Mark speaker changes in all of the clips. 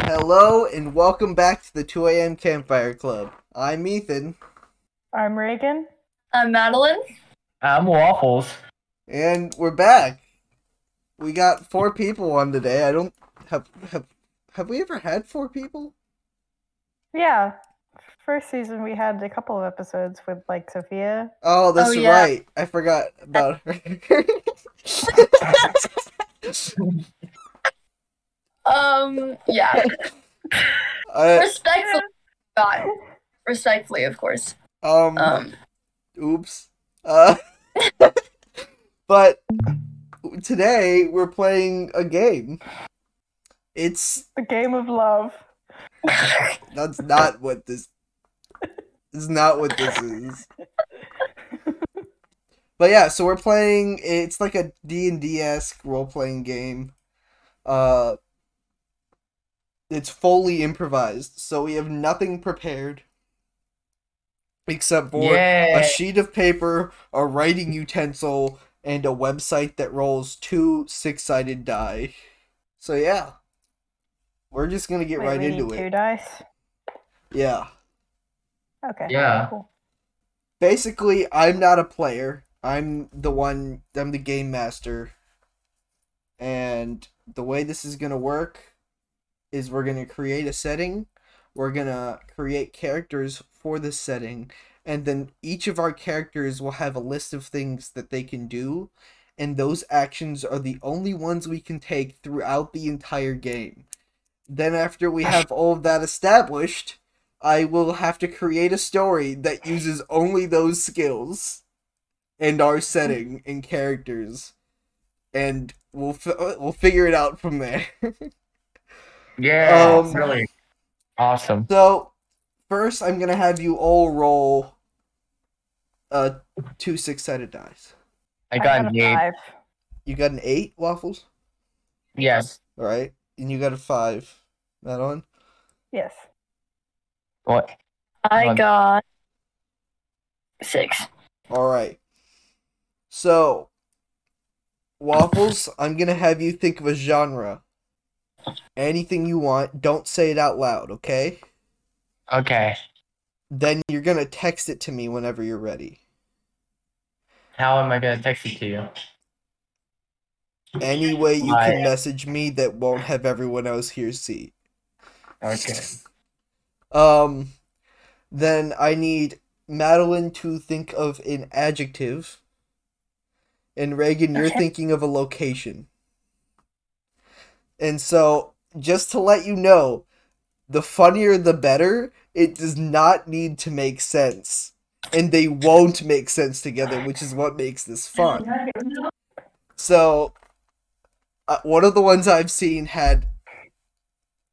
Speaker 1: Hello and welcome back to the 2 a.m. Campfire Club. I'm Ethan,
Speaker 2: I'm Reagan.
Speaker 3: I'm Uh, Madeline.
Speaker 4: I'm waffles.
Speaker 1: and we're back. We got four people on today. I don't have have have we ever had four people?
Speaker 2: Yeah. First season, we had a couple of episodes with like Sophia.
Speaker 1: Oh, that's
Speaker 3: Oh, yeah.
Speaker 1: right. I forgot about her.
Speaker 3: Um, yeah.
Speaker 1: I,
Speaker 3: Respectfully, God. Respectfully, of course.
Speaker 1: um,
Speaker 3: Um,
Speaker 1: oops. Uh, but today we're playing a game. It's
Speaker 2: The game of love.
Speaker 1: That's not what this is not what this is. But yeah, so we're playing it's like a D&D esque role playing game. Uh it's fully improvised, so we have nothing prepared except for a
Speaker 4: Yeah.
Speaker 1: sheet of paper, a writing utensil, and a website that rolls two six-sided die. So yeah. We're just going to get
Speaker 2: Wait,
Speaker 1: right
Speaker 2: we
Speaker 1: into
Speaker 2: need
Speaker 1: it.
Speaker 2: Two dice.
Speaker 1: Yeah.
Speaker 2: Okay.
Speaker 4: Yeah.
Speaker 2: Cool.
Speaker 1: basically i'm not a player i'm the one i'm the game master and the way this is going to work is we're going to create a setting we're going to create characters for the setting and then each of our characters will have a list of things that they can do and those actions are the only ones we can take throughout the entire game then after we have all of that established I will have to create a story that uses only those skills and our setting and characters, and we'll fi- we'll figure it out from there.
Speaker 4: Yeah.
Speaker 1: Um,
Speaker 4: really awesome.
Speaker 1: so, first, I'm gonna have you all roll uh two six sided dice.
Speaker 4: I got
Speaker 2: a
Speaker 4: an eight.
Speaker 2: five.
Speaker 1: You got an eight waffles,
Speaker 4: Yes.
Speaker 1: all right, and you got a five. That on
Speaker 2: Yes.
Speaker 4: What?
Speaker 3: I
Speaker 4: Um,
Speaker 3: got six.
Speaker 1: all right. So, waffles, I'm gonna have you think of a genre. anything you want. Don't say it out loud, okay?
Speaker 4: Okay.
Speaker 1: Then you're gonna text it to me whenever you're ready.
Speaker 4: How am I gonna text it to you?
Speaker 1: Any way you can
Speaker 4: Right.
Speaker 1: message me that won't have everyone else here see.
Speaker 4: Okay.
Speaker 1: Um, then I need Madeline to think of an adjective, and Reagan, you're
Speaker 3: Okay.
Speaker 1: thinking of a location. And so, just to let you know, the funnier the better. It does not need to make sense, and they won't make sense together, which is what makes this fun. So, uh, one of the ones I've seen had,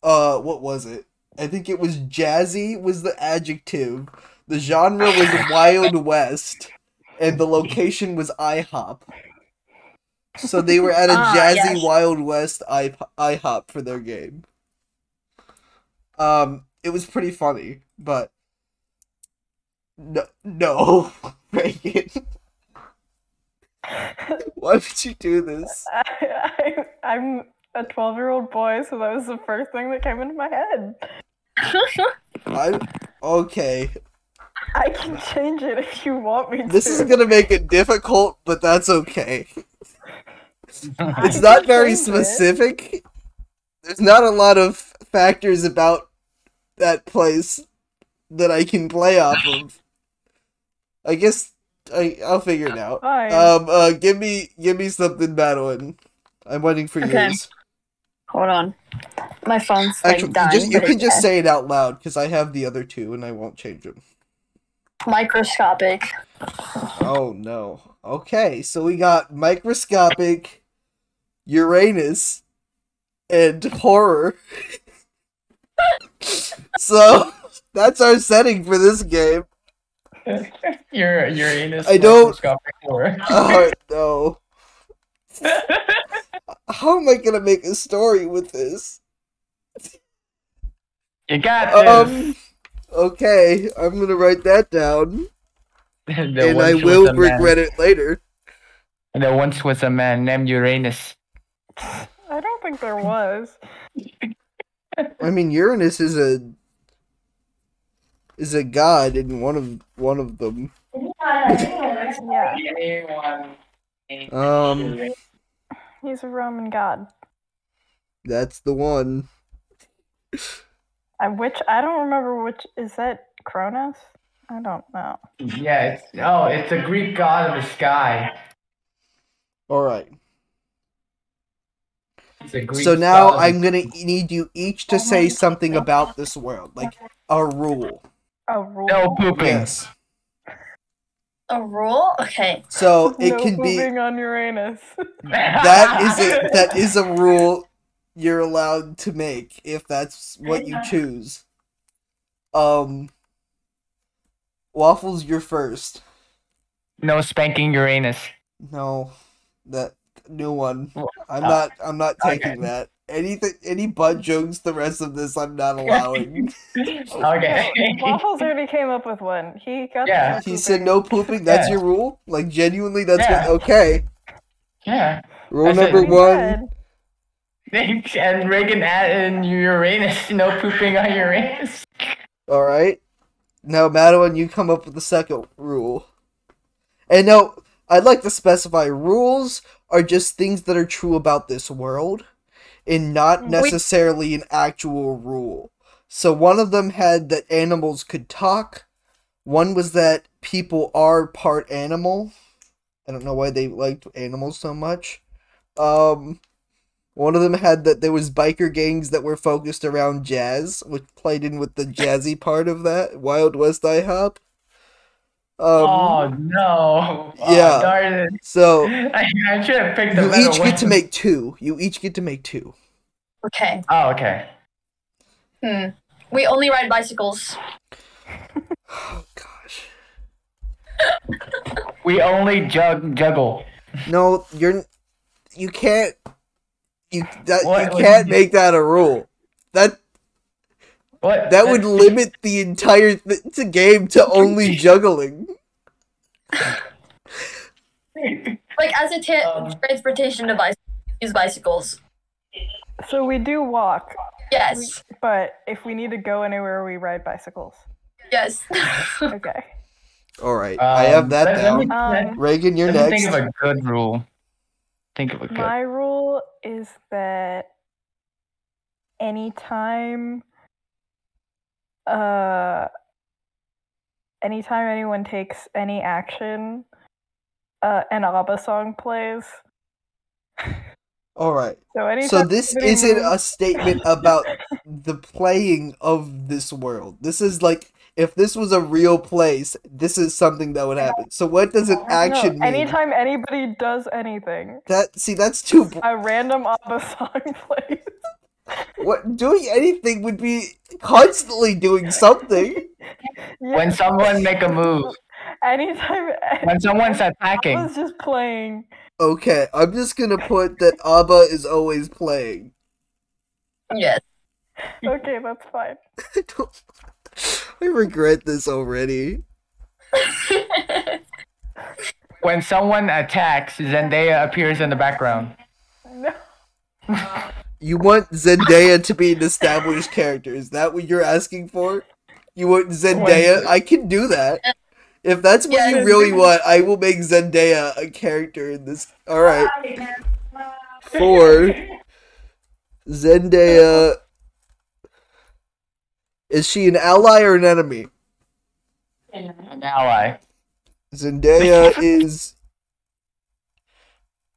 Speaker 1: uh, what was it? I think it was jazzy was the adjective. The genre was Wild West, and the location was IHOP. So they were at a
Speaker 3: Ah,
Speaker 1: jazzy
Speaker 3: yes.
Speaker 1: Wild West I- IHOP for their game. Um, it was pretty funny, but no, no, Reagan, why would you do this?
Speaker 2: I, I, I'm a 12 year old boy, so that was the first thing that came into my head.
Speaker 1: I'm okay.
Speaker 2: I can change it if you want me to.
Speaker 1: This is gonna make it difficult, but that's okay.
Speaker 2: I
Speaker 1: It's
Speaker 2: can
Speaker 1: not very
Speaker 2: change it.
Speaker 1: specific. There's not a lot of factors about that place that I can play off of. I guess I I'll figure it out.
Speaker 2: Fine.
Speaker 1: Um uh give me give me something, Madeline. I'm waiting for
Speaker 3: Okay.
Speaker 1: yours.
Speaker 3: Hold on. My phone's like
Speaker 1: Actually, you,
Speaker 3: dying.
Speaker 1: just, you
Speaker 3: but
Speaker 1: can
Speaker 3: it's
Speaker 1: just
Speaker 3: dead.
Speaker 1: say it out loud because I have the other two and I won't change them.
Speaker 3: microscopic.
Speaker 1: Oh no. Okay, so we got microscopic, Uranus, and horror. so that's our setting for this game.
Speaker 4: Your your anus.
Speaker 1: I don't-
Speaker 4: microscopic horror.
Speaker 1: Oh no. How am I gonna make a story with this?
Speaker 4: You got this.
Speaker 1: Um okay, I'm gonna write that down.
Speaker 4: the
Speaker 1: and I
Speaker 4: once
Speaker 1: will
Speaker 4: was a man-
Speaker 1: regret it later.
Speaker 4: There once was a man named Uranus.
Speaker 2: I don't think there was.
Speaker 1: I mean, Uranus is a is a god in one of one of them.
Speaker 2: Yeah,
Speaker 4: Anyone.
Speaker 1: Um,
Speaker 2: he's a Roman god,
Speaker 1: that's the one.
Speaker 2: I, which I don't remember. Which is that Cronus? I don't know.
Speaker 4: Yeah, it's, oh, it's a Greek god of the sky.
Speaker 1: All right.
Speaker 4: It's a Greek
Speaker 1: So now
Speaker 4: god of-
Speaker 1: I'm gonna need you each to say something about this world, like a rule.
Speaker 2: A Oh, rule.
Speaker 4: No pooping.
Speaker 1: Yes.
Speaker 3: A rule? Okay.
Speaker 1: So it
Speaker 2: No
Speaker 1: can be
Speaker 2: moving on Uranus.
Speaker 1: that is a that is a rule you're allowed to make if that's what you choose. Um, waffles, you're first.
Speaker 4: No spanking Uranus.
Speaker 1: No, that new one.
Speaker 4: Well,
Speaker 1: I'm
Speaker 4: uh,
Speaker 1: not. I'm not
Speaker 4: okay.
Speaker 1: taking that. Anything, any butt jokes. The rest of this, I'm not allowing.
Speaker 4: Okay.
Speaker 2: Waffles already came up with one. He got.
Speaker 4: Yeah.
Speaker 1: he said no pooping. That's
Speaker 4: Yeah.
Speaker 1: your rule. Like genuinely, that's
Speaker 4: Yeah.
Speaker 1: what, okay.
Speaker 4: yeah.
Speaker 1: Rule
Speaker 4: That's it.
Speaker 1: number
Speaker 2: He
Speaker 1: one.
Speaker 2: did.
Speaker 4: Thanks. And Reagan at and Uranus. No pooping on Uranus.
Speaker 1: All right. Now, Madeline, you come up with the second rule. And now, I'd like to specify rules are just things that are true about this world and not
Speaker 2: We-
Speaker 1: necessarily an actual rule. So, one of them had that animals could talk, one was that people are part animal. I don't know why they liked animals so much. Um, one of them had that there was biker gangs that were focused around jazz, which played in with the jazzy part of that Wild West IHOP. Um,
Speaker 4: oh no. Oh,
Speaker 1: yeah.
Speaker 4: Darn it.
Speaker 1: so
Speaker 4: I, I should have picked the
Speaker 1: you
Speaker 4: better
Speaker 1: each
Speaker 4: one.
Speaker 1: get to make two. You each get to make two.
Speaker 3: Okay.
Speaker 4: Oh, okay.
Speaker 3: Hmm. We only ride bicycles.
Speaker 1: Oh gosh.
Speaker 4: We only jug juggle.
Speaker 1: No, you're n- you can't you that,
Speaker 4: What-
Speaker 1: you
Speaker 4: what
Speaker 1: can't
Speaker 4: did you-
Speaker 1: make that a rule. That
Speaker 4: What?
Speaker 1: that would limit the entire th- to game to only juggling.
Speaker 3: Like as a ta-
Speaker 4: Um.
Speaker 3: transportation device, use bicycles.
Speaker 2: So we do walk,
Speaker 3: Yes.
Speaker 2: but if we need to go anywhere, we ride bicycles.
Speaker 3: Yes.
Speaker 2: Okay.
Speaker 1: All right, I have
Speaker 4: Um,
Speaker 1: that
Speaker 4: let- let
Speaker 1: down.
Speaker 4: me-
Speaker 2: Um,
Speaker 1: Reagan, you're
Speaker 4: Let me
Speaker 1: next.
Speaker 4: think of a good rule. Think of a good.
Speaker 2: my rule is that anytime, uh, anytime anyone takes any action, uh, an ABBA song plays.
Speaker 1: All right.
Speaker 2: So anytime.
Speaker 1: So this
Speaker 2: somebody
Speaker 1: isn't a
Speaker 2: moves-
Speaker 1: statement about the playing of this world. This is like if this was a real place, this is something that would happen. So what does an
Speaker 2: No,
Speaker 1: action mean?
Speaker 2: Anytime anybody does anything,
Speaker 1: That see, that's too. bl-
Speaker 2: a random ABBA song plays.
Speaker 1: What doing anything would be constantly doing something.
Speaker 2: Yeah.
Speaker 4: When someone make a move,
Speaker 2: anytime
Speaker 4: when someone's
Speaker 2: I
Speaker 4: attacking,
Speaker 2: was just playing.
Speaker 1: Okay, I'm just gonna put that Abba is always playing.
Speaker 3: yes.
Speaker 2: Okay, that's fine.
Speaker 1: I don't- I regret this already.
Speaker 4: when someone attacks, Zendaya appears in the background.
Speaker 2: No.
Speaker 1: You want Zendaya to be an established character. Is that what you're asking for? You want Zendaya? I can do that. If that's what you
Speaker 3: Yes.
Speaker 1: really want, I will make Zendaya a character in this. Alright. Four. Zendaya. Is she an ally or an enemy?
Speaker 4: An ally.
Speaker 1: Zendaya is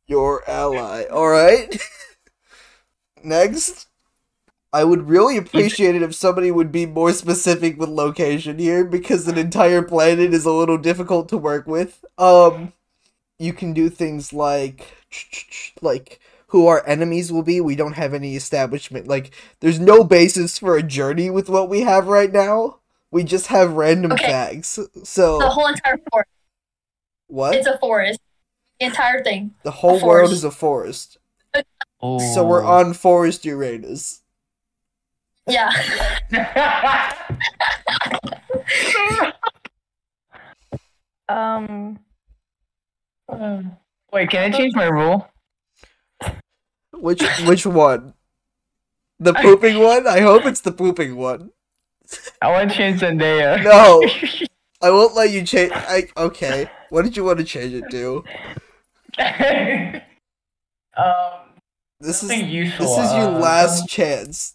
Speaker 1: your ally. All right. Next, I would really appreciate it if somebody would be more specific with location here because an entire planet is a little difficult to work with. Um, you can do things like like who our enemies will be. We don't have any establishment. Like there's no basis for a journey with what we have right now. We just have random
Speaker 3: Okay.
Speaker 1: facts.
Speaker 3: The
Speaker 1: So
Speaker 3: whole entire forest.
Speaker 1: what?
Speaker 3: It's a forest. The entire thing.
Speaker 1: The whole
Speaker 3: A
Speaker 1: world
Speaker 3: forest.
Speaker 1: is a forest.
Speaker 4: Oh.
Speaker 1: So we're on forest Uranus.
Speaker 3: Yeah.
Speaker 2: Um.
Speaker 4: Wait, can I change my rule?
Speaker 1: Which which one? The pooping one? I hope it's the pooping one.
Speaker 4: I want to change Zendaya.
Speaker 1: No. I won't let you change. I okay. What did you want to change it to?
Speaker 4: um,
Speaker 1: This is
Speaker 4: something useful.
Speaker 1: this is your
Speaker 4: uh,
Speaker 1: last chance.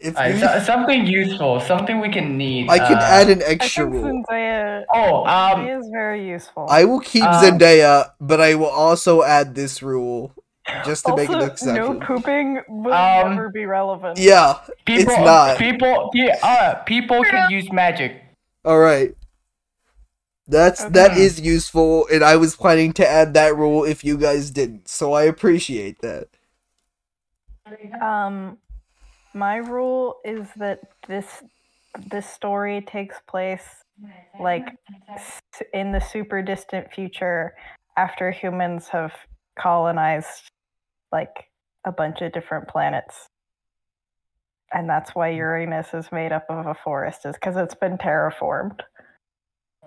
Speaker 1: If
Speaker 4: alright,
Speaker 1: you,
Speaker 4: so- something useful. Something we can need.
Speaker 1: I can
Speaker 4: uh,
Speaker 1: add an
Speaker 2: I
Speaker 1: extra
Speaker 2: think
Speaker 1: rule.
Speaker 2: Zendaya
Speaker 4: Oh, um,
Speaker 2: is very useful.
Speaker 1: I will keep
Speaker 2: Uh,
Speaker 4: um,
Speaker 1: Zendaya, but I will also add this rule just to
Speaker 2: also,
Speaker 1: make an
Speaker 2: no
Speaker 1: exception.
Speaker 2: pooping will
Speaker 4: Um,
Speaker 2: never be relevant.
Speaker 1: Yeah.
Speaker 4: people.
Speaker 1: not.
Speaker 4: People. pe- Uh, people can use magic.
Speaker 1: All right. That's that
Speaker 4: Okay.
Speaker 1: is useful, and I was planning to add that rule if you guys didn't, so I appreciate that.
Speaker 2: Um, my rule is that this this story takes place like s- in the super distant future after humans have colonized like a bunch of different planets. And that's why Uranus is made up of a forest, is because it's been terraformed.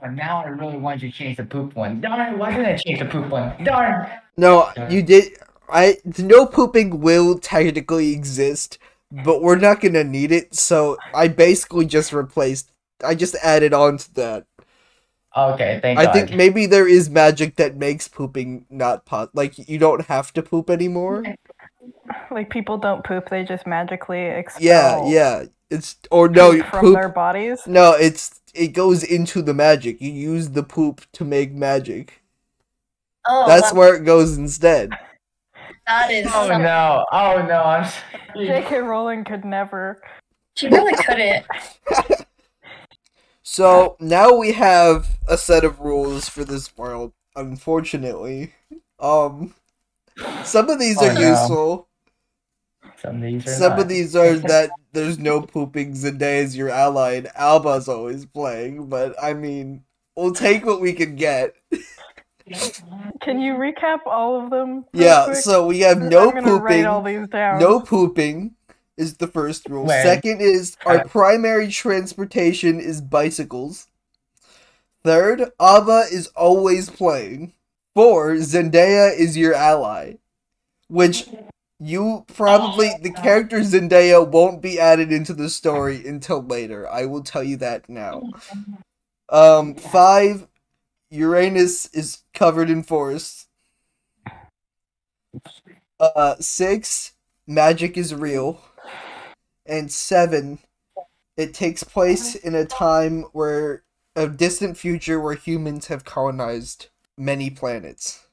Speaker 4: And Oh, now I really wanted to change the poop one. Darn, why didn't I change the poop one? Darn.
Speaker 1: No,
Speaker 4: Yeah.
Speaker 1: you did. I the no pooping will technically exist, but we're not gonna need it. So I basically just replaced. I just added on to that.
Speaker 4: Okay, thank
Speaker 1: I
Speaker 4: God.
Speaker 1: think maybe there is magic that makes pooping not pot. Like you don't have to poop anymore.
Speaker 2: Like people don't poop; they just magically
Speaker 1: Yeah,
Speaker 2: expel.
Speaker 1: yeah. It's or
Speaker 2: poop
Speaker 1: no you
Speaker 2: from
Speaker 1: poop.
Speaker 2: their bodies.
Speaker 1: No, it's it goes into the magic. You use the poop to make magic.
Speaker 3: Oh,
Speaker 1: That's
Speaker 3: wow,
Speaker 1: where it goes instead.
Speaker 3: that is.
Speaker 4: oh
Speaker 3: something.
Speaker 4: no! Oh no! I'm. Sorry.
Speaker 2: J.K. Rowling could never.
Speaker 3: She really couldn't.
Speaker 1: So now we have a set of rules for this world, unfortunately. Um some of these
Speaker 4: Oh,
Speaker 1: are
Speaker 4: no.
Speaker 1: useful.
Speaker 4: Some of these are
Speaker 1: Some
Speaker 4: not.
Speaker 1: of these are that there's no pooping Zendaya is your ally and Alba's always playing, but I mean we'll take what we can get.
Speaker 2: Can you recap all of them? real
Speaker 1: Yeah,
Speaker 2: quick?
Speaker 1: so we have
Speaker 2: I'm
Speaker 1: no
Speaker 2: gonna Write all
Speaker 1: pooping.
Speaker 2: these down.
Speaker 1: No pooping is the first rule.
Speaker 4: Where?
Speaker 1: Second is our
Speaker 4: Okay.
Speaker 1: primary transportation is bicycles. Third, Ava is always playing. Four, Zendaya is your ally. Which you probably the character Zendaya won't be added into the story until later. I will tell you that now. Um five, Uranus is covered in forests. Uh six, magic is real. And seven, it takes place in a time where a distant future where humans have colonized many planets.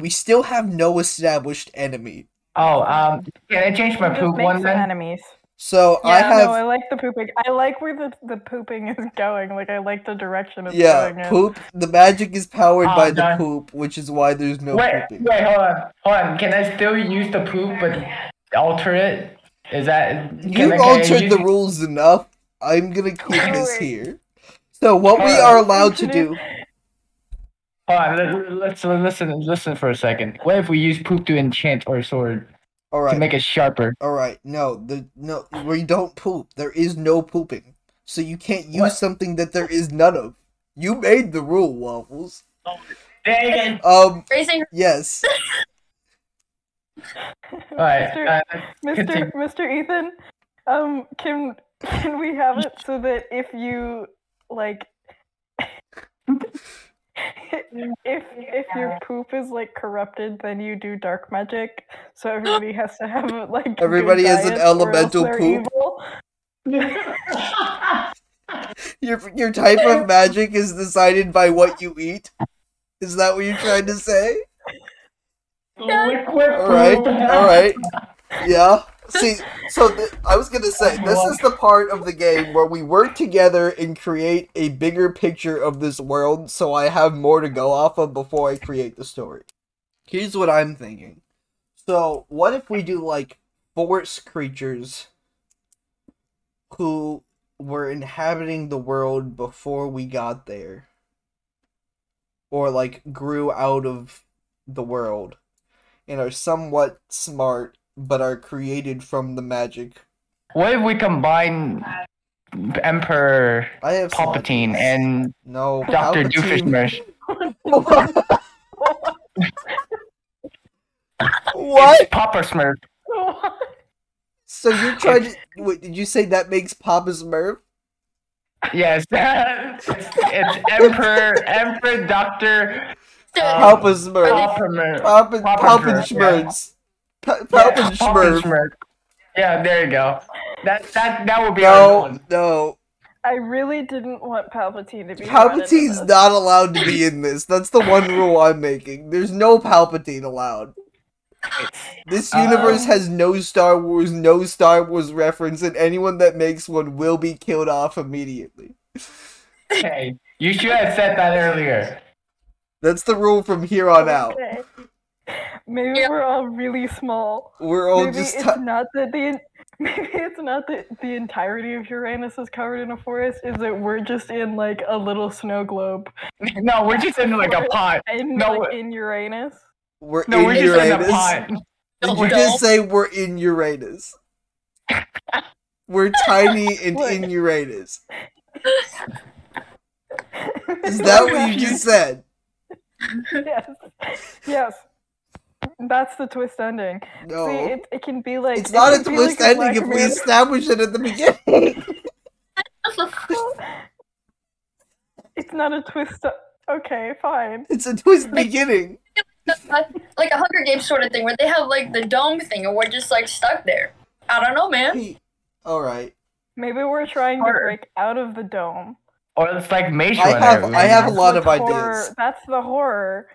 Speaker 1: We still have no established enemy.
Speaker 4: Oh, um, can I change my
Speaker 2: Just
Speaker 4: poop
Speaker 2: make
Speaker 4: one
Speaker 2: some
Speaker 4: then?
Speaker 2: enemies.
Speaker 1: So I
Speaker 3: Yeah,
Speaker 1: have
Speaker 2: No, I like the pooping. I like where the, the pooping is going. Like I like the direction it's going.
Speaker 1: yeah,
Speaker 2: in.
Speaker 1: poop. The magic is powered
Speaker 4: Oh,
Speaker 1: by the
Speaker 4: darn.
Speaker 1: poop, which is why there's no
Speaker 4: Wait,
Speaker 1: pooping.
Speaker 4: wait, hold on, hold on. Can I still use the poop but alter it? Is that can I-
Speaker 1: You've
Speaker 4: can I
Speaker 1: altered
Speaker 4: use-
Speaker 1: the rules enough. I'm gonna keep this
Speaker 2: Wait.
Speaker 1: here. So what we
Speaker 4: Alright.
Speaker 1: are allowed to do
Speaker 4: Hold on, let, let's listen, listen for a second. What if we use poop to enchant our sword to
Speaker 1: Alright.
Speaker 4: make it sharper?
Speaker 1: All right, no, the no, we don't poop. There is no pooping, so you can't use
Speaker 4: What?
Speaker 1: something that there is none of. You made the rule, waffles.
Speaker 4: Dang it!
Speaker 1: Um,
Speaker 3: Raising her
Speaker 1: yes,
Speaker 4: All right,
Speaker 2: Mr.
Speaker 4: uh,
Speaker 2: Mr.
Speaker 4: continue.
Speaker 2: Mr. Ethan, um, can can we have it so that if you like, if if your poop is like corrupted, then you do dark magic. So everybody has to have like. good
Speaker 1: Everybody has an
Speaker 2: diet, or else
Speaker 1: elemental
Speaker 2: they're
Speaker 1: poop.
Speaker 2: evil.
Speaker 4: uh,
Speaker 1: your your type of magic is decided by what you eat. Is that what you're trying to say?
Speaker 4: Liquid
Speaker 1: All right,
Speaker 4: poop.
Speaker 1: all right, yeah. See, so th- I was gonna say this is the part of the game where we work together and create a bigger picture of this world, so I have more to go off of before I create the story. Here's what I'm thinking. So, what if we do like forest creatures who were inhabiting the world before we got there? Or like grew out of the world and are somewhat smart but are created from the magic.
Speaker 4: What if we combine Emperor
Speaker 1: I have some
Speaker 4: Palpatine
Speaker 1: ideas.
Speaker 4: and
Speaker 1: no
Speaker 4: Doctor
Speaker 1: Palpatine-
Speaker 4: Doofenshmirtz?
Speaker 1: what?
Speaker 4: Popper Smurf.
Speaker 1: So you're trying to. Wait, did you say that makes Papa's Merv?
Speaker 4: Yes, it's, it's Emperor Emperor Doctor
Speaker 2: Uh,
Speaker 4: Um,
Speaker 1: Papa's Merv.
Speaker 4: Palmer.
Speaker 1: Papa,
Speaker 4: Papa
Speaker 1: Papa
Speaker 4: Merv,
Speaker 1: Schmerz. Pa-
Speaker 4: Yeah,
Speaker 1: Papa
Speaker 4: Palmer
Speaker 1: Schmerz.
Speaker 4: Schmerz. Yeah, there you go. That that that will be our
Speaker 1: No,
Speaker 4: one.
Speaker 1: no.
Speaker 2: I really didn't want Palpatine to be. brought into
Speaker 1: Palpatine's
Speaker 2: this.
Speaker 1: not allowed to be in this. That's the one rule I'm making. There's no Palpatine allowed. This
Speaker 4: Uh,
Speaker 1: universe has no Star Wars, no Star Wars reference, and anyone that makes one will be killed off immediately.
Speaker 4: Hey, you should have said that earlier.
Speaker 1: That's the rule from here on out.
Speaker 2: Okay. Maybe
Speaker 3: Yeah.
Speaker 2: we're all really small.
Speaker 1: We're all
Speaker 2: maybe
Speaker 1: just.
Speaker 2: it's not that the maybe it's not that the entirety of Uranus is covered in a forest. Is that we're just in like a little snow globe
Speaker 4: No, we're just in like a pot.
Speaker 2: and
Speaker 4: No,
Speaker 2: like,
Speaker 4: uh,
Speaker 2: in Uranus.
Speaker 1: we're
Speaker 4: No,
Speaker 1: in
Speaker 4: we're just in a
Speaker 1: Uranus.
Speaker 4: pot.
Speaker 1: Did
Speaker 3: We're
Speaker 1: you
Speaker 3: all-
Speaker 1: just say we're in Uranus? We're tiny and
Speaker 2: What?
Speaker 1: in Uranus. Is that what you just said?
Speaker 2: yes. Yes. That's the twist ending.
Speaker 1: No.
Speaker 2: See, it, it can be like
Speaker 1: Oh. it's
Speaker 2: it
Speaker 1: not a
Speaker 2: can be
Speaker 1: twist
Speaker 2: like
Speaker 1: ending if
Speaker 2: Black
Speaker 1: we
Speaker 2: Mirror.
Speaker 1: establish it at the beginning.
Speaker 2: It's not a twist. Okay, fine.
Speaker 1: it's a twist beginning.
Speaker 3: like a Hunger Games sort of thing where they have like the dome thing and we're just like stuck there. I don't know, man.
Speaker 1: Hey, All right.
Speaker 2: Maybe we're trying to
Speaker 4: Horror.
Speaker 2: break out of the dome.
Speaker 4: Or it's like Maze
Speaker 1: I
Speaker 4: Runner.
Speaker 1: have I
Speaker 4: man.
Speaker 1: have a lot
Speaker 2: That's
Speaker 1: of
Speaker 2: the
Speaker 1: ideas.
Speaker 2: horror- That's the horror.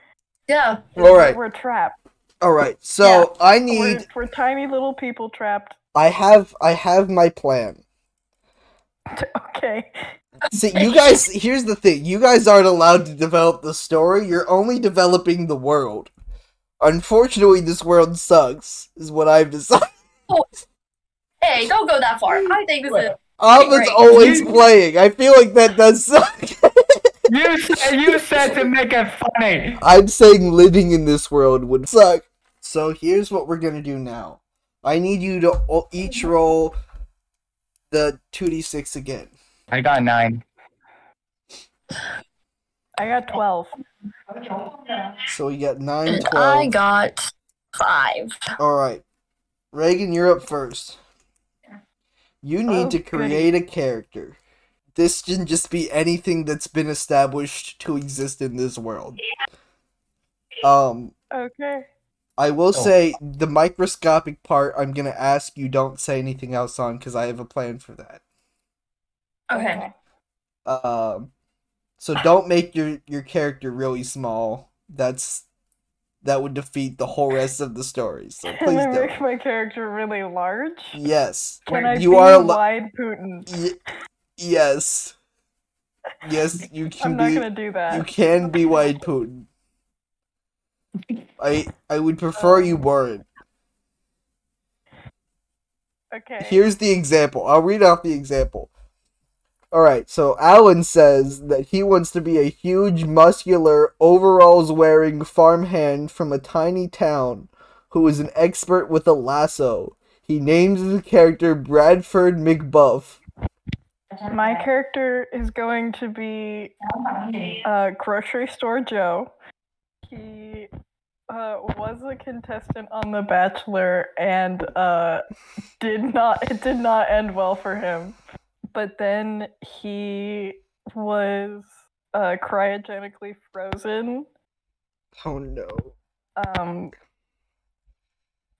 Speaker 3: Yeah.
Speaker 1: All right.
Speaker 2: We're trapped.
Speaker 1: All right. So I need
Speaker 2: We're, we're tiny little people trapped.
Speaker 1: I have I have my plan.
Speaker 2: Okay.
Speaker 1: See, you guys here's the thing. You guys aren't allowed to develop the story. You're only developing the world. Unfortunately, this world sucks is what I've decided.
Speaker 3: Hey, don't go that far. I think this is
Speaker 1: Alvin's
Speaker 3: Right.
Speaker 1: always
Speaker 4: You-
Speaker 1: playing. I feel like that does suck.
Speaker 4: You said you said to make it funny.
Speaker 1: I'm saying living in this world would suck. So here's what we're gonna do now. I need you to o- each roll the two d six again.
Speaker 4: I got nine.
Speaker 2: I got 12.
Speaker 1: So we got nine,
Speaker 3: I
Speaker 1: twelve.
Speaker 3: got five.
Speaker 1: All right, Reagan, you're up first. You need
Speaker 2: Oh,
Speaker 1: to create a character. This can just be anything that's been established to exist in this world. Um,
Speaker 2: Okay.
Speaker 1: I
Speaker 2: Oh.
Speaker 1: will say the microscopic part. I'm gonna ask you don't say anything else on because I have a plan for that.
Speaker 3: Okay.
Speaker 1: Um, so don't make your your character really small. That's that would defeat the whole rest of the story. So please
Speaker 2: Can I
Speaker 1: don't.
Speaker 2: make my character really large?
Speaker 1: Yes.
Speaker 2: Can I
Speaker 1: You
Speaker 2: be
Speaker 1: are a lo-
Speaker 2: wide Putin?
Speaker 1: Y- yes. Yes, you
Speaker 2: I'm
Speaker 1: can
Speaker 2: not
Speaker 1: be.
Speaker 2: gonna do that.
Speaker 1: You can be white Putin. I I would prefer you weren't.
Speaker 2: Okay.
Speaker 1: Here's the example. I'll read off the example. All right, so Alan says that he wants to be a huge, muscular, overalls wearing farmhand from a tiny town who is an expert with a lasso. He names his character Bradford McBuff.
Speaker 2: My character is going to be uh, grocery store Joe. He uh, was a contestant on The Bachelor and uh, did not it did not end well for him. But then he was uh, cryogenically frozen
Speaker 1: Oh no.
Speaker 2: um,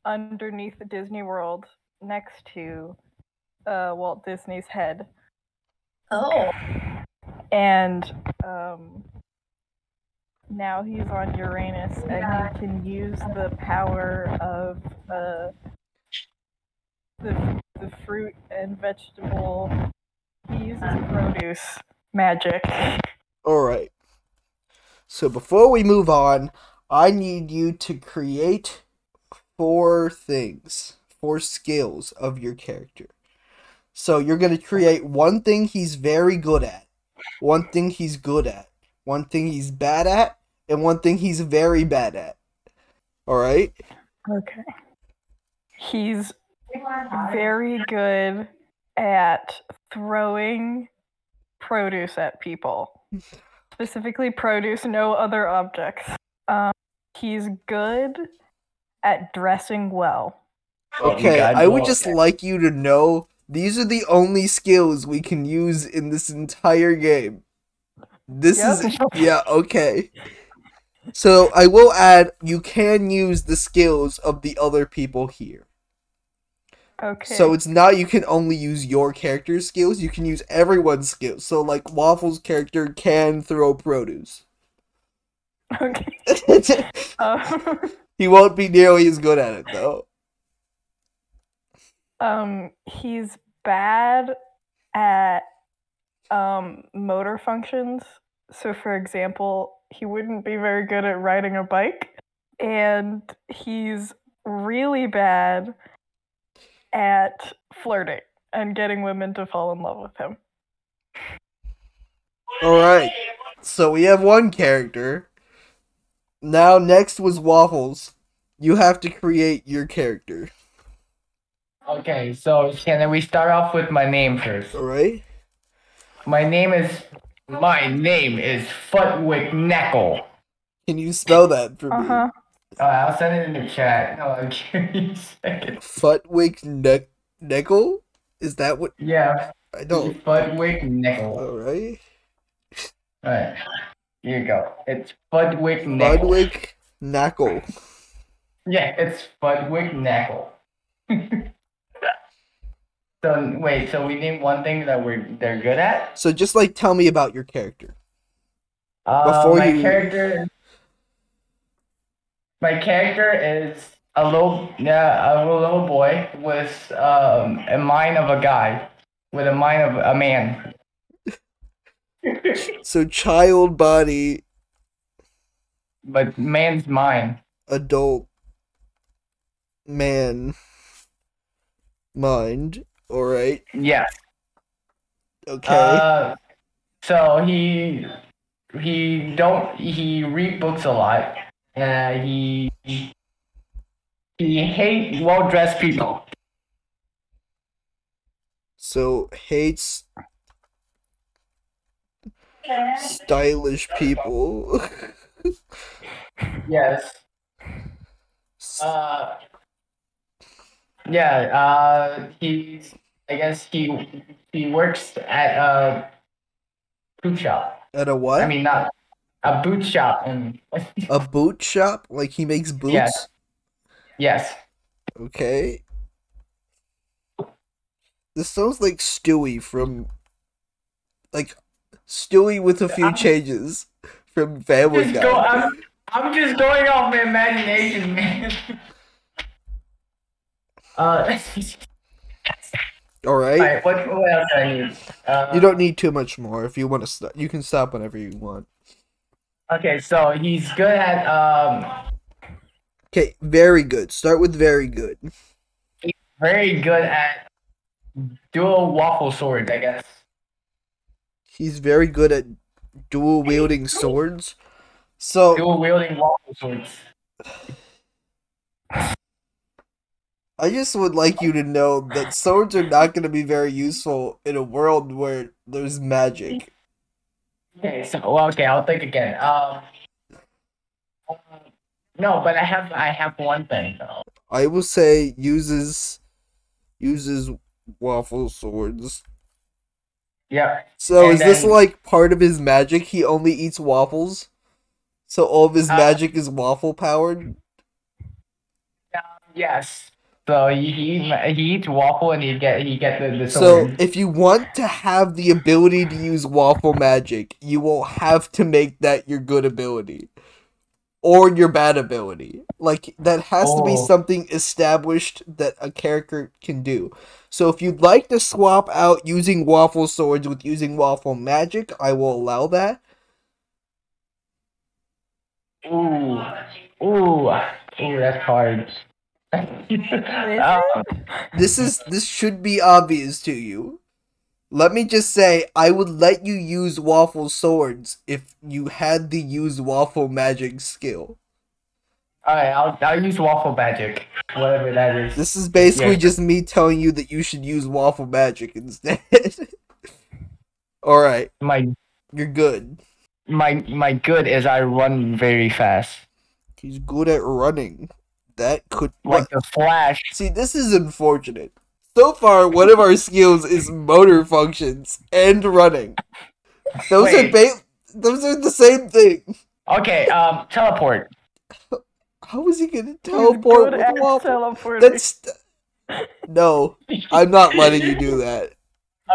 Speaker 2: underneath Disney World next to uh, Walt Disney's head.
Speaker 3: Oh.
Speaker 2: and um, now he's on Uranus and he can use the power of uh, the the fruit and vegetable. He uses produce magic.
Speaker 1: All right. So before we move on, I need you to create four things, four skills of your character. So you're going to create one thing he's very good at, one thing he's good at, one thing he's bad at, and one thing he's very bad at. All right?
Speaker 2: Okay. He's very good at throwing produce at people. Specifically, produce, no other objects. Um, he's good at dressing well.
Speaker 4: Oh,
Speaker 1: Okay,
Speaker 4: God,
Speaker 1: I would
Speaker 4: no.
Speaker 1: just like you to know these are the only skills we can use in this entire game. This is
Speaker 4: Yep.
Speaker 1: yeah, okay. So I will add you can use the skills of the other people here.
Speaker 2: Okay.
Speaker 1: So it's not you can only use your character's skills, you can use everyone's skills. So like Waffle's character can throw produce.
Speaker 2: okay. Um,
Speaker 1: he won't be nearly as good at it though.
Speaker 2: um, he's bad at um motor functions. So, for example, he wouldn't be very good at riding a bike, and he's really bad at flirting and getting women to fall in love with him.
Speaker 1: All right. So we have one character. Now next was Waffles. You have to create your character.
Speaker 4: Okay, so Shannon, we start off with my name first.
Speaker 1: All right.
Speaker 4: My name is my name is Futwick Neckle.
Speaker 1: Can you spell that for
Speaker 2: Uh huh.
Speaker 4: Uh, I'll send it in the chat. No, I'm curious.
Speaker 1: me? Futwick ne- Neckle? Is that what?
Speaker 4: yeah,
Speaker 1: I don't.
Speaker 4: Futwick Neckle.
Speaker 1: All right.
Speaker 4: Alright, here you go. It's Futwick Neckle.
Speaker 1: Budwick Knackle.
Speaker 4: Yeah, it's Budwick Knackle. so wait, so we named one thing that we're they're good at.
Speaker 1: So just like tell me about your character.
Speaker 4: Uh,
Speaker 1: Before
Speaker 4: my
Speaker 1: you-
Speaker 4: character, my character is a little yeah a little boy with um a mind of a guy with a mind of a man.
Speaker 1: So child body,
Speaker 4: But man's mind.
Speaker 1: adult, man, mind. All right.
Speaker 4: Yeah.
Speaker 1: Okay.
Speaker 4: Uh, so he he don't he read books a lot. Uh, he he hate well dressed people.
Speaker 1: So hates stylish people.
Speaker 4: Yes.
Speaker 1: S-
Speaker 4: Uh, yeah. Uh, he's I guess he he works at a boot shop.
Speaker 1: At a what?
Speaker 4: I mean, not a boot shop. And
Speaker 1: a boot shop? Like he makes boots?
Speaker 4: Yeah. yes.
Speaker 1: Okay. This sounds like Stewie from like Stewie with a few changes from Family
Speaker 4: Just go,
Speaker 1: Guy.
Speaker 4: I'm, I'm just going off my imagination, man. Uh,
Speaker 1: Alright.
Speaker 4: alright, what, what else do I need? Uh,
Speaker 1: You don't need too much more. If you want to stop, you can stop whenever you want.
Speaker 4: okay, so he's good at um,
Speaker 1: Okay, very good. Start with very good.
Speaker 4: very good at dual waffle swords, I guess.
Speaker 1: He's very good at dual wielding swords. So
Speaker 4: Dual wielding waffle swords.
Speaker 1: I just would like you to know that swords are not going to be very useful in a world where there's magic.
Speaker 4: Okay, so well, okay, I'll think again. Um, uh, no, but I have I have one thing though.
Speaker 1: I will say uses uses waffle swords.
Speaker 4: Yeah,
Speaker 1: So
Speaker 4: And
Speaker 1: is this
Speaker 4: then-
Speaker 1: like part of his magic? He only eats waffles. So all of his
Speaker 4: Uh,
Speaker 1: magic is waffle powered.
Speaker 4: yes. So he he, he eats waffle and he get he get the, the
Speaker 1: So
Speaker 4: sword.
Speaker 1: if you want to have the ability to use waffle magic, you will have to make that your good ability or your bad ability. Like that has to be
Speaker 4: Oh.
Speaker 1: something established that a character can do. So if you'd like to swap out using waffle swords with using waffle magic, I will allow that.
Speaker 4: Ooh, ooh, ooh, that's hard. um,
Speaker 1: This is this should be obvious to you. Let me just say, I would let you use waffle swords if you had the use waffle magic skill.
Speaker 4: all right, I'll I'll use waffle magic, whatever that is.
Speaker 1: This is basically
Speaker 4: Yeah.
Speaker 1: just me telling you that you should use waffle magic instead. All right,
Speaker 4: My
Speaker 1: you're good.
Speaker 4: my my good is I run very fast.
Speaker 1: He's good at running. That could
Speaker 4: like the Flash.
Speaker 1: See, this is unfortunate. So far, one of our skills is motor functions and running. Those are
Speaker 4: Wait.
Speaker 1: ba- those are the same thing.
Speaker 4: Okay, um, teleport.
Speaker 1: How is he gonna
Speaker 2: Good
Speaker 1: teleport with
Speaker 2: at
Speaker 1: a waffle?
Speaker 2: teleporting.
Speaker 1: That's no. I'm not letting you do that.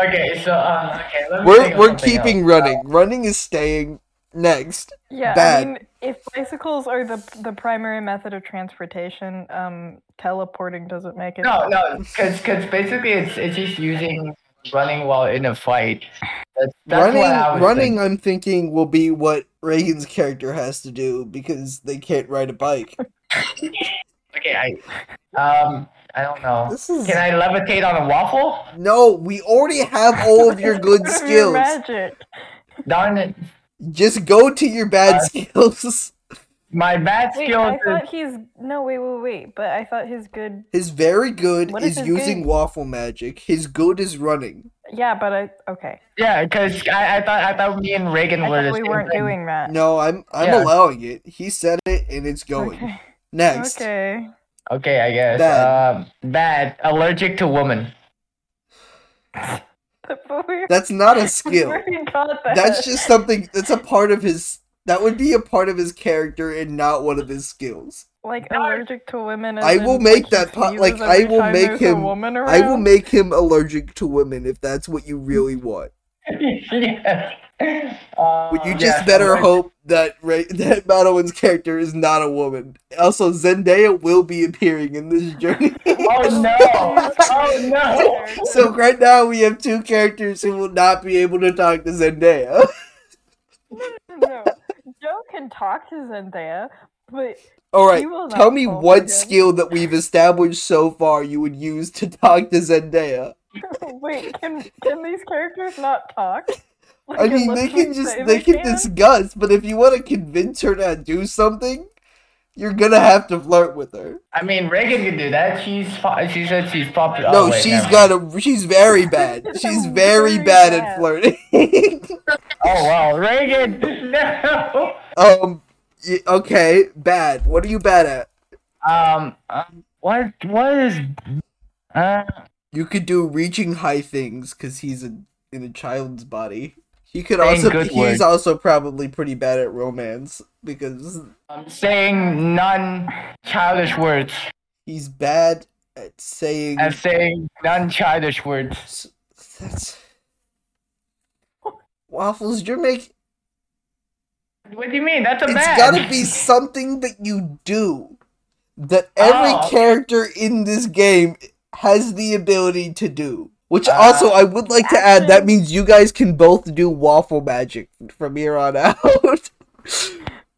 Speaker 4: Okay, so um, okay, let me think
Speaker 1: We're
Speaker 4: of
Speaker 1: we're
Speaker 4: something else.
Speaker 1: keeping running. Running is staying next.
Speaker 2: Yeah,
Speaker 1: bad.
Speaker 2: I mean, if bicycles are the the primary method of transportation, um, teleporting doesn't make it.
Speaker 4: No, no, because basically it's it's just using running while in a fight. That's, that's
Speaker 1: running,
Speaker 4: what I was
Speaker 1: running.
Speaker 4: thinking.
Speaker 1: I'm thinking will be what Reagan's character has to do because they can't ride a bike.
Speaker 4: Okay, I um, I don't know.
Speaker 1: This is
Speaker 4: Can I levitate on a waffle?
Speaker 1: no. We already have all of your good
Speaker 2: Your
Speaker 1: skills.
Speaker 2: magic.
Speaker 4: Darn it!
Speaker 1: Just go to your bad skills.
Speaker 4: My bad
Speaker 2: Wait,
Speaker 4: skills.
Speaker 2: I thought he's no. Wait, wait, wait. But I thought his good.
Speaker 1: His very good
Speaker 2: What
Speaker 1: is
Speaker 2: is his
Speaker 1: using
Speaker 2: good?
Speaker 1: waffle magic. His good is running.
Speaker 2: Yeah, but I okay.
Speaker 4: yeah, because I, I thought I thought me and Reagan
Speaker 2: I
Speaker 4: were
Speaker 2: thought
Speaker 4: the
Speaker 2: we
Speaker 4: same
Speaker 2: weren't
Speaker 4: thing.
Speaker 2: doing that.
Speaker 1: No, I'm I'm
Speaker 4: Yeah.
Speaker 1: allowing it. He said it and it's going.
Speaker 2: Okay.
Speaker 1: Next.
Speaker 2: Okay.
Speaker 4: Okay, I guess.
Speaker 1: Bad.
Speaker 4: Um, bad. Allergic to woman.
Speaker 2: But we
Speaker 1: That's not a
Speaker 2: we
Speaker 1: skill.
Speaker 2: already got that.
Speaker 1: That's just something that's a part of his that would be a part of his character and not one of his skills.
Speaker 2: like
Speaker 4: No.
Speaker 2: allergic to women. and
Speaker 1: I
Speaker 2: then,
Speaker 1: will make
Speaker 2: he
Speaker 1: that po-
Speaker 2: sneezes
Speaker 1: like,
Speaker 2: every
Speaker 1: I will
Speaker 2: time
Speaker 1: make
Speaker 2: there's a
Speaker 1: him-
Speaker 2: Woman
Speaker 1: I will
Speaker 2: around.
Speaker 1: make him allergic to women if that's what you really want.
Speaker 4: yeah. Uh,
Speaker 1: But you just
Speaker 4: yes,
Speaker 1: better
Speaker 4: allergic-
Speaker 1: hope that Ra- that Madowin's character is not a woman. Also, Zendaya will be appearing in this journey.
Speaker 4: Oh no! Oh no!
Speaker 1: So right now we have two characters who will not be able to talk to Zendaya.
Speaker 2: no, Joe can talk to Zendaya, but
Speaker 1: All right,
Speaker 2: he will not
Speaker 1: tell me
Speaker 2: talk
Speaker 1: one
Speaker 2: again.
Speaker 1: skill that we've established so far you would use to talk to Zendaya.
Speaker 2: Wait, can can these characters not talk?
Speaker 1: I
Speaker 2: Like,
Speaker 1: mean, they
Speaker 2: unless
Speaker 1: can
Speaker 2: we
Speaker 1: just
Speaker 2: say
Speaker 1: they can
Speaker 2: can?
Speaker 1: discuss, but if you want to convince her to do something, you're gonna have to flirt with her.
Speaker 4: I mean, Reagan can do that. She's po- she said she's popular. Oh,
Speaker 1: no,
Speaker 4: she's
Speaker 1: she's got a she's very bad. She's very
Speaker 2: Very
Speaker 1: bad at
Speaker 2: bad.
Speaker 1: flirting.
Speaker 4: Oh wow, Reagan! No.
Speaker 1: um, y- okay, bad. What are you bad at?
Speaker 4: Um, um, what what is? Uh,
Speaker 1: You could do reaching high things because he's a, in a child's body. He could
Speaker 4: Saying
Speaker 1: also
Speaker 4: good
Speaker 1: he's
Speaker 4: words.
Speaker 1: also probably pretty bad at romance because
Speaker 4: I'm saying non childish words.
Speaker 1: he's bad at saying
Speaker 4: I'm saying non childish words.
Speaker 1: s- that's waffles. You're making
Speaker 4: What do you mean? That's a
Speaker 1: it's
Speaker 4: bad.
Speaker 1: gotta be something that you do that every
Speaker 4: Oh.
Speaker 1: character in this game has the ability to do. Which also
Speaker 4: Uh,
Speaker 1: I would like to add that
Speaker 2: action.
Speaker 1: means you guys can both do waffle magic from here on out.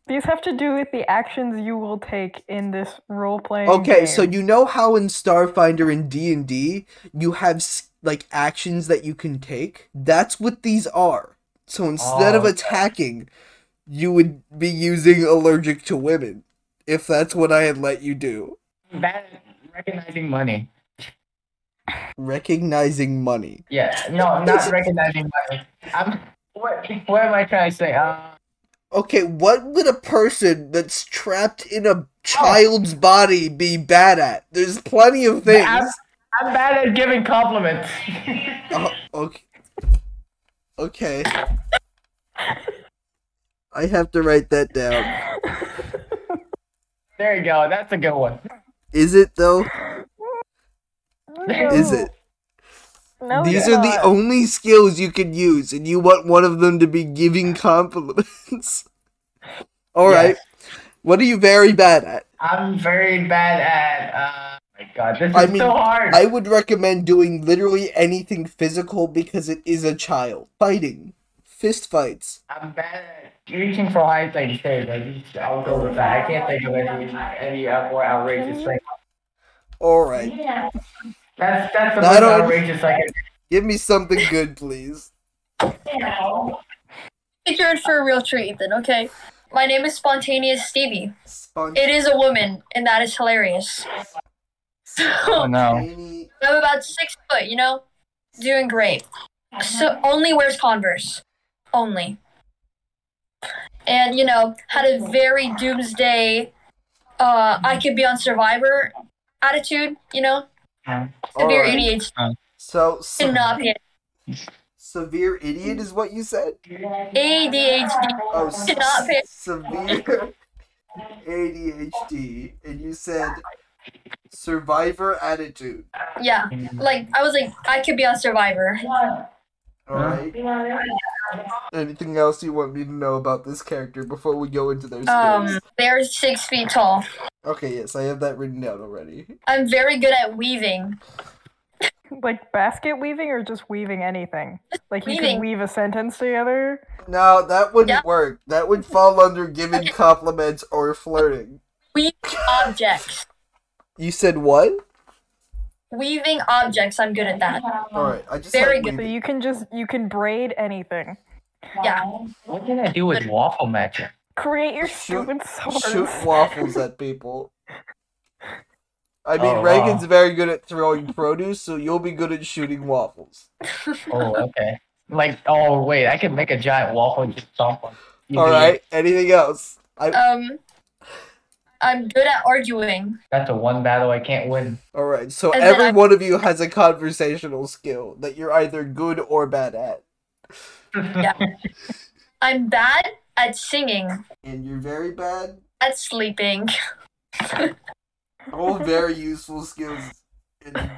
Speaker 2: These have to do with the actions you will take in this role playing.
Speaker 1: Okay, so you know how in Starfinder and D and D you have s- like actions that you can take. That's what these are. So instead
Speaker 4: Oh,
Speaker 1: of
Speaker 4: okay.
Speaker 1: attacking, you would be using allergic to women, if that's what I had let you do.
Speaker 4: bad at recognizing money.
Speaker 1: Recognizing money.
Speaker 4: Yeah, no, not recognizing money. I'm. What what am I trying to say? Uh,
Speaker 1: Okay, what would a person that's trapped in a child's body be bad at? There's plenty of things.
Speaker 4: I'm, I'm bad at giving compliments.
Speaker 1: Oh, okay. Okay. I have to write that down.
Speaker 4: there you go. That's a good one.
Speaker 1: Is it though? Is
Speaker 2: No,
Speaker 1: it?
Speaker 2: Oh, No,
Speaker 1: These
Speaker 2: it's
Speaker 1: are the
Speaker 2: not.
Speaker 1: only skills you can use, and you want one of them to be giving compliments. All
Speaker 4: Yes.
Speaker 1: right. What are you very bad at?
Speaker 4: I'm very bad at. Uh, my God, this is
Speaker 1: I mean,
Speaker 4: so hard.
Speaker 1: I would recommend doing literally anything physical because it is a child. Fighting, fist fights.
Speaker 4: I'm bad at reaching for high things too. Like, these- I'll go with that. I can't think of any any uh, more outrageous thing.
Speaker 1: All right.
Speaker 4: That's that's the
Speaker 1: I
Speaker 4: most
Speaker 1: don't-
Speaker 4: outrageous I can.
Speaker 1: Give me something good, please.
Speaker 3: Take your for a real treat, Ethan, okay? My name is Spontaneous Stevie.
Speaker 1: Spon-
Speaker 3: It is a woman, and that is hilarious.
Speaker 4: Oh no.
Speaker 1: Tiny-
Speaker 3: I'm about six foot, you know? Doing great. So only wears Converse. Only. And you know, had a very doomsday uh, I could be on Survivor attitude, you know, severe
Speaker 1: Alright.
Speaker 3: ADHD,
Speaker 1: So, se-
Speaker 3: not be-
Speaker 1: severe idiot is what you said?
Speaker 3: ADHD.
Speaker 1: Oh, s-
Speaker 3: Did not fit.
Speaker 1: severe ADHD. And you said survivor attitude.
Speaker 3: Yeah, like I was like, I could be on Survivor.
Speaker 1: Alright. Anything else you want me to know about this character before we go into their skills?
Speaker 3: Um, they're six feet tall.
Speaker 1: okay, yes, I have that written down already.
Speaker 3: I'm very good at weaving.
Speaker 2: Like basket weaving or just weaving anything? Like you
Speaker 3: Weaving.
Speaker 2: can weave a sentence together?
Speaker 1: No, that wouldn't
Speaker 3: Yeah.
Speaker 1: work. That would fall under giving compliments or flirting.
Speaker 3: Objects.
Speaker 1: You said what?
Speaker 3: Weaving objects, I'm good at that.
Speaker 1: Alright, I just
Speaker 3: Very
Speaker 1: had
Speaker 3: good.
Speaker 2: So
Speaker 1: weaving.
Speaker 2: you can just you can braid anything.
Speaker 3: Yeah.
Speaker 4: What can I do with waffle magic?
Speaker 2: Create your
Speaker 1: Shoot-
Speaker 2: stupid swords.
Speaker 1: shoot waffles at people. I mean,
Speaker 4: Oh,
Speaker 1: Reagan's
Speaker 4: wow.
Speaker 1: very good at throwing produce, so you'll be good at shooting waffles.
Speaker 4: Oh, okay. Like, oh wait, I can make a giant waffle and just dump on. it.
Speaker 1: All right, anything else? I
Speaker 3: Um, I'm good at arguing.
Speaker 4: That's a one battle I can't win.
Speaker 1: all right. So
Speaker 3: And then
Speaker 1: every
Speaker 3: I-
Speaker 1: one of you has a conversational skill that you're either good or bad at,
Speaker 3: I'm bad at singing,
Speaker 1: and you're very bad.
Speaker 3: at sleeping.
Speaker 1: All very useful skills in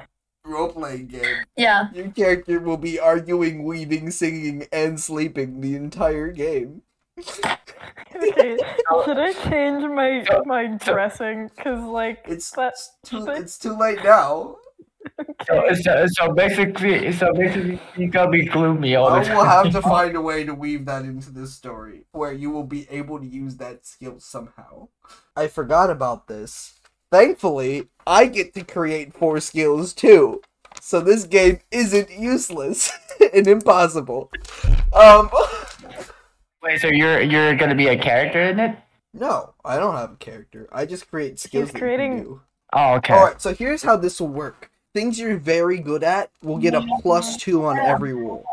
Speaker 1: role playing game.
Speaker 3: Yeah,
Speaker 1: Your character will be arguing, weaving, singing, and sleeping the entire game.
Speaker 2: okay. Should I change my my dressing? Cause like
Speaker 1: It's
Speaker 2: that
Speaker 1: too. It's too late now.
Speaker 4: So, so, so basically, so basically, you gotta be gloomy all
Speaker 1: I
Speaker 4: the
Speaker 1: will
Speaker 4: time.
Speaker 1: have to find a way to weave that into this story where you will be able to use that skill somehow. I forgot about this. Thankfully, I get to create four skills too. So this game isn't useless and impossible. Um
Speaker 4: Wait, so you're you're gonna be a character in it?
Speaker 1: No, I don't have a character. I just create skills that you can
Speaker 2: creating-
Speaker 1: do.
Speaker 4: Oh, okay.
Speaker 1: Alright, so here's how this will work. Things you're very good at will get a plus two on every roll.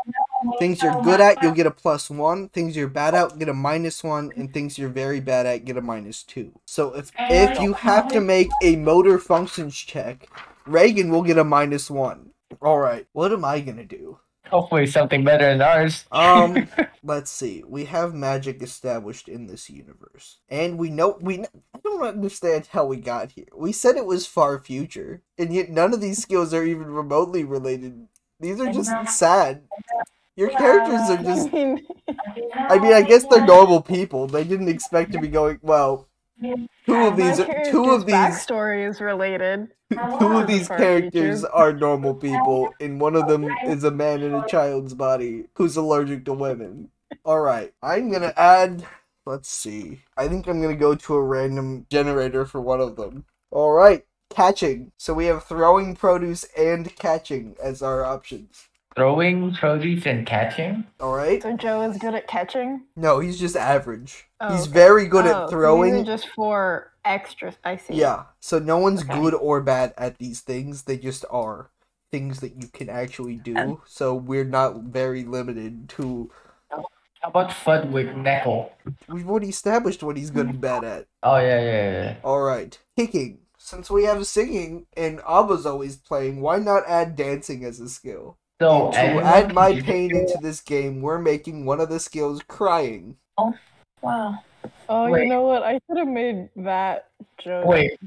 Speaker 1: Things you're good at, you'll get a plus one. Things you're bad at, get a minus one. And things you're very bad at, get a minus two. So if if you have to make a motor functions check, Reagan will get a minus one. All right, what am I gonna do?
Speaker 4: Hopefully, something better than ours.
Speaker 1: Um, let's see. We have magic established in this universe, and we know we. kn- I don't understand how we got here. We said it was far future, and yet none of these skills are even remotely related. These are just sad. Your characters are just I mean, I guess they're normal people. They didn't expect to be going. Well, two of these, two of these,
Speaker 2: backstory is related.
Speaker 1: two of these
Speaker 2: Far
Speaker 1: characters
Speaker 2: future.
Speaker 1: are normal people, and one of them is a man in a child's body who's allergic to women. All right, I'm gonna add. Let's see. I think I'm gonna go to a random generator for one of them. All right, catching. So we have throwing produce and catching as our options.
Speaker 4: Throwing produce and catching.
Speaker 1: All right.
Speaker 2: So Joe is good at catching.
Speaker 1: No, he's just average.
Speaker 2: Oh,
Speaker 1: he's
Speaker 2: okay.
Speaker 1: very good
Speaker 2: Oh,
Speaker 1: at
Speaker 2: these
Speaker 1: throwing.
Speaker 2: are just for extra. I see.
Speaker 1: Yeah. So no one's
Speaker 2: Okay.
Speaker 1: good or bad at these things. They just are things that you can actually do. So we're not very limited to.
Speaker 4: How about Fudwick Neckle?
Speaker 1: We've already established what he's good and bad at.
Speaker 4: Oh yeah, yeah, yeah.
Speaker 1: All right. Kicking. Since we have singing and Abba's always playing, why not add dancing as a skill?
Speaker 4: So
Speaker 1: To add my pain into this game, we're making one of the skills crying.
Speaker 3: wow.
Speaker 2: Oh,
Speaker 4: Wait.
Speaker 2: you know what? I should have made that joke.
Speaker 4: Wait,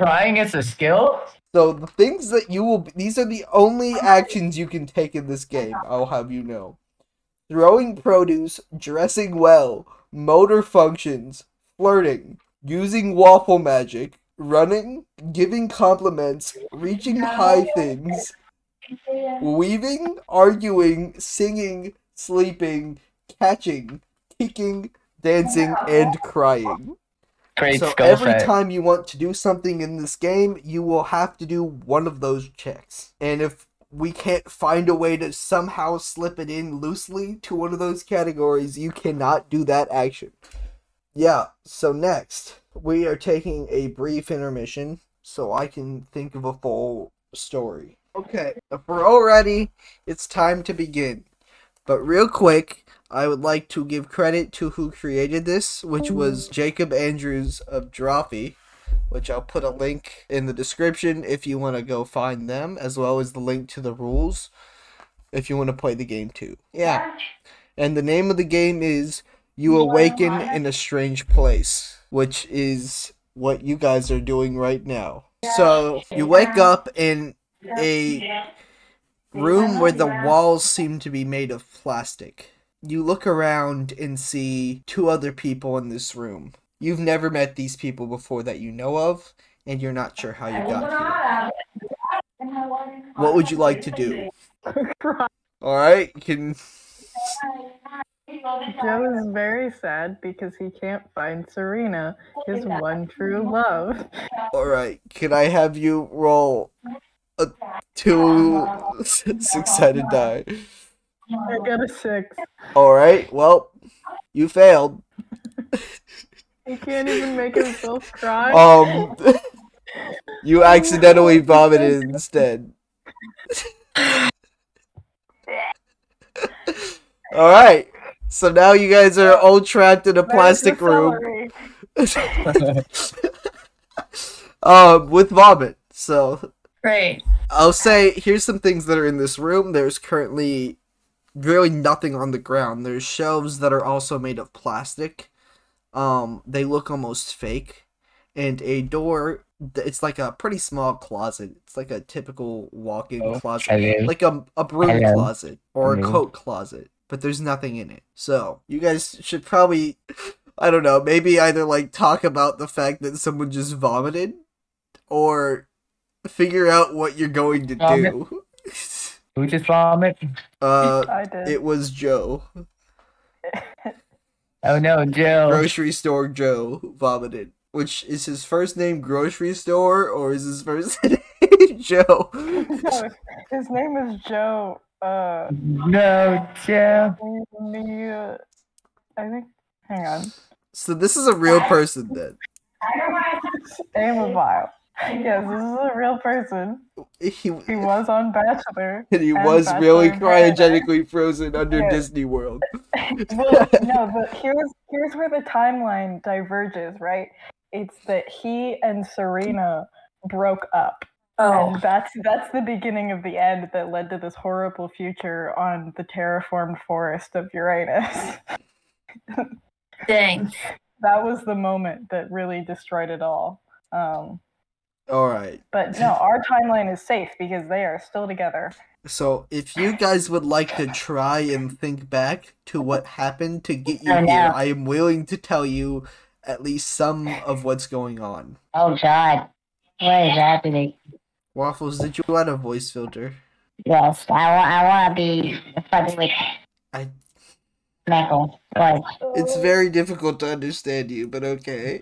Speaker 4: crying is a skill?
Speaker 1: So the things that you will these are the only actions you can take in this game, I'll have you know. Throwing produce, dressing well, motor functions, flirting, using waffle magic, running, giving compliments, reaching high things, weaving, arguing, singing, sleeping, catching, kicking, dancing, and crying
Speaker 4: Great
Speaker 1: so
Speaker 4: skill
Speaker 1: every
Speaker 4: set.
Speaker 1: time you want to do something in this game, you will have to do one of those checks. And if we can't find a way to somehow slip it in loosely to one of those categories, you cannot do that action. Yeah, so next, we are taking a brief intermission so I can think of a full story. Okay, if we're all ready, it's time to begin. But real quick, I would like to give credit to who created this, which was Jacob Andrews of Drawfee. which I'll put a link in the description if you want to go find them, as well as the link to the rules if you want to play the game too. Yeah. And the name of the game is You Awaken in a Strange Place, which is what you guys are doing right now. So you wake up in a room where the walls seem to be made of plastic. You look around and see two other people in this room. You've never met these people before that you know of, and you're not sure how you got here. What would you like to do? All right, you can.
Speaker 2: Joe is very sad because he can't find Serena, his one true love.
Speaker 1: All right, can I have you roll a two six-sided die?
Speaker 2: I got a six.
Speaker 1: All right, well, you failed.
Speaker 2: He can't even make himself cry.
Speaker 1: Um, you accidentally vomited instead. All right, so now you guys are all trapped in a
Speaker 2: Where's the
Speaker 1: plastic room.
Speaker 2: celery?
Speaker 1: um, with vomit. So
Speaker 3: Right.
Speaker 1: I'll say here's some things that are in this room. There's currently really nothing on the ground. There's shelves that are also made of plastic. Um, they look almost fake, and a door. th- It's like a pretty small closet. It's like a typical walk-in
Speaker 4: Oh,
Speaker 1: closet
Speaker 4: Hello.
Speaker 1: like a a broom
Speaker 4: Hello.
Speaker 1: closet or a
Speaker 4: Hello.
Speaker 1: coat closet, but there's nothing in it. So you guys should probably, I don't know, maybe either like talk about the fact that someone just vomited, or figure out what you're going to do.
Speaker 4: Who just vomit?
Speaker 1: uh,
Speaker 2: I did.
Speaker 1: it was Joe,
Speaker 4: Oh no, Jill.
Speaker 1: grocery store Joe vomited. Which is his first name grocery store or is his first name Joe?
Speaker 2: No, his name is Joe. Uh,
Speaker 4: No, Jill.
Speaker 2: Nia- I think. Hang on.
Speaker 1: So this is a real person then.
Speaker 2: Emma Vile. Yes, this is a real person.
Speaker 1: He
Speaker 2: He was on Bachelor.
Speaker 1: and he
Speaker 2: And
Speaker 1: was
Speaker 2: Bachelor
Speaker 1: really
Speaker 2: in Paradise.
Speaker 1: cryogenically frozen under
Speaker 2: Yeah.
Speaker 1: Disney World.
Speaker 2: well, no, but here's here's where the timeline diverges, right? It's that he and Serena broke up,
Speaker 3: Oh.
Speaker 2: and that's that's the beginning of the end that led to this horrible future on the terraformed forest of Uranus.
Speaker 3: Dang.
Speaker 2: that was the moment that really destroyed it all. Um,
Speaker 1: All right.
Speaker 2: but no, our timeline is safe because they are still together.
Speaker 1: So if you guys would like to try and think back to what happened to get you
Speaker 5: Oh,
Speaker 1: here,
Speaker 5: no.
Speaker 1: I am willing to tell you at least some of what's going on.
Speaker 5: Oh God, what is happening?
Speaker 1: Waffles, did you add a voice filter?
Speaker 5: Yes, I want. I want to be fucking with
Speaker 1: I.
Speaker 5: Michael. Like,
Speaker 1: It's very difficult to understand you, but okay.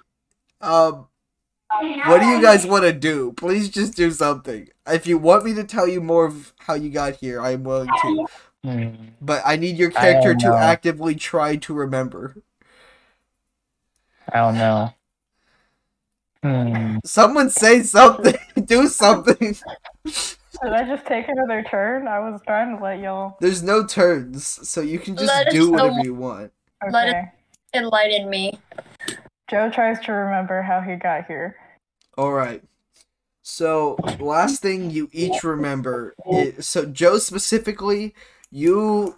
Speaker 1: Um, what do you guys want to do? Please just do something. If you want me to tell you more of how you got here, I am willing to.
Speaker 4: Hmm.
Speaker 1: but I need your
Speaker 4: I
Speaker 1: character
Speaker 4: don't
Speaker 1: to
Speaker 4: know.
Speaker 1: actively try to remember.
Speaker 4: I don't know. Hmm.
Speaker 1: Someone say something, do something.
Speaker 2: Should I just take another turn? I was trying to let y'all.
Speaker 1: There's no turns, so you can just
Speaker 3: Let us
Speaker 1: do
Speaker 3: know.
Speaker 1: whatever you want.
Speaker 2: Okay.
Speaker 3: Let it- Enlighten me.
Speaker 2: Joe tries to remember how he got here.
Speaker 1: All right. So, last thing you each remember is so Joe specifically, you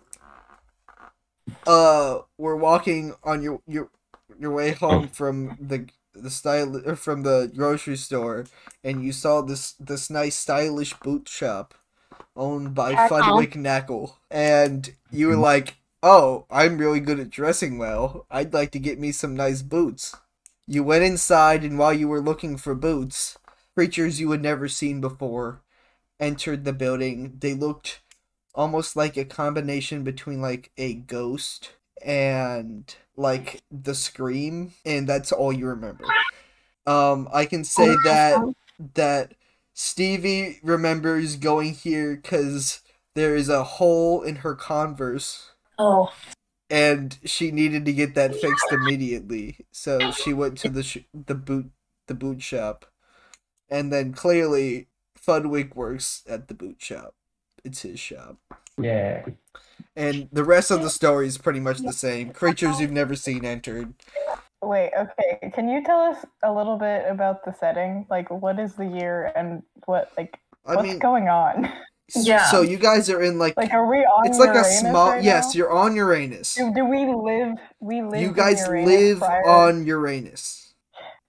Speaker 1: uh were walking on your your your way home from the the style or from the grocery store and you saw this this nice stylish boot shop owned by
Speaker 5: Knackle.
Speaker 1: Fudwick Knackle and you were like, "Oh, I'm really good at dressing well. I'd like to get me some nice boots." You went inside, and while you were looking for boots, creatures you had never seen before entered the building. They looked almost like a combination between like a ghost and like the scream, and that's all you remember. Um, I can say that that Stevie remembers going here because there is a hole in her Converse
Speaker 3: Oh.
Speaker 1: and she needed to get that fixed immediately. So she went to the sh- the boot the boot shop, and then clearly Fudwick works at the boot shop. It's his shop,
Speaker 4: Yeah.
Speaker 1: and the rest of the story is pretty much the same. Creatures you've never seen entered,
Speaker 2: Wait, okay. Can you tell us a little bit about the setting? Like, what is the year and what, like,
Speaker 1: I
Speaker 2: what's
Speaker 1: mean,
Speaker 2: going on?
Speaker 1: s-
Speaker 3: Yeah.
Speaker 1: So you guys are in like,
Speaker 2: Like, are we on
Speaker 1: it's like
Speaker 2: Uranus
Speaker 1: a small.
Speaker 2: right
Speaker 1: yes,
Speaker 2: now?
Speaker 1: you're on Uranus.
Speaker 2: Do, do we live? We live.
Speaker 1: You
Speaker 2: in
Speaker 1: guys
Speaker 2: Uranus
Speaker 1: live
Speaker 2: prior-
Speaker 1: on Uranus.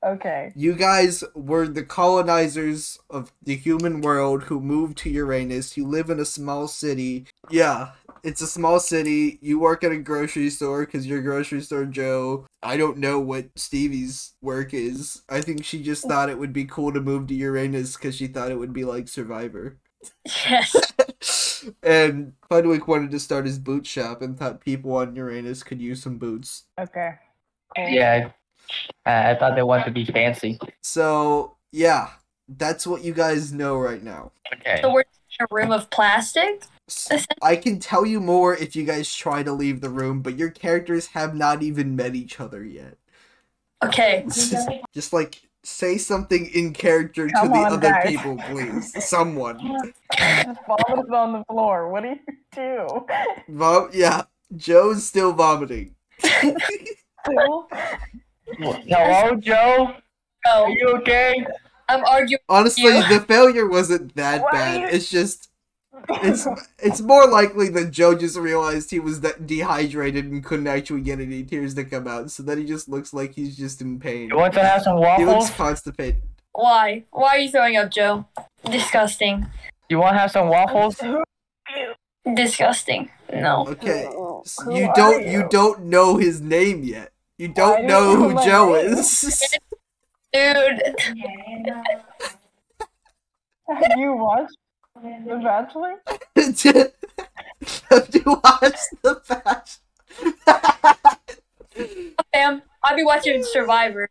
Speaker 2: Okay.
Speaker 1: You guys were the colonizers of the human world who moved to Uranus. You live in a small city. Yeah, it's a small city. You work at a grocery store because you're grocery store Joe. I don't know what Stevie's work is. I think she just thought it would be cool to move to Uranus because she thought it would be like Survivor.
Speaker 3: Yes.
Speaker 1: and Fenwick wanted to start his boot shop and thought people on Uranus could use some boots.
Speaker 2: Okay. Cool.
Speaker 4: Yeah, I, I thought they wanted to be fancy.
Speaker 1: So yeah, that's what you guys know right now.
Speaker 4: Okay.
Speaker 3: So we're in a room of plastic.
Speaker 1: S- I can tell you more if you guys try to leave the room, but your characters have not even met each other yet.
Speaker 3: Okay.
Speaker 1: Just like say something in character
Speaker 2: Come
Speaker 1: to the
Speaker 2: on,
Speaker 1: other
Speaker 2: guys.
Speaker 1: people, please. Someone.
Speaker 2: Just vomit on the floor. What do you do?
Speaker 1: Vom- yeah, Joe's still vomiting.
Speaker 2: Still?
Speaker 4: Hello, oh, Joe. Are
Speaker 3: Oh,
Speaker 4: you okay?
Speaker 3: I'm arguing.
Speaker 1: Honestly,
Speaker 3: You-
Speaker 1: the failure wasn't that
Speaker 2: Why are
Speaker 1: bad.
Speaker 2: you-
Speaker 1: It's just it's it's more likely that Joe just realized he was de- dehydrated and couldn't actually get any tears to come out, so then he just looks like he's just in pain.
Speaker 4: You want to have some
Speaker 1: He
Speaker 4: waffles?
Speaker 1: looks constipated.
Speaker 3: Why? Why are you throwing up, Joe? Disgusting.
Speaker 4: You want to have some waffles?
Speaker 3: Disgusting. No.
Speaker 1: Okay,
Speaker 2: Who-
Speaker 1: s-
Speaker 2: who
Speaker 1: you
Speaker 2: are
Speaker 1: don't you don't know his name yet. You don't
Speaker 2: do you
Speaker 1: know
Speaker 2: know
Speaker 1: who
Speaker 2: my
Speaker 1: Joe
Speaker 2: name?
Speaker 1: is.
Speaker 3: Dude.
Speaker 2: Have you watched The Bachelor?
Speaker 1: Have you watched the Bachelor?
Speaker 3: Fam, I'll be watching Survivor.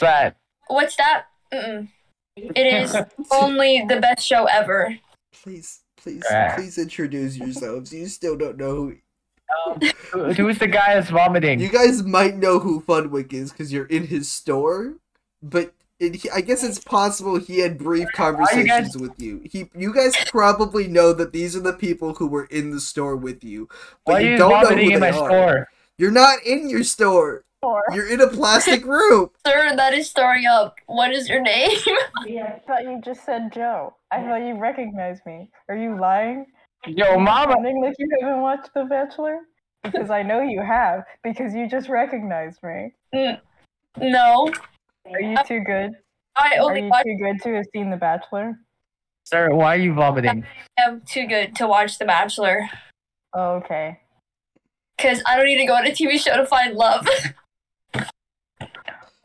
Speaker 4: that?
Speaker 3: What's that? Mm-mm. It is only the best show ever.
Speaker 1: please, please,
Speaker 4: Ah.
Speaker 1: please introduce yourselves. You still don't know who
Speaker 4: Um, who- who's the guy that's vomiting?
Speaker 1: You guys might know who Funwick is because you're in his store, but it, I guess it's possible he had brief conversations with you. He, you guys probably know that these are the people who were in the store with you, but
Speaker 4: Why are
Speaker 1: you,
Speaker 4: you
Speaker 1: don't know
Speaker 4: vomiting
Speaker 1: who
Speaker 4: in
Speaker 1: they
Speaker 4: my
Speaker 1: are.
Speaker 4: store?
Speaker 1: You're not in your store.
Speaker 2: Or
Speaker 1: You're in a plastic room.
Speaker 3: Sir, that is throwing up. What is your name?
Speaker 2: I thought you just said Joe. I thought you recognized me. Are you lying?
Speaker 4: Yo, mama.
Speaker 2: Pretending like you haven't watched The Bachelor? Because I know you have, because you just recognized me.
Speaker 3: no.
Speaker 2: Are you too good?
Speaker 3: I
Speaker 2: Are
Speaker 4: Um,
Speaker 3: only
Speaker 2: you
Speaker 3: watch
Speaker 2: too good to have seen The Bachelor?
Speaker 4: Sir, why are you vomiting?
Speaker 3: am too good to watch The Bachelor.
Speaker 2: Oh, okay.
Speaker 3: Because I don't need to go on a TV show to find love.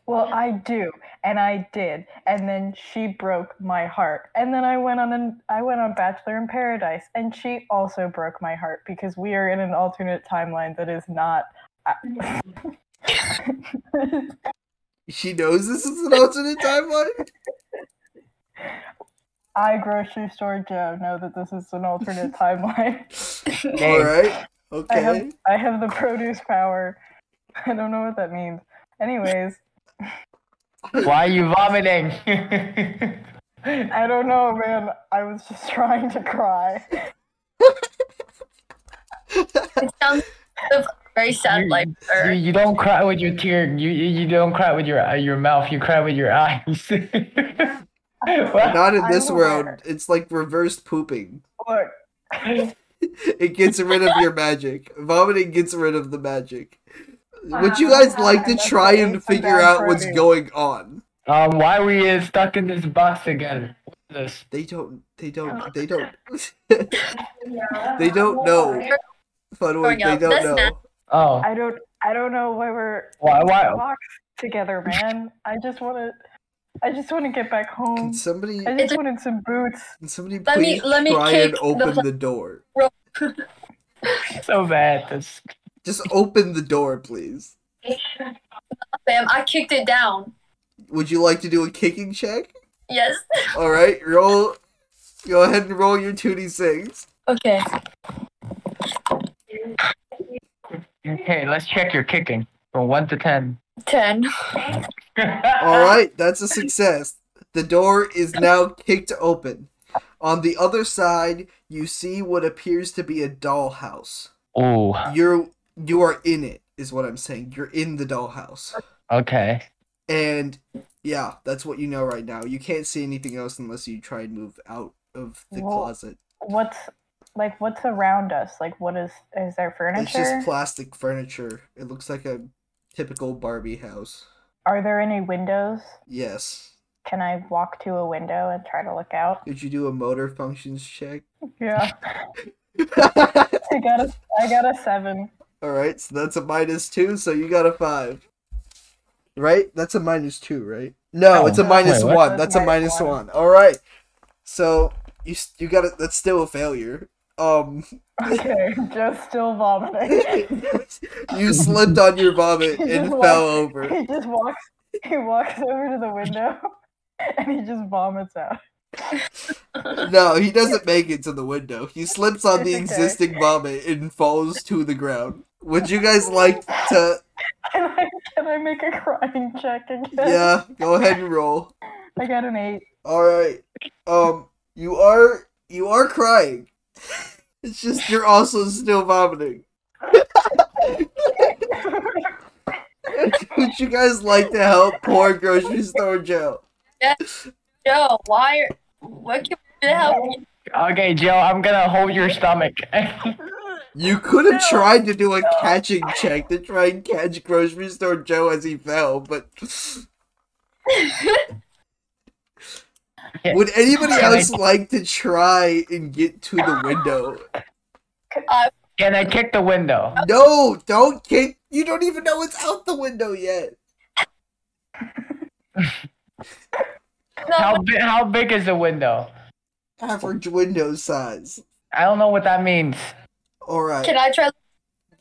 Speaker 2: Well, I do, and I did, and then she broke my heart, and then I went on an I went on Bachelor in Paradise, and she also broke my heart because we are in an alternate timeline that is not. I-
Speaker 1: She knows this is an alternate timeline.
Speaker 2: I grocery store Joe know that this is an alternate timeline.
Speaker 1: All right. Okay.
Speaker 2: I have I have the produce power. I don't know what that means. Anyways,
Speaker 4: Why are you vomiting?
Speaker 2: I don't know, man. I was just trying to cry.
Speaker 3: It sounds of very sad
Speaker 4: You-
Speaker 3: life,
Speaker 4: you,
Speaker 3: sir.
Speaker 4: you don't cry with your tear. You you you don't cry with your uh, your mouth. You cry with your eyes. What?
Speaker 1: Not in this
Speaker 2: I'm
Speaker 1: world.
Speaker 2: aware.
Speaker 1: It's like reverse pooping.
Speaker 2: Look,
Speaker 1: it gets rid of your magic. Vomiting gets rid of the magic. Would you guys like to
Speaker 2: Ah, That's
Speaker 1: try
Speaker 2: why
Speaker 1: and
Speaker 2: it's so
Speaker 1: figure
Speaker 2: bad
Speaker 1: out
Speaker 2: for
Speaker 1: what's
Speaker 2: everyone.
Speaker 1: going on?
Speaker 4: um, why are we uh, stuck in this box again? What is this?
Speaker 1: They don't.
Speaker 2: Oh.
Speaker 1: They don't. They don't. they don't know. Fun one.
Speaker 3: Going
Speaker 1: They
Speaker 3: out.
Speaker 1: don't
Speaker 3: That's
Speaker 1: know.
Speaker 3: not-
Speaker 4: Oh,
Speaker 2: I don't I don't know why we're
Speaker 1: Oh.
Speaker 2: in
Speaker 4: why
Speaker 2: a
Speaker 4: why?
Speaker 2: box together, man. I just want to I just want to get back home.
Speaker 1: Can somebody?
Speaker 2: I
Speaker 3: It's
Speaker 2: just
Speaker 3: a-
Speaker 2: wanted some boots.
Speaker 1: Can somebody
Speaker 3: Let me-
Speaker 1: please
Speaker 3: let me
Speaker 1: try and
Speaker 3: kick the
Speaker 1: open
Speaker 3: pla-
Speaker 1: the door?
Speaker 4: So bad. That's
Speaker 1: Just open the door, please.
Speaker 3: Fam, I kicked it down.
Speaker 1: Would you like to do a kicking check?
Speaker 3: Yes.
Speaker 1: All right, roll. Go ahead and roll your two d six.
Speaker 3: Okay.
Speaker 4: okay. Let's check your kicking from one to ten.
Speaker 3: Ten.
Speaker 1: All
Speaker 3: Uh-huh.
Speaker 1: right, that's a success. The door is now kicked open. On the other side, you see what appears to be a dollhouse.
Speaker 4: Oh,
Speaker 1: You're you are in it, is what I'm saying. You're in the dollhouse.
Speaker 4: Okay.
Speaker 1: And yeah, that's what you know right now. You can't see anything else unless you try and move out of the
Speaker 2: Well,
Speaker 1: closet.
Speaker 2: What's like what's around us? Like what is is there
Speaker 1: It's
Speaker 2: furniture?
Speaker 1: just plastic furniture. It looks like a typical Barbie house.
Speaker 2: Are there any windows?
Speaker 1: Yes.
Speaker 2: Can I walk to a window and try to look out?
Speaker 1: Did you do a motor functions check?
Speaker 2: Yeah. I got a I got a seven.
Speaker 1: All right, so that's a minus two, so you got a five. Right? That's a minus two, right? No,
Speaker 4: No.
Speaker 1: it's a minus
Speaker 4: Oh, Wait, what?
Speaker 1: one. That's a
Speaker 2: Minus
Speaker 1: minus
Speaker 2: one.
Speaker 1: one. All right. So you s- you got it. That's still a failure. Um,
Speaker 2: Okay. Joe's still vomiting.
Speaker 1: you slipped on your vomit and
Speaker 2: Just
Speaker 1: fell
Speaker 2: walk-
Speaker 1: over.
Speaker 2: He just walks he walks over to the window and he just vomits out.
Speaker 1: No, he doesn't make it to the window. He slips on the
Speaker 2: It's okay.
Speaker 1: existing vomit and falls to the ground. Would you guys like to?
Speaker 2: Can I can I make a crying check again?
Speaker 1: Yeah, go ahead and roll.
Speaker 2: I got an eight.
Speaker 1: All right. Um, you are you are crying. It's just you're also still vomiting. Would you guys like to help poor grocery store Joe?
Speaker 3: Joe, why? Are, what can we do to help you?
Speaker 4: Okay, Joe, I'm gonna hold your stomach.
Speaker 1: You could have
Speaker 2: No.
Speaker 1: tried to do a catching check to try and catch grocery store Joe as he fell, but would anybody else like to try and get to the window?
Speaker 4: Can I kick the window?
Speaker 1: No, don't kick. You don't even know it's out the window yet.
Speaker 3: No,
Speaker 4: How big? How big is the window?
Speaker 1: Average window size.
Speaker 4: I don't know what that means.
Speaker 1: All right.
Speaker 3: can I try?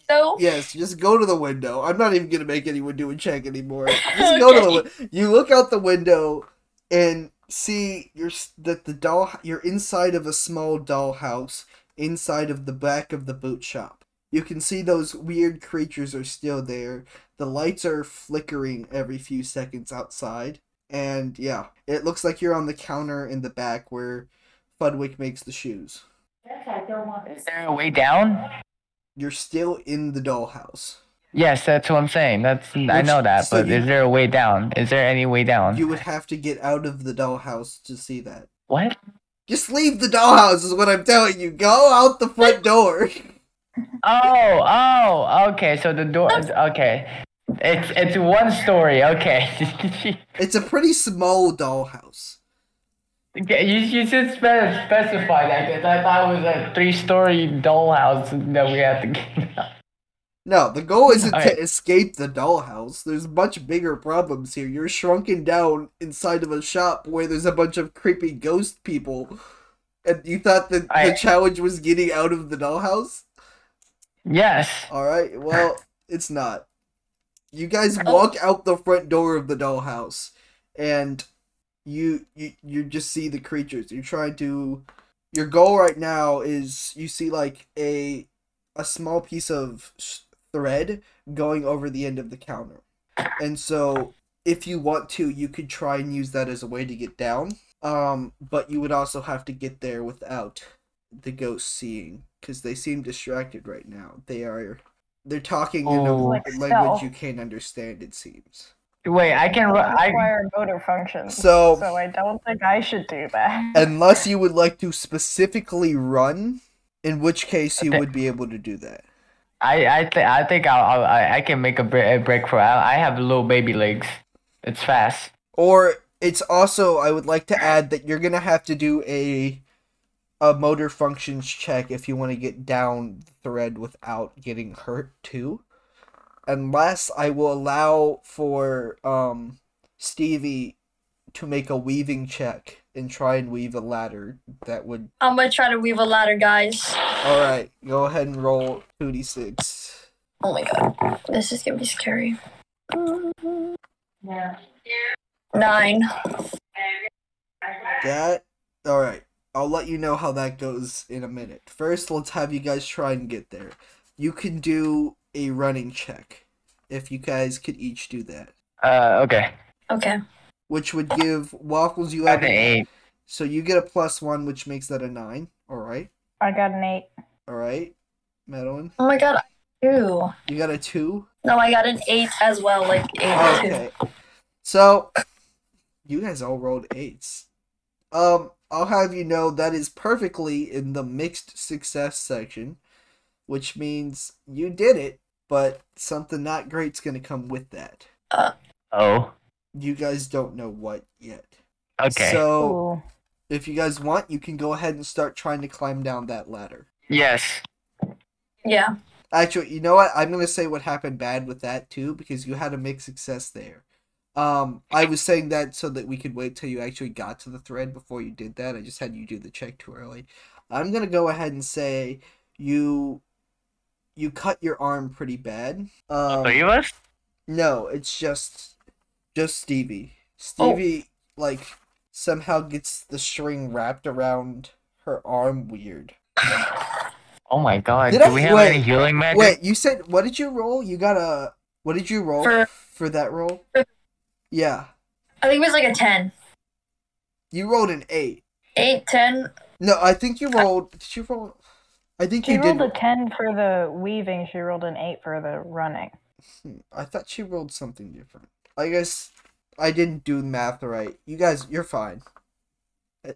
Speaker 3: Though
Speaker 1: Yes, just go to the window. I'm not even gonna make anyone do a check anymore. Just go to the win- you look out the window and see you're s- that the doll you're inside of a small dollhouse inside of the back of the boot shop. You can see those weird creatures are still there. The lights are flickering every few seconds outside. And yeah, it looks like you're on the counter in the back where Fudwick makes the shoes.
Speaker 4: Is there a way down?
Speaker 1: You're still in the dollhouse.
Speaker 4: Yes, that's what I'm saying. That's I know that,
Speaker 1: so
Speaker 4: but
Speaker 1: you-
Speaker 4: is there a way down? Is there any way down?
Speaker 1: You would have to get out of the dollhouse to see that.
Speaker 4: what?
Speaker 1: Just leave the dollhouse is what I'm telling you. Go out the front door.
Speaker 4: Oh, oh, okay. So the door. Okay, it's it's one story. Okay.
Speaker 1: It's a pretty small dollhouse.
Speaker 4: Okay, You, you should spe- specify that because I thought it was a three-story dollhouse that we had to get out.
Speaker 1: No, the goal isn't
Speaker 4: Alright.
Speaker 1: to escape the dollhouse. There's much bigger problems here. You're shrunken down inside of a shop where there's a bunch of creepy ghost people. And you thought that
Speaker 4: I-
Speaker 1: the challenge was getting out of the dollhouse?
Speaker 4: Yes.
Speaker 1: Alright, well, it's not. You guys walk out the front door of the dollhouse and you you you just see the creatures. You're trying to your goal right now is you see like a a small piece of s- thread going over the end of the counter. And so if you want to, you could try and use that as a way to get down. Um but you would also have to get there without the ghost seeing cuz they seem distracted right now. They are they're talking in a
Speaker 4: Oh.
Speaker 2: Like
Speaker 1: language
Speaker 2: stealth.
Speaker 1: you can't understand it seems.
Speaker 4: Wait, I can. ru- I
Speaker 2: require motor functions.
Speaker 1: So,
Speaker 2: so I don't think I should do that.
Speaker 1: unless you would like to specifically run, in which case you
Speaker 4: Okay.
Speaker 1: would be able to do that.
Speaker 4: I I, th- I think I'll, I'll, I I can make a, bre- a break for. I, I have little baby legs. It's fast.
Speaker 1: Or it's also I would like to add that you're gonna have to do a a motor functions check if you want to get down the thread without getting hurt too. Unless I will allow for um Stevie to make a weaving check and try and weave a ladder that would
Speaker 3: I'm gonna try to weave a ladder, guys.
Speaker 1: all right go ahead and roll 2d6
Speaker 3: Oh my god, this is gonna be scary. Nine.
Speaker 1: That all right. I'll let you know how that goes in a minute. First, let's have you guys try and get there. You can do a running check if you guys could each do that,
Speaker 4: Uh, okay.
Speaker 3: Okay.
Speaker 1: which would give Waffles you
Speaker 4: I
Speaker 1: have
Speaker 4: think
Speaker 1: an,
Speaker 4: eight.
Speaker 1: so you get a plus one, which makes that a nine. All right,
Speaker 2: I got an eight.
Speaker 1: all right, Madeline,
Speaker 3: Oh my god, I do.
Speaker 1: you got a two.
Speaker 3: No, I got an eight as well. Like eight.
Speaker 1: Oh, Okay. So, you guys all rolled eights. Um, I'll have you know that is perfectly in the mixed success section, which means you did it, but something not great's gonna come with that.
Speaker 6: Oh,
Speaker 1: You guys don't know what yet.
Speaker 6: okay.
Speaker 1: So,
Speaker 2: Ooh.
Speaker 1: if you guys want, you can go ahead and start trying to climb down that ladder.
Speaker 6: yes.
Speaker 3: Yeah.
Speaker 1: Actually, you know what? I'm gonna say what happened bad with that too, because you had a mixed success there. Um, I was saying that so that we could wait till you actually got to the thread before you did that. I just had you do the check too early. I'm gonna go ahead and say you you cut your arm pretty bad.
Speaker 4: Oh,
Speaker 1: Um,
Speaker 6: Three of us?
Speaker 1: no, it's just just Stevie. Stevie like somehow gets the string wrapped around her arm weird.
Speaker 6: Oh my god.
Speaker 1: Did
Speaker 6: Do
Speaker 1: I-
Speaker 6: we have
Speaker 1: wait,
Speaker 6: any healing magic?
Speaker 1: Wait, you said what did you roll? You got a what did you roll
Speaker 3: For-
Speaker 1: for, that roll? Yeah,
Speaker 3: I think it was like a ten.
Speaker 1: you rolled an eight.
Speaker 3: Eight, ten.
Speaker 1: No, I think you rolled. Did you roll? I think
Speaker 2: She
Speaker 1: you did.
Speaker 2: rolled a 10 for the weaving, she rolled an 8 for the running.
Speaker 1: Hmm, I thought she rolled something different. I guess I didn't do math right. You guys, you're fine. Uh,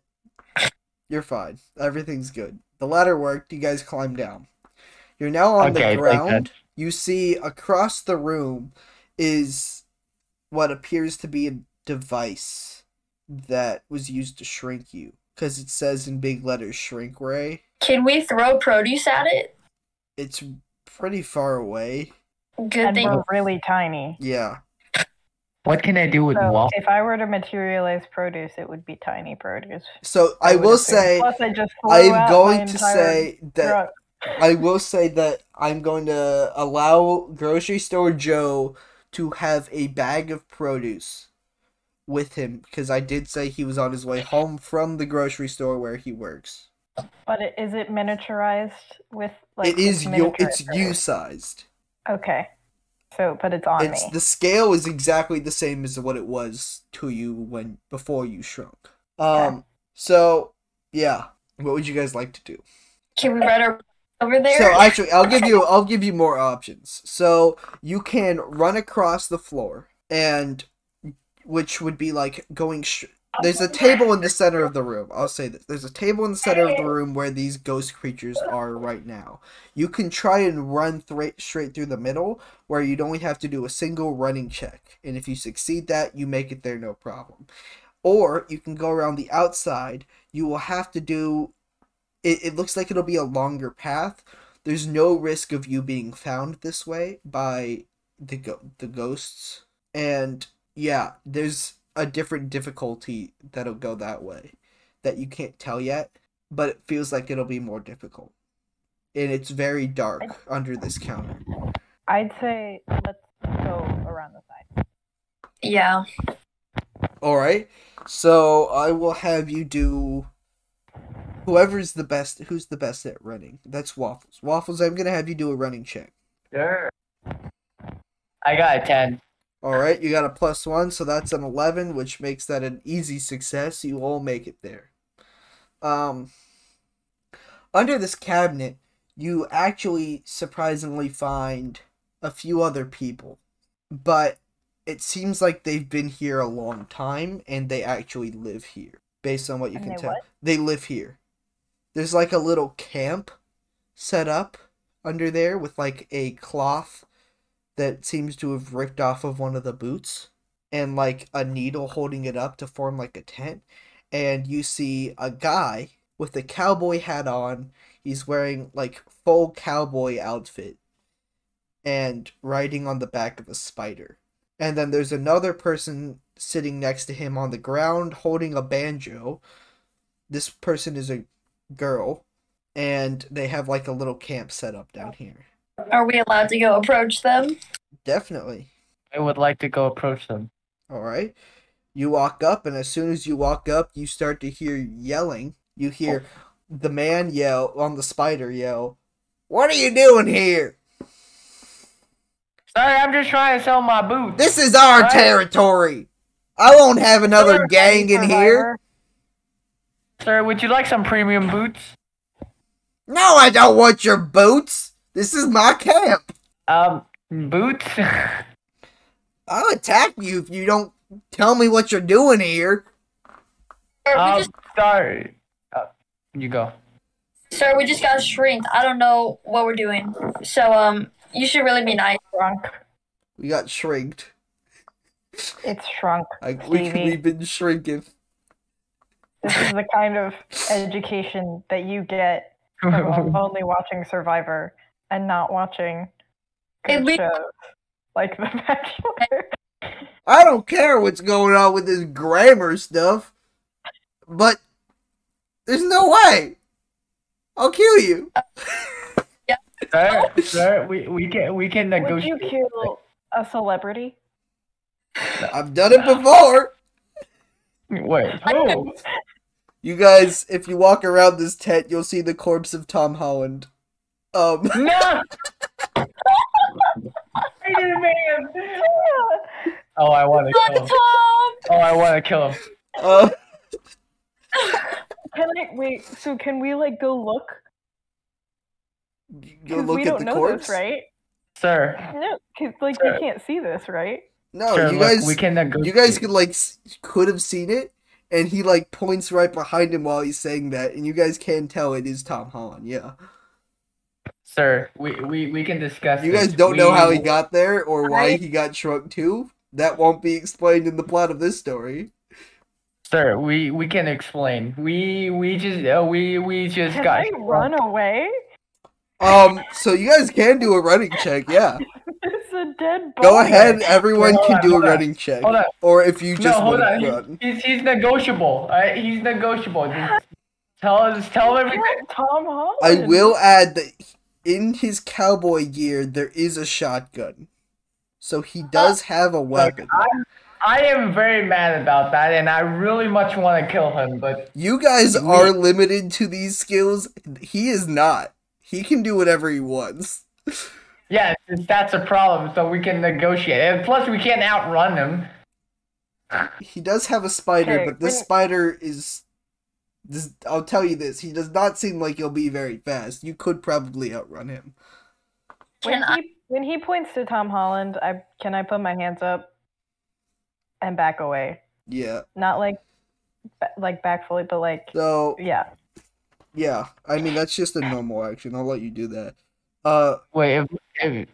Speaker 1: You're fine. Everything's good. The ladder worked. You guys climbed down. You're now on
Speaker 6: Okay,
Speaker 1: the
Speaker 6: like that.
Speaker 1: ground. You see across the room is what appears to be a device that was used to shrink you. Because it says in big letters, shrink ray.
Speaker 3: Can we throw produce at it?
Speaker 1: It's pretty far away.
Speaker 3: Good
Speaker 2: And
Speaker 3: thing.
Speaker 2: we're really tiny.
Speaker 1: Yeah.
Speaker 6: What can I do with
Speaker 2: So
Speaker 6: wall?
Speaker 2: if I were to materialize produce, it would be tiny produce.
Speaker 1: So I,
Speaker 2: would
Speaker 1: will
Speaker 2: assume.
Speaker 1: say.
Speaker 2: Plus, I just threw
Speaker 1: I'm
Speaker 2: out my
Speaker 1: going to
Speaker 2: entire
Speaker 1: say that
Speaker 2: truck.
Speaker 1: I will say that I'm going to allow grocery store Joe to have a bag of produce with him because I did say he was on his way home from the grocery store where he works.
Speaker 2: But it, is it miniaturized with like?
Speaker 1: it is you. It's
Speaker 2: miniaturized,
Speaker 1: you
Speaker 2: right?
Speaker 1: sized.
Speaker 2: Okay. So, but it's on
Speaker 1: it's
Speaker 2: me.
Speaker 1: the scale is exactly the same as what it was to you when before you shrunk. Um. So yeah, what would you guys like to do?
Speaker 3: Can we write our over there?
Speaker 1: So uh, actually, I'll give you I'll give you more options. So you can run across the floor, and which would be like going. Sh- there's a table in the center of the room. I'll say this: there's a table in the center of the room where these ghost creatures are right now. You can try and run thra- straight through the middle, where you'd only have to do a single running check, and if you succeed that, you make it there no problem. Or you can go around the outside. You will have to do. It, it looks like it'll be a longer path, there's no risk of you being found this way by the go- the ghosts and yeah there's a different difficulty that'll go that way that you can't tell yet but it feels like it'll be more difficult and it's very dark under this counter
Speaker 2: I'd say let's go around the side.
Speaker 3: yeah.
Speaker 1: all right so i will have you do whoever's the best who's the best at running that's waffles waffles i'm gonna have you do a running check
Speaker 4: Sure. I got a 10.
Speaker 1: All right, you got a plus one, so that's an eleven, which makes that an easy success. You all make it there. Um, under this cabinet, you actually surprisingly find a few other people, but it seems like they've been here a long time and they actually live here. Based on what you
Speaker 2: And
Speaker 1: can
Speaker 2: they
Speaker 1: tell,
Speaker 2: what?
Speaker 1: they live here. There's like a little camp set up under there with like a cloth that seems to have ripped off of one of the boots and like a needle holding it up to form like a tent and you see a guy with a cowboy hat on he's wearing like full cowboy outfit and riding on the back of a spider and then there's another person sitting next to him on the ground holding a banjo this person is a girl and they have like a little camp set up down here
Speaker 3: Are we allowed to go approach them?
Speaker 1: definitely
Speaker 4: I would like to go approach them.
Speaker 1: All right. You walk up, and as soon as you walk up, you start to hear yelling. You hear the man yell on the spider yell, "What are you doing here?
Speaker 4: Sorry, I'm just trying to sell my boots.
Speaker 1: This is our
Speaker 4: Right.
Speaker 1: territory. I won't have another gang in here.
Speaker 2: Survivor,
Speaker 4: Sir, would you like some premium boots?
Speaker 1: No, I don't want your boots. This is my camp."
Speaker 4: Um, Boots?
Speaker 1: I'll attack you if you don't tell me what you're doing here.
Speaker 3: Sir, we
Speaker 4: I'm
Speaker 3: just,
Speaker 4: Um, sorry. Uh, you go.
Speaker 3: sir, we just got shrinked. I don't know what we're doing. So, um, you should really be nice.
Speaker 2: Shrunk.
Speaker 1: We got shrinked.
Speaker 2: It's shrunk.
Speaker 1: Like we,
Speaker 2: Stevie.
Speaker 1: we've been shrinking.
Speaker 2: This is the kind of education that you get from only watching Survivor and not watching
Speaker 3: At
Speaker 2: good
Speaker 3: least-
Speaker 2: shows like The Bachelor.
Speaker 1: I don't care what's going on with this grammar stuff, but there's no way. I'll kill you.
Speaker 4: Sir, sir, we, we can we can
Speaker 2: Oh. Would you
Speaker 4: negotiate.
Speaker 2: kill a celebrity?
Speaker 1: I've done it before.
Speaker 4: Wait, who?
Speaker 1: You guys, if you walk around this tent, you'll see the corpse of Tom Holland. Um,
Speaker 4: no! Oh, I want to kill him.
Speaker 3: Tom!
Speaker 4: Oh, I want to kill him.
Speaker 1: uh,
Speaker 2: Can I wait? So can we like go look?
Speaker 1: go
Speaker 2: 'Cause
Speaker 1: look
Speaker 2: we
Speaker 1: at
Speaker 2: don't
Speaker 1: the
Speaker 2: know
Speaker 1: corpse.
Speaker 2: this, right?
Speaker 4: Sir,
Speaker 2: No, 'cause, like
Speaker 4: Sure.
Speaker 2: we can't see this, right?
Speaker 1: No,
Speaker 4: sir,
Speaker 1: Oh, you
Speaker 4: look,
Speaker 1: guys,
Speaker 4: we can negotiate.
Speaker 1: you guys could like s- could have seen it, and he like points right behind him while he's saying that, and you guys can tell it is Tom Holland. Yeah,
Speaker 4: Sir, we, we, we can discuss.
Speaker 1: you
Speaker 4: this.
Speaker 1: guys don't know
Speaker 4: We-
Speaker 1: how he got there or why
Speaker 2: Right.
Speaker 1: he got shrunk too. That won't be explained in the plot of this story.
Speaker 4: Sir, we we can explain. We we just uh, we we just
Speaker 2: Can
Speaker 4: got.
Speaker 2: I run away?
Speaker 1: Um, so you guys can do a running check. Yeah,
Speaker 2: It's a dead body.
Speaker 1: go ahead. Everyone
Speaker 4: Hold
Speaker 1: can
Speaker 4: on,
Speaker 1: do a
Speaker 4: hold on,
Speaker 1: running check,
Speaker 4: hold on.
Speaker 1: or if you
Speaker 4: No,
Speaker 1: just
Speaker 4: hold
Speaker 1: want to
Speaker 4: on. He-
Speaker 1: run.
Speaker 4: he's he's negotiable. All right, he's negotiable. Just tell us, tell him
Speaker 2: Kill
Speaker 4: everything.
Speaker 2: Tom Holland.
Speaker 1: I will add that in his cowboy gear there is a shotgun, so he does have a weapon.
Speaker 4: Uh, I am very mad about that, and I really much want to kill him, but
Speaker 1: You guys are limited to these skills. He is not. He can do whatever he wants.
Speaker 4: yeah, that's a problem. So we can negotiate, and plus we can't outrun him.
Speaker 1: He does have a spider,
Speaker 2: Okay,
Speaker 1: but this
Speaker 2: when-
Speaker 1: spider is. This, I'll tell you this. He does not seem like he'll be very fast. You could probably outrun him.
Speaker 2: When
Speaker 3: Can I-
Speaker 2: he when he points to Tom Holland, I can I put my hands up and back away.
Speaker 1: Yeah.
Speaker 2: Not like ba- like back fully, but like
Speaker 1: So
Speaker 2: yeah.
Speaker 1: yeah, I mean that's just a normal action. I'll let you do that. Uh,
Speaker 4: Wait, if, if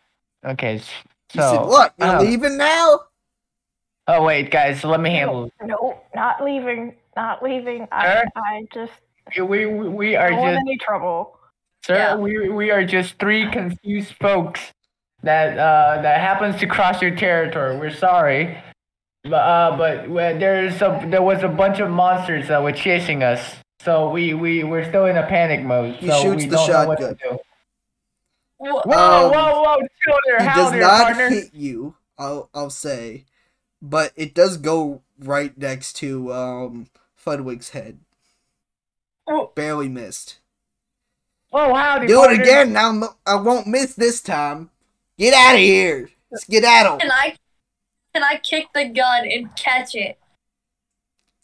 Speaker 4: okay, s-
Speaker 1: he said,
Speaker 4: so
Speaker 1: "What? You're
Speaker 4: uh,
Speaker 1: leaving now?"
Speaker 4: oh wait, guys, let me handle.
Speaker 2: No, not leaving. Not leaving. I
Speaker 4: Sir?
Speaker 2: I just
Speaker 4: it. We we, we are
Speaker 2: don't want
Speaker 4: just
Speaker 2: any trouble.
Speaker 4: sir,
Speaker 3: Yeah.
Speaker 4: we we are just three confused folks that uh that happens to cross your territory. We're sorry, but uh, but uh, there's a there was a bunch of monsters that were chasing us. So we we we're still in a panic mode.
Speaker 1: He
Speaker 4: so
Speaker 1: shoots
Speaker 4: we
Speaker 1: the
Speaker 4: don't know what to
Speaker 1: shotgun.
Speaker 4: do.
Speaker 3: Wha-
Speaker 4: Whoa,
Speaker 1: Um,
Speaker 4: whoa, whoa, chill there,
Speaker 1: It
Speaker 4: how
Speaker 1: does
Speaker 4: there,
Speaker 1: not
Speaker 4: partner.
Speaker 1: hit you. I'll I'll say, but it does go right next to um Fudwig's head.
Speaker 3: Oh.
Speaker 1: Barely missed.
Speaker 4: Whoa, Oh, howdy,
Speaker 1: Do it
Speaker 4: partner.
Speaker 1: again. Now I'm- I won't miss this time. Get out of here. Skedaddle.
Speaker 3: Can I, can I kick the gun and catch it?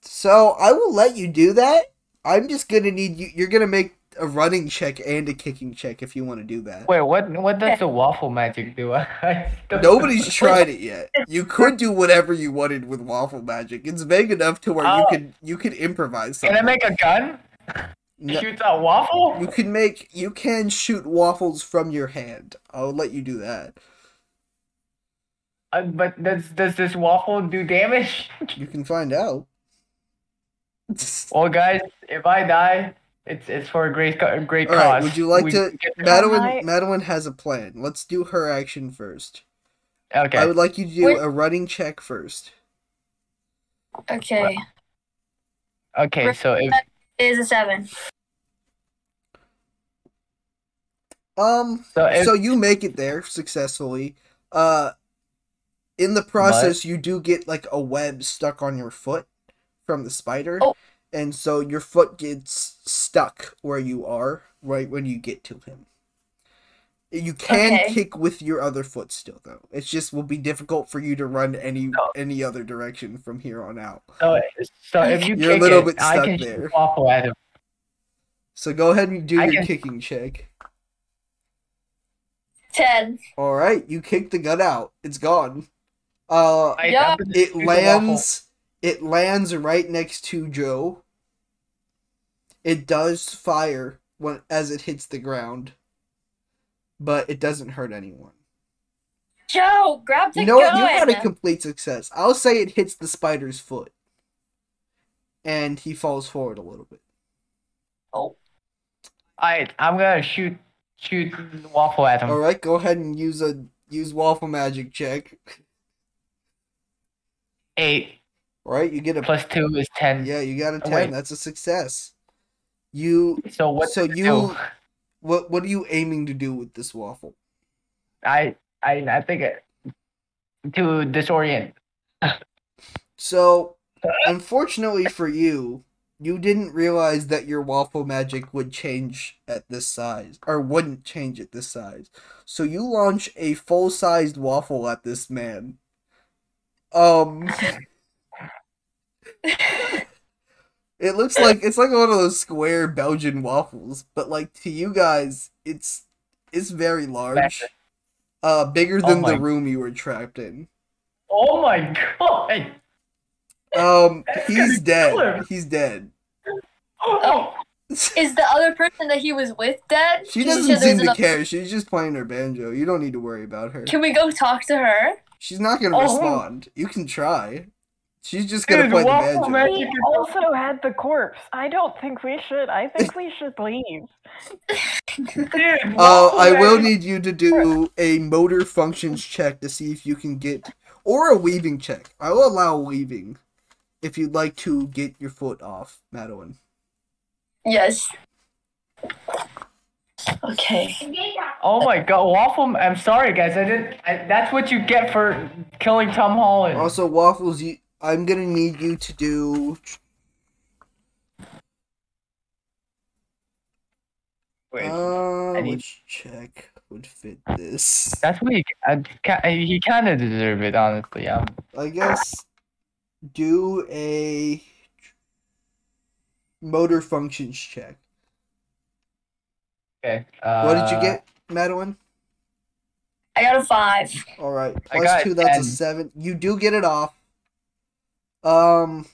Speaker 1: So I will let you do that. I'm just gonna need you. You're gonna make a running check and a kicking check if you want to do that.
Speaker 4: Wait, what what does the waffle magic do? I don't-
Speaker 1: Nobody's tried it yet. You could do whatever you wanted with waffle magic. It's vague enough to where you
Speaker 4: Oh.
Speaker 1: could you could improvise
Speaker 4: Can
Speaker 1: something.
Speaker 4: I make a gun?
Speaker 1: No.
Speaker 4: Shoots out waffle?
Speaker 1: You can make you can shoot waffles from your hand. I'll let you do that.
Speaker 4: Uh, but does does this waffle do damage?
Speaker 1: You can find out.
Speaker 4: Well, guys, if I die, it's it's for a great co- great
Speaker 1: All
Speaker 4: cause.
Speaker 1: right, would you like
Speaker 4: We
Speaker 1: to-
Speaker 4: get-
Speaker 1: Madeline
Speaker 2: I-
Speaker 1: Madeline has a plan. Let's do her action first.
Speaker 4: Okay.
Speaker 1: I would like you to do
Speaker 3: Wait.
Speaker 1: a running check first.
Speaker 3: Okay.
Speaker 4: Okay. So if
Speaker 3: It is a seven.
Speaker 1: Um
Speaker 4: so if
Speaker 1: so you make it there successfully. Uh in the process you do get like a web stuck on your foot from the spider.
Speaker 3: Oh.
Speaker 1: And so your foot gets stuck where you are right when you get to him. You can
Speaker 3: Okay.
Speaker 1: kick with your other foot still though. It's just will be difficult for you to run any
Speaker 3: Oh.
Speaker 1: any other direction from here on out.
Speaker 4: so, so if you
Speaker 1: You're a
Speaker 4: kick
Speaker 1: little
Speaker 4: it,
Speaker 1: bit
Speaker 4: I
Speaker 1: stuck
Speaker 4: can
Speaker 1: there.
Speaker 4: shoot waffle at him.
Speaker 1: So go ahead and do
Speaker 4: I
Speaker 1: your
Speaker 4: can-
Speaker 1: kicking check.
Speaker 3: Ten.
Speaker 1: All right, you kick the gun out. It's gone. Uh,
Speaker 4: I
Speaker 3: Yeah.
Speaker 4: happened to
Speaker 1: it
Speaker 4: shoot the
Speaker 1: lands. It lands right next to Joe. It does fire when as it hits the ground, but it doesn't hurt anyone.
Speaker 3: Joe, grab the
Speaker 1: You know what? You
Speaker 3: gun.
Speaker 1: had a complete success. I'll say it hits the spider's foot, and he falls forward a little bit.
Speaker 3: oh,
Speaker 4: waffle. I I'm gonna shoot shoot the waffle at him.
Speaker 1: All right, go ahead and use a use waffle magic check.
Speaker 4: Eight
Speaker 1: All right, you get a
Speaker 4: plus two is ten.
Speaker 1: yeah, you got a
Speaker 4: Oh,
Speaker 1: ten.
Speaker 4: wait.
Speaker 1: That's a success. You
Speaker 4: So what?
Speaker 1: so
Speaker 4: do I
Speaker 1: you
Speaker 4: do?
Speaker 1: what what are you aiming to do with this waffle?
Speaker 4: I I I think it, to disorient.
Speaker 1: So, unfortunately for you, you didn't realize that your waffle magic would change at this size, or wouldn't change at this size. So you launch a full-sized waffle at this man. Um, it looks like it's like one of those square Belgian waffles, but like to you guys, it's it's very large, uh, bigger than
Speaker 4: my-
Speaker 1: the room you were trapped in.
Speaker 4: Oh my god!
Speaker 1: Um, he's
Speaker 4: her.
Speaker 1: dead. He's dead.
Speaker 4: Oh,
Speaker 3: is the other person that he was with dead?
Speaker 1: She
Speaker 3: He said
Speaker 1: doesn't
Speaker 3: there's
Speaker 1: seem to
Speaker 3: another-
Speaker 1: care. She's just playing her banjo. You don't need to worry about her.
Speaker 3: Can we go talk to her?
Speaker 1: She's not gonna
Speaker 4: Oh.
Speaker 1: respond. You can try. She's just gonna
Speaker 4: dude,
Speaker 1: play the
Speaker 4: waffle
Speaker 1: banjo.
Speaker 4: magic.
Speaker 2: We
Speaker 4: is-
Speaker 2: also had the corpse. I don't think we should. I think we should leave.
Speaker 4: Dude,
Speaker 1: Uh,
Speaker 4: waffle
Speaker 1: I will
Speaker 4: magic-
Speaker 1: need you to do a motor functions check to see if you can get, or a weaving check. I will allow weaving if you'd like to get your foot off, Madeline.
Speaker 3: Yes. Okay.
Speaker 4: Oh my god, waffle! I'm sorry, guys. I didn't. I, that's what you get for killing Tom Holland.
Speaker 1: Also, waffles. You, I'm gonna need you to do.
Speaker 4: Wait,
Speaker 1: Uh,
Speaker 4: I need-
Speaker 1: which check would fit this?
Speaker 4: that's what he. I, ca- he kind of deserved it, honestly. Um,
Speaker 1: I guess do a motor functions check.
Speaker 4: okay. Uh,
Speaker 1: What did you get, Madeline?
Speaker 3: I got a five.
Speaker 1: All right,
Speaker 4: I
Speaker 1: plus
Speaker 4: got
Speaker 1: two. That's a
Speaker 4: 10.
Speaker 1: seven. You do get it off. Um,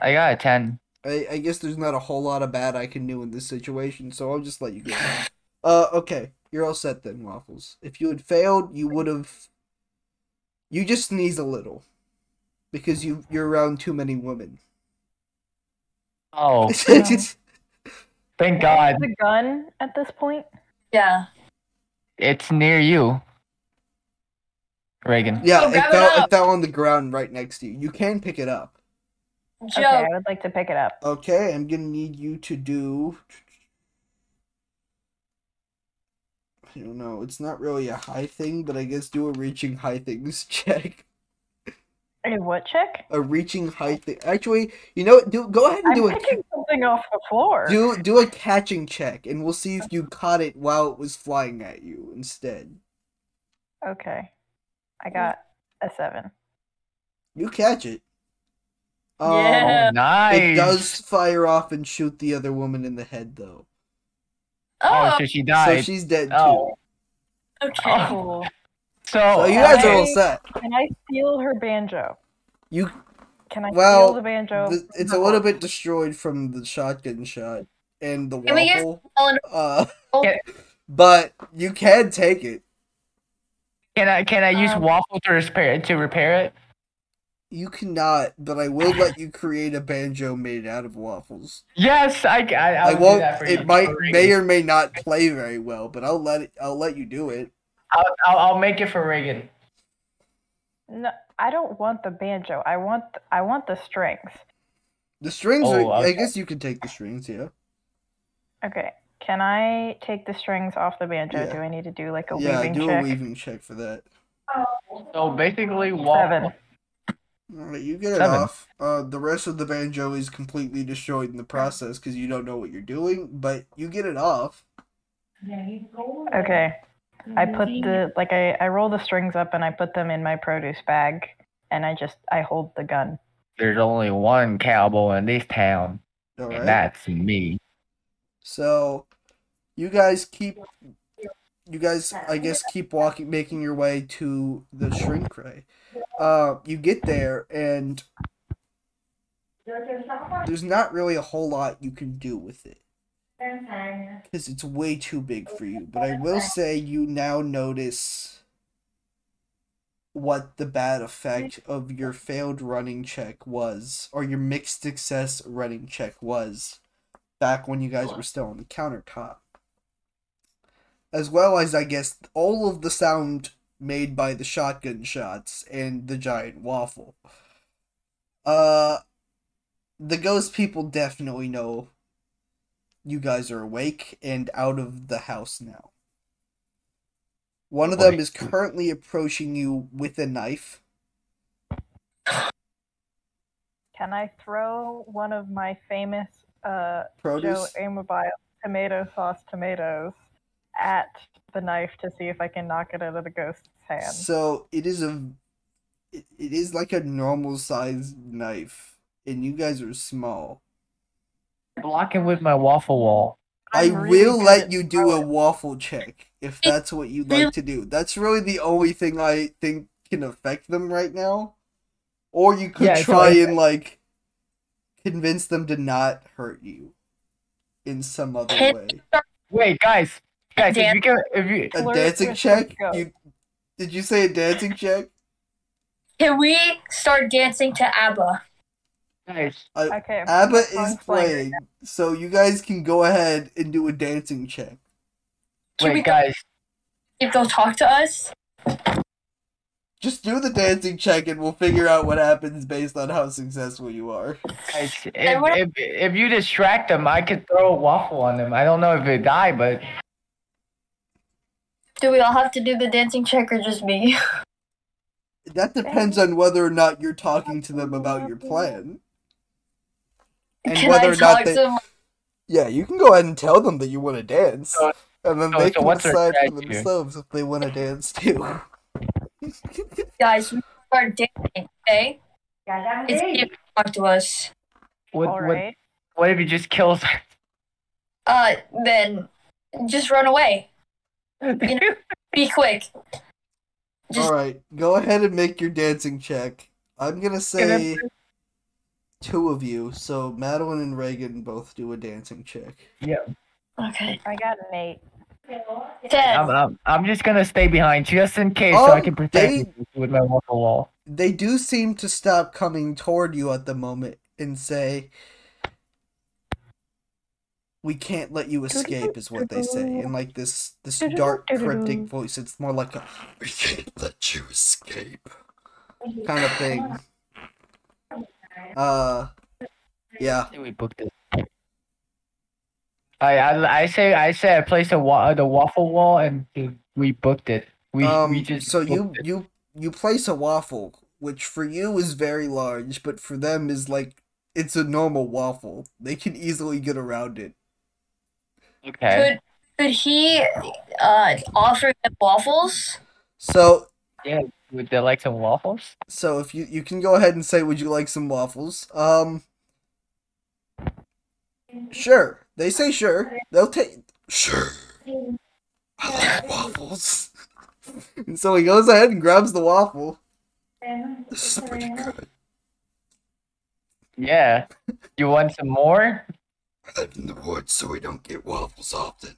Speaker 4: I got a ten.
Speaker 1: I, I guess there's not a whole lot of bad I can do in this situation, so I'll just let you go. uh, okay, you're all set then, Waffles. If you had failed, you would have. You just sneeze a little, because you you're around too many women.
Speaker 4: Oh, thank
Speaker 2: I
Speaker 4: God,
Speaker 2: have the gun at this point.
Speaker 3: Yeah.
Speaker 4: it's near you, Reagan.
Speaker 1: Yeah,
Speaker 3: So
Speaker 1: it
Speaker 3: grab it
Speaker 1: fell, it,
Speaker 3: up.
Speaker 1: fell on the ground right next to you. You can pick it up.
Speaker 3: Joe,
Speaker 2: Okay, I would like to pick it up.
Speaker 1: Okay, I'm gonna need you to do. I don't know. It's not really a high thing, but I guess do a reaching high things check.
Speaker 2: A what check?
Speaker 1: A reaching high thing. Actually, you know, what, do go ahead and
Speaker 2: I'm
Speaker 1: do a
Speaker 2: picking something off the floor.
Speaker 1: do do a catching check, and we'll see if you caught it while it was flying at you instead.
Speaker 2: Okay, I got a seven.
Speaker 1: You catch it. Um,
Speaker 3: Yeah.
Speaker 4: Oh, nice.
Speaker 1: It does fire off and shoot the other woman in the head, though.
Speaker 4: Oh,
Speaker 3: oh,
Speaker 4: so she
Speaker 1: So
Speaker 4: died.
Speaker 1: she's dead too.
Speaker 4: Oh.
Speaker 3: okay.
Speaker 4: Oh.
Speaker 2: Cool.
Speaker 4: So,
Speaker 1: So you guys are
Speaker 2: okay.
Speaker 1: all set.
Speaker 2: Can I steal her banjo?
Speaker 1: You
Speaker 2: Can I
Speaker 1: Well,
Speaker 2: steal the banjo?
Speaker 1: th- it's a little bit destroyed from the shotgun shot and the
Speaker 3: Can we get-
Speaker 1: waffle.
Speaker 3: Ellen,
Speaker 1: Uh,
Speaker 3: Okay.
Speaker 1: but you can take it.
Speaker 4: can I can I use
Speaker 2: Um,
Speaker 4: waffle to repair to repair it?
Speaker 1: You cannot, but I will let you create a banjo made out of waffles.
Speaker 4: Yes, I I, I,
Speaker 1: I
Speaker 4: would do
Speaker 1: won't.
Speaker 4: that for you,
Speaker 1: It might
Speaker 4: Reagan.
Speaker 1: may or may not play very well, but I'll let it. I'll let you do it.
Speaker 4: I'll, I'll I'll make it for Reagan.
Speaker 2: No, I don't want the banjo. I want th- I want the strings.
Speaker 1: The strings.
Speaker 4: Oh,
Speaker 1: are, I
Speaker 4: okay.
Speaker 1: guess you can take the strings. Yeah.
Speaker 2: Okay. Can I take the strings off the banjo?
Speaker 1: Yeah.
Speaker 2: Do I need to do like a
Speaker 1: yeah.
Speaker 2: weaving
Speaker 1: Do
Speaker 2: check?
Speaker 1: a weaving check for that.
Speaker 4: So basically, waffle.
Speaker 2: Seven.
Speaker 1: All right, you get it
Speaker 4: Seven.
Speaker 1: off. Uh, the rest of the banjo is completely destroyed in the process because you don't know what you're doing, but you get it off.
Speaker 2: Okay. I put the like I I roll the strings up and I put them in my produce bag and I just I hold the gun.
Speaker 4: There's only one cowboy in this town,
Speaker 1: All
Speaker 4: and
Speaker 1: right.
Speaker 4: that's me.
Speaker 1: So, You guys keep. You guys, I guess, keep walking, making your way to the shrink ray. Uh, you get there, and there's not really a whole lot you can do with it because it's way too big for you. But I will say you now notice what the bad effect of your failed running check was, or your mixed success running check was, back when you guys were still on the countertop. As well as, I guess, all of the sound made by the shotgun shots and the giant waffle. Uh, the ghost people definitely know you guys are awake and out of the house now. One of them is currently approaching you with a knife.
Speaker 2: Can I throw one of my famous uh, Joe
Speaker 1: Produce.
Speaker 2: Amabile tomato sauce tomatoes at the knife to see if I can knock it out of the ghost's hand?
Speaker 1: So it is a, it, it is like a normal sized knife, and you guys are small.
Speaker 6: Block it with my waffle wall.
Speaker 1: i
Speaker 2: I'm really
Speaker 1: will
Speaker 2: good
Speaker 1: let
Speaker 2: at
Speaker 1: you do a waffle check if that's what you'd like to do. That's really the only thing I think can affect them right now. Or you could
Speaker 6: Yeah, it's
Speaker 1: try
Speaker 6: alright.
Speaker 1: and like convince them to not hurt you in some other
Speaker 3: Can-
Speaker 1: way.
Speaker 6: Wait, guys, guys, if you can, if you,
Speaker 1: A
Speaker 2: Flirt
Speaker 1: dancing
Speaker 2: with the
Speaker 1: check?
Speaker 2: goat.
Speaker 1: You did you say a dancing check?
Speaker 3: Can we start dancing to ABBA?
Speaker 6: guys,
Speaker 2: Okay.
Speaker 1: Abba
Speaker 2: I'm
Speaker 1: is
Speaker 2: playing.
Speaker 1: playing, so you guys can go ahead and do a dancing check.
Speaker 3: Can we
Speaker 6: wait, guys,
Speaker 3: If they'll talk to us?
Speaker 1: Just do the dancing check and we'll figure out what happens based on how successful you are.
Speaker 6: guys, if,
Speaker 3: wanna-
Speaker 6: if, if you distract them, I could throw a waffle on them. I don't know if they die, but
Speaker 3: Do we all have to do the dancing check or just me?
Speaker 1: That depends on whether or not you're talking to them about your plan. And
Speaker 3: Can
Speaker 1: whether
Speaker 3: I
Speaker 1: or not
Speaker 3: talk
Speaker 1: they-
Speaker 3: to them?
Speaker 1: Yeah, you can go ahead and tell them that you want to dance.
Speaker 6: So-
Speaker 1: And then
Speaker 6: Uh, so-
Speaker 1: they
Speaker 6: so
Speaker 1: can
Speaker 6: what's their
Speaker 1: decide for
Speaker 6: strategy?
Speaker 1: themselves if they want to dance too.
Speaker 3: Guys, we start dancing, okay? It's if they talk to us.
Speaker 6: what,
Speaker 2: All
Speaker 6: what,
Speaker 2: right.
Speaker 6: what if he just kills?
Speaker 3: Uh, then just run away. Be quick. Just-
Speaker 1: Alright, go ahead and make your dancing check. I'm gonna say two of you, so Madeline and Reagan both do a dancing check.
Speaker 3: Okay.
Speaker 2: I got an eight.
Speaker 6: I'm,
Speaker 3: Ten.
Speaker 6: I'm, I'm just gonna stay behind just in case, so I
Speaker 1: Um,
Speaker 6: can protect
Speaker 1: they-
Speaker 6: you with my waffle wall.
Speaker 1: They do seem to stop coming toward you at the moment and say we can't let you escape is what they say in like this this dark cryptic voice. It's more like a we can't let you escape kind of thing. Uh yeah.
Speaker 6: I think we booked it. I, I, I say I say I placed a wa- uh, the waffle wall and we booked it. We,
Speaker 1: um,
Speaker 6: we just
Speaker 1: so you
Speaker 6: booked it.
Speaker 1: you you place a waffle, which for you is very large, but for them is like it's a normal waffle. They can easily get around it.
Speaker 6: okay.
Speaker 3: Could could he uh offer them waffles?
Speaker 1: So
Speaker 6: Would they like some waffles?
Speaker 1: so if you you can go ahead and say, would you like some waffles? Um, sure. They say sure. They'll take sure. I like waffles. and so he goes ahead and grabs the waffle. This is pretty good.
Speaker 6: Yeah. You want some more?
Speaker 1: I live in the woods, so we don't get waffles often.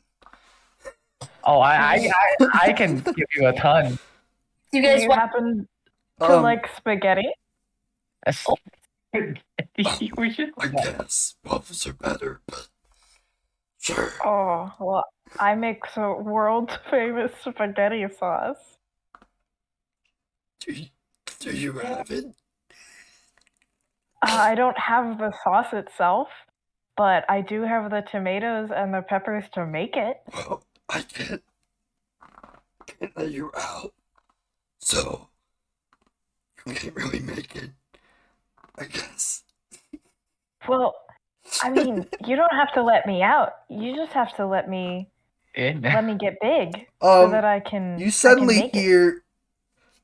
Speaker 6: Oh, I I, I, I can give you a ton.
Speaker 3: You
Speaker 2: Do
Speaker 3: guys
Speaker 2: you
Speaker 3: want
Speaker 2: happen to
Speaker 1: Um,
Speaker 2: like spaghetti?
Speaker 6: That's- we should.
Speaker 1: I guess waffles are better, but sure.
Speaker 2: Oh, well, I make the world famous spaghetti sauce.
Speaker 1: Do you, do you have it?
Speaker 2: Uh, I don't have the sauce itself, but I do have the tomatoes and the peppers to make it.
Speaker 1: Well, I can't can't let you out, so you can't really make it. I guess.
Speaker 2: Well, I mean, you don't have to let me out. You just have to let me
Speaker 6: In.
Speaker 2: let me get big so that
Speaker 1: Um,
Speaker 2: I can. I
Speaker 1: you
Speaker 2: can
Speaker 1: suddenly
Speaker 2: make it.
Speaker 1: hear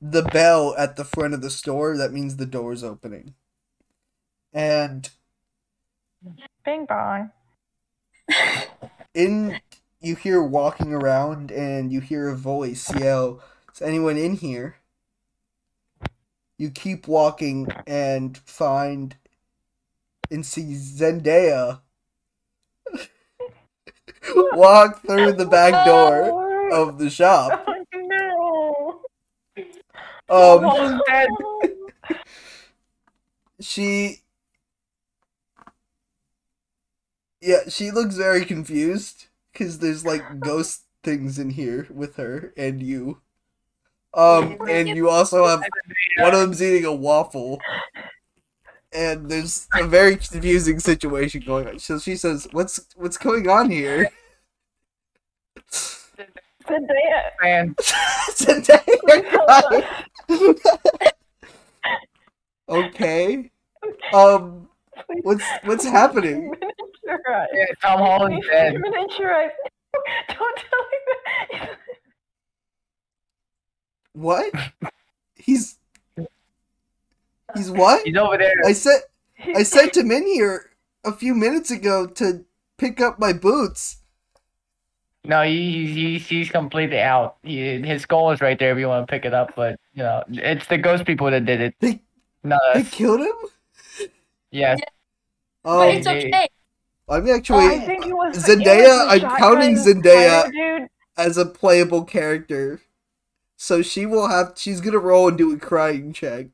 Speaker 1: the bell at the front of the store. That means the door's opening, and
Speaker 2: Bing bong.
Speaker 1: in you hear walking around and you hear a voice yell, "Is anyone in here?" You keep walking and find and see Zendaya walk through the back door of the shop.
Speaker 2: Oh, no.
Speaker 1: Um,
Speaker 2: Oh,
Speaker 4: Someone's dead.
Speaker 1: she yeah she looks very confused because there's like ghost things in here with her and you um and you also have one of them's eating a waffle and there's a very confusing situation going on so she says what's what's going on here
Speaker 2: Zendaya,
Speaker 4: Man,
Speaker 1: Zendaya cried. okay um
Speaker 2: please.
Speaker 1: what's what's happening
Speaker 2: Miniaturize.
Speaker 4: yeah, Tom Holland's dead.
Speaker 2: Miniaturize. Don't tell me that.
Speaker 1: What? He's he's what?
Speaker 4: He's over there.
Speaker 1: I sent I sent him in here a few minutes ago to pick up my boots.
Speaker 4: No, he, he's he's he's completely out. He, his skull is right there if you want to pick it up. But you know, it's the ghost people that did it.
Speaker 1: They-
Speaker 4: Not
Speaker 1: I
Speaker 4: us.
Speaker 1: killed him.
Speaker 4: Yeah.
Speaker 3: But
Speaker 1: Um,
Speaker 3: it's
Speaker 4: Oh,
Speaker 3: okay.
Speaker 1: I'm
Speaker 2: Oh, I
Speaker 1: actually
Speaker 2: think it was
Speaker 1: Zendaya,
Speaker 2: it was the
Speaker 1: I'm
Speaker 2: shotgun
Speaker 1: counting Zendaya.
Speaker 2: fire Dude,
Speaker 1: as a playable character, so she will have. She's gonna roll and do a crying check.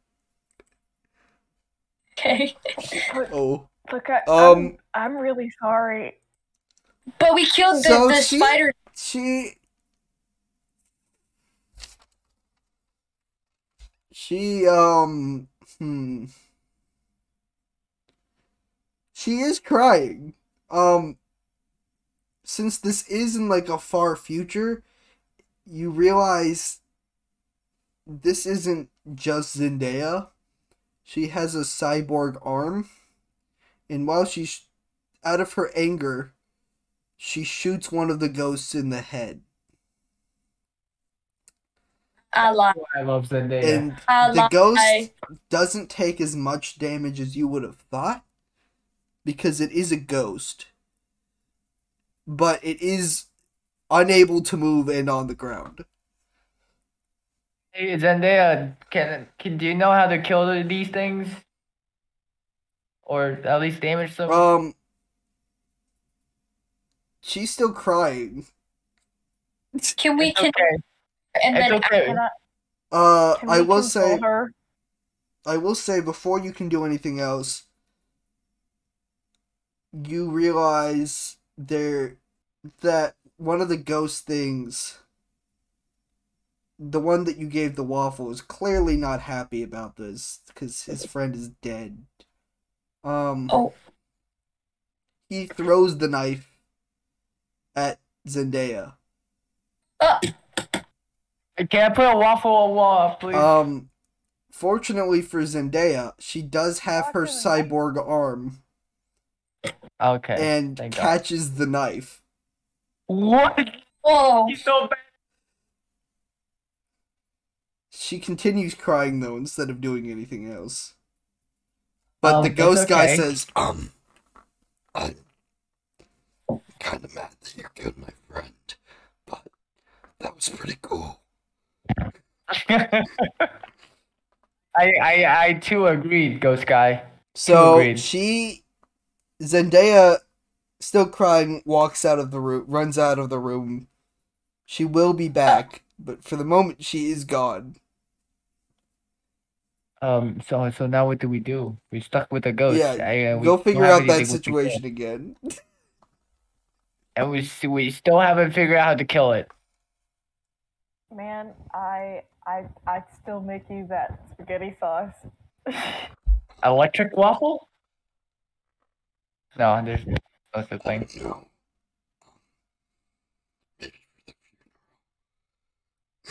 Speaker 3: Okay.
Speaker 1: Oh,
Speaker 2: look,
Speaker 1: Um,
Speaker 2: I, um, I'm, I'm really sorry.
Speaker 3: But we killed the,
Speaker 1: So
Speaker 3: the
Speaker 1: she-
Speaker 3: spider.
Speaker 1: she. She um hmm. She is crying. Um since this is in like a far future, you realize this isn't just Zendaya. She has a cyborg arm. And while she's out of her anger, she shoots one of the ghosts in the head.
Speaker 3: I lied.
Speaker 4: I love Zendaya.
Speaker 1: And
Speaker 3: I
Speaker 1: the
Speaker 3: lied.
Speaker 1: ghost doesn't take as much damage as you would have thought because it is a ghost but it is unable to move and on the ground
Speaker 4: Hey, Zendaya, can, can do you know how to kill these things? Or at least damage them?
Speaker 1: um she's still crying
Speaker 3: Can we
Speaker 4: it's
Speaker 3: can
Speaker 4: okay.
Speaker 3: and
Speaker 4: It's
Speaker 3: then
Speaker 4: okay.
Speaker 2: Can I,
Speaker 1: uh
Speaker 2: can
Speaker 1: i
Speaker 2: we
Speaker 1: will
Speaker 2: console
Speaker 1: say
Speaker 2: her?
Speaker 1: I will say before you can do anything else, you realize there that one of the ghost things, the one that you gave the waffle, is clearly not happy about this because his friend is dead. Um,
Speaker 3: Oh.
Speaker 1: he throws the knife at Zendaya.
Speaker 4: Can I put a waffle on wall, please?
Speaker 1: Um, fortunately for Zendaya, she does have her cyborg arm.
Speaker 4: okay.
Speaker 1: Oh, and
Speaker 4: thank God.
Speaker 1: catches the knife.
Speaker 4: what?
Speaker 3: whoa.
Speaker 4: He's so bad.
Speaker 1: She continues crying though instead of doing anything else. But
Speaker 4: Um,
Speaker 1: the
Speaker 4: that's
Speaker 1: ghost guy
Speaker 4: okay.
Speaker 1: says, "Um, I'm kind of mad that you killed my friend, but that was pretty cool."
Speaker 4: I, I, I too agreed, Ghost Guy.
Speaker 1: So
Speaker 4: Agreed.
Speaker 1: she, Zendaya, still crying, walks out of the room, runs out of the room. She will be back, but for the moment, she is gone.
Speaker 4: Um. So so now what do we do? We're stuck with the ghost.
Speaker 1: Yeah,
Speaker 4: I, uh, we
Speaker 1: Go
Speaker 4: don't
Speaker 1: figure
Speaker 4: have
Speaker 1: out that
Speaker 4: anything we can do.
Speaker 1: situation again.
Speaker 4: And we s- we still haven't figured out how to kill it.
Speaker 2: Man, I, I, I'd still make you that spaghetti sauce.
Speaker 4: Electric waffle? No, there's no such thing.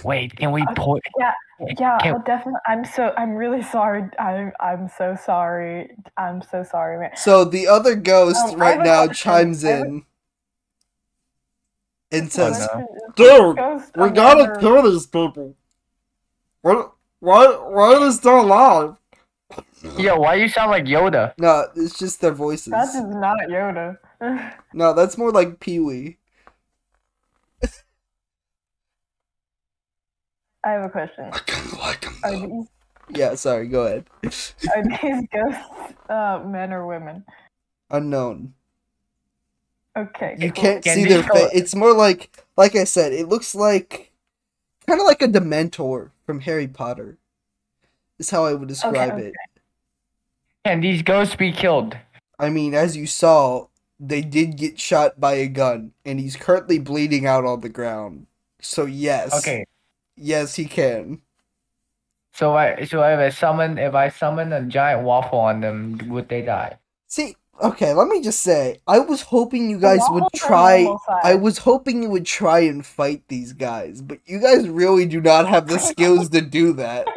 Speaker 4: Wait, can we
Speaker 2: Uh,
Speaker 4: pour?
Speaker 2: yeah, Yeah,
Speaker 4: Can-
Speaker 2: I'll definitely. I'm so. I'm really sorry. I'm. I'm so sorry. I'm so sorry, man.
Speaker 1: So the other ghost
Speaker 2: Um, I
Speaker 1: right
Speaker 2: have a
Speaker 1: now
Speaker 2: question.
Speaker 1: chimes
Speaker 2: I have a-
Speaker 1: in and
Speaker 4: Oh,
Speaker 1: says,
Speaker 4: no.
Speaker 1: "Dude,
Speaker 2: Ghost,
Speaker 1: we
Speaker 2: I
Speaker 1: gotta
Speaker 2: wonder-
Speaker 1: kill these people. What? Why? Why are they still alive?"
Speaker 4: Yo, why you sound like Yoda?
Speaker 1: No, it's just their voices.
Speaker 2: That is not Yoda.
Speaker 1: No, that's more like Pee Wee.
Speaker 2: I have a question. Are these
Speaker 1: Yeah, sorry, go ahead.
Speaker 2: are these ghosts uh, men or women?
Speaker 1: Unknown.
Speaker 2: Okay.
Speaker 1: You
Speaker 2: cool.
Speaker 1: can't
Speaker 4: Can
Speaker 1: see
Speaker 4: we
Speaker 1: their
Speaker 4: call
Speaker 1: face.
Speaker 4: it-
Speaker 1: It's more like, like I said, it looks like, kind of like a Dementor from Harry Potter. Is how I would describe
Speaker 2: okay.
Speaker 1: it.
Speaker 4: Can these ghosts be killed?
Speaker 1: I mean, as you saw, they did get shot by a gun, and he's currently bleeding out on the ground. So yes,
Speaker 4: Okay.
Speaker 1: yes, he can.
Speaker 4: So I so if I summon if I summon a giant waffle on them, would they die?
Speaker 1: See, okay, let me just say, I was hoping you guys would
Speaker 2: Waffles are
Speaker 1: try.
Speaker 2: normal size.
Speaker 1: I was hoping you would try and fight these guys, but you guys really do not have the skills to do that.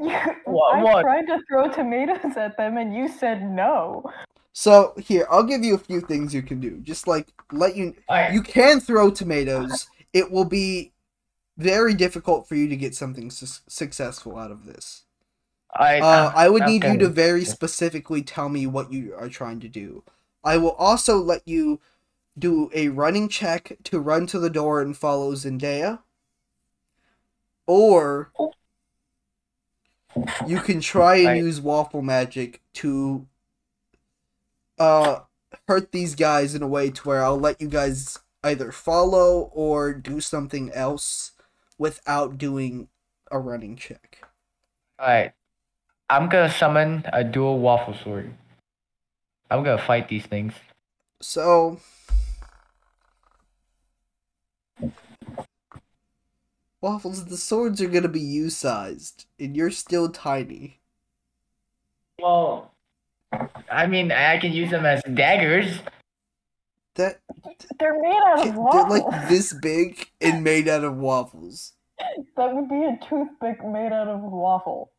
Speaker 2: You-
Speaker 4: What-
Speaker 2: I
Speaker 4: what?
Speaker 2: tried to throw tomatoes at them and you said no.
Speaker 1: So here, I'll give you a few things you can do. Just like let you
Speaker 4: Alright.
Speaker 1: you can throw tomatoes. It will be very difficult for you to get something su- successful out of this.
Speaker 4: I
Speaker 1: Uh, I would need you
Speaker 4: okay.
Speaker 1: to very specifically tell me what you are trying to do. I will also let you do a running check to run to the door and follow Zendaya. Or you can try and
Speaker 4: I-
Speaker 1: use waffle magic to uh hurt these guys in a way to where I'll let you guys either follow or do something else without doing a running check.
Speaker 4: Alright. I'm gonna summon a dual waffle sword. I'm gonna fight these things.
Speaker 1: So Waffles, the swords are gonna be you sized, and you're still tiny.
Speaker 4: Well I mean I can use them as daggers.
Speaker 1: That
Speaker 2: They're made out of
Speaker 1: they're
Speaker 2: waffles.
Speaker 1: like this big and made out of waffles.
Speaker 2: That would be a toothpick made out of waffle.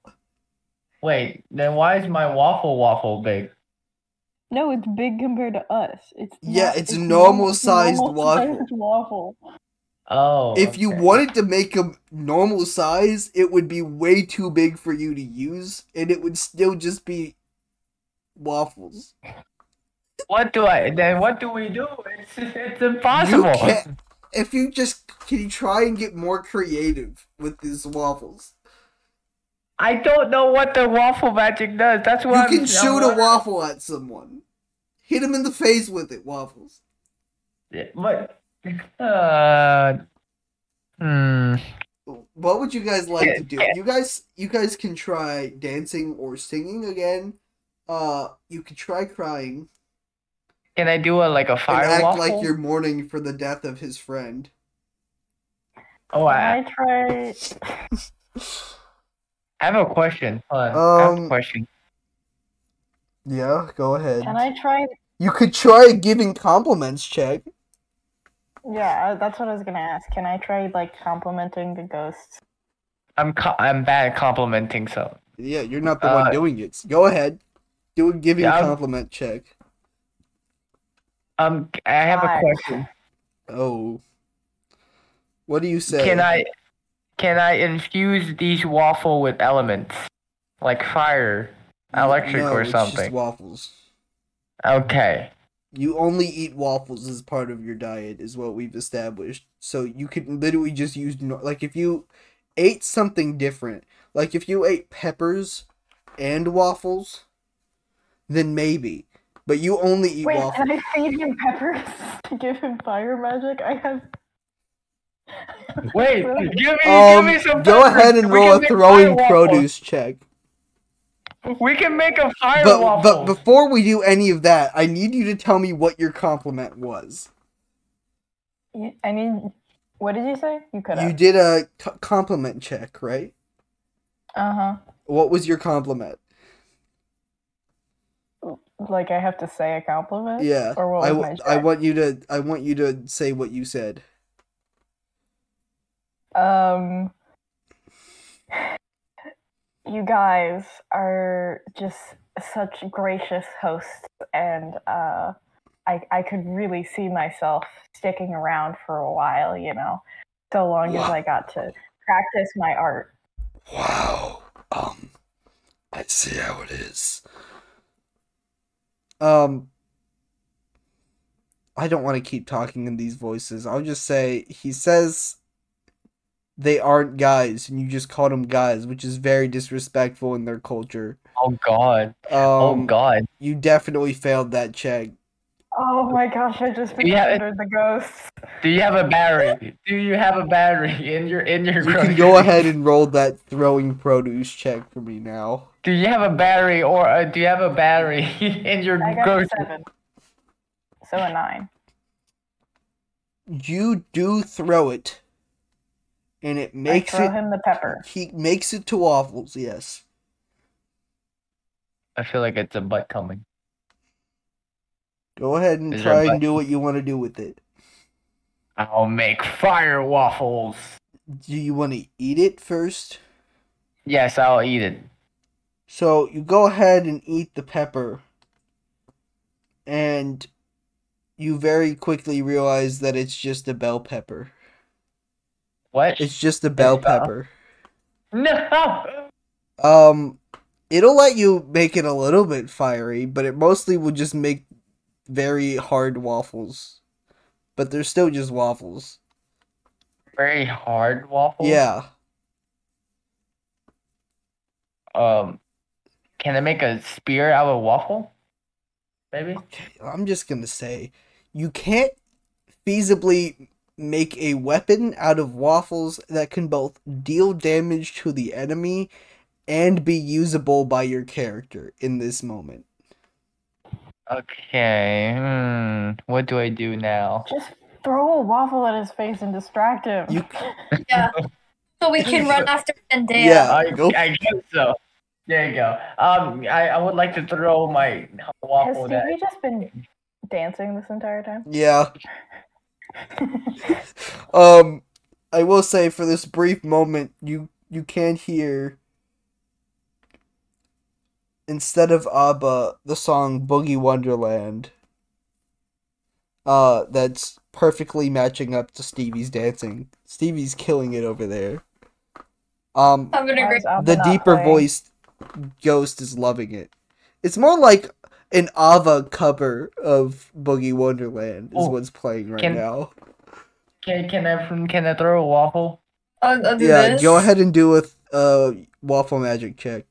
Speaker 4: Wait, then why is my waffle waffle big?
Speaker 2: No, it's big compared to us. It's
Speaker 1: Yeah,
Speaker 2: not-
Speaker 1: it's a normal-sized
Speaker 2: normal-sized waffle.
Speaker 4: Oh
Speaker 1: If you
Speaker 4: okay.
Speaker 1: wanted to make them normal size, it would be way too big for you to use, and it would still just be waffles.
Speaker 4: What do I then what do we do? It's it's
Speaker 1: You
Speaker 4: impossible.
Speaker 1: can't, if you just can you try and get more creative with these waffles?
Speaker 4: I don't know what the waffle magic does. That's what I'm
Speaker 1: you can shoot a
Speaker 4: I'm-
Speaker 1: waffle at someone. Hit him in the face with it, waffles.
Speaker 4: What? Uh, hmm.
Speaker 1: What would you guys like to do? You guys, you guys can try dancing or singing again. Uh, you could try crying
Speaker 4: Can I do a like a
Speaker 1: and
Speaker 4: fire
Speaker 1: act
Speaker 4: waffle?
Speaker 1: like you're mourning for the death of his friend.
Speaker 4: Oh, I,
Speaker 2: I try.
Speaker 4: I have a question. Hold on. I have
Speaker 1: Um,
Speaker 4: a question.
Speaker 1: Yeah, go ahead.
Speaker 2: Can I try?
Speaker 1: You could try giving compliments check.
Speaker 2: Yeah, I- that's what I was gonna ask. Can I try like complimenting the ghosts?
Speaker 4: I'm co- I'm bad at complimenting, so
Speaker 1: Yeah, you're not the
Speaker 4: Uh,
Speaker 1: one doing it. Go ahead. Do a giving
Speaker 4: Yeah, I'm-
Speaker 1: compliment check.
Speaker 4: um, I have a
Speaker 2: Hi.
Speaker 4: question.
Speaker 1: Oh. What do you say?
Speaker 4: Can I, can I infuse these waffle with elements, like fire, electric,
Speaker 1: No,
Speaker 4: or
Speaker 1: it's just
Speaker 4: something?
Speaker 1: waffles.
Speaker 4: Okay.
Speaker 1: You only eat waffles as part of your diet, is what we've established. So you can literally just use no- like if you ate something different, like if you ate peppers and waffles, then maybe. But you only eat
Speaker 2: Wait,
Speaker 1: waffles.
Speaker 2: can I feed him peppers to give him fire magic? I have.
Speaker 4: Wait, give me,
Speaker 1: Um,
Speaker 4: give me some.
Speaker 1: go
Speaker 4: peppers.
Speaker 1: ahead and
Speaker 4: We
Speaker 1: roll
Speaker 4: can
Speaker 1: a
Speaker 4: make
Speaker 1: throwing
Speaker 4: fire waffles.
Speaker 1: produce check.
Speaker 4: We can make a fire
Speaker 1: But,
Speaker 4: waffle.
Speaker 1: but before we do any of that, I need you to tell me what your compliment was.
Speaker 2: You- I mean, what did you say? You could
Speaker 1: You
Speaker 2: have.
Speaker 1: did a c- compliment check, right?
Speaker 2: Uh huh.
Speaker 1: What was your compliment?
Speaker 2: Like I have to say a compliment.
Speaker 1: Yeah.
Speaker 2: Or what
Speaker 1: I, w-
Speaker 2: was my
Speaker 1: I
Speaker 2: check?
Speaker 1: want you to I want you to say what you said.
Speaker 2: Um, you guys are just such gracious hosts, and uh, I I could really see myself sticking around for a while. You know, so long as I got to practice my art.
Speaker 1: Wow. Um I see how it is. Um I don't want to keep talking in these voices. I'll just say he says they aren't guys, and you just called them guys, which is very disrespectful in their culture.
Speaker 4: Oh God.
Speaker 1: Um,
Speaker 4: Oh God.
Speaker 1: you definitely failed that check.
Speaker 2: Oh my gosh, I just
Speaker 4: Yeah, it-
Speaker 2: encountered the ghosts.
Speaker 4: Do you have a battery? Do you have a battery in your in your?
Speaker 1: You can
Speaker 4: grocery-
Speaker 1: go ahead and roll that throwing produce check for me now.
Speaker 4: Do you have a battery or uh, do you have a battery in your
Speaker 2: I got a
Speaker 4: grocery?
Speaker 2: seven. So a nine.
Speaker 1: You do throw it, and it makes
Speaker 2: I throw
Speaker 1: it.
Speaker 2: him the pepper.
Speaker 1: He makes it to waffles. Yes.
Speaker 4: I feel like it's a butt coming.
Speaker 1: Go ahead and
Speaker 4: Is there a
Speaker 1: try and
Speaker 4: button?
Speaker 1: do what you want to do with it.
Speaker 4: I'll make fire waffles.
Speaker 1: Do you want to eat it first?
Speaker 4: Yes, I'll eat it.
Speaker 1: So you go ahead and eat the pepper, and you very quickly realize that it's just a bell pepper.
Speaker 4: What?
Speaker 1: It's just a bell
Speaker 4: bell.
Speaker 1: pepper.
Speaker 4: No.
Speaker 1: Um, it'll let you make it a little bit fiery, but it mostly will just make very hard waffles. But they're still just waffles.
Speaker 4: Very hard waffles.
Speaker 1: Yeah.
Speaker 4: Um, can I make a spear out of a waffle? Maybe.
Speaker 1: I'm just gonna say, you can't feasibly make a weapon out of waffles that can both deal damage to the enemy and be usable by your character in this moment.
Speaker 4: Okay. Hmm. What do I do now?
Speaker 2: Just throw a waffle at his face and distract him.
Speaker 1: You
Speaker 3: So we can run after Zendaya.
Speaker 1: Yeah.
Speaker 4: I,
Speaker 1: go-
Speaker 4: I guess so. There you go. Um, I, I would like to throw my
Speaker 2: Has
Speaker 4: waffle that
Speaker 2: Stevie just been dancing this entire time?
Speaker 1: yeah. um, I will say for this brief moment, you you can hear instead of ABBA the song Boogie Wonderland. Uh, that's perfectly matching up to Stevie's dancing. Stevie's killing it over there. Um,
Speaker 3: Having a
Speaker 2: Why
Speaker 3: great
Speaker 2: is Abba
Speaker 1: the
Speaker 2: not
Speaker 1: deeper
Speaker 2: playing?
Speaker 1: voiced ghost is loving it. It's more like an Ava cover of Boogie Wonderland is
Speaker 4: Oh,
Speaker 1: what's playing right
Speaker 4: can-
Speaker 1: now.
Speaker 4: Can can I can I throw a waffle?
Speaker 3: I'll, I'll do
Speaker 1: Yeah,
Speaker 3: this.
Speaker 1: go ahead and do a th- uh, waffle magic check.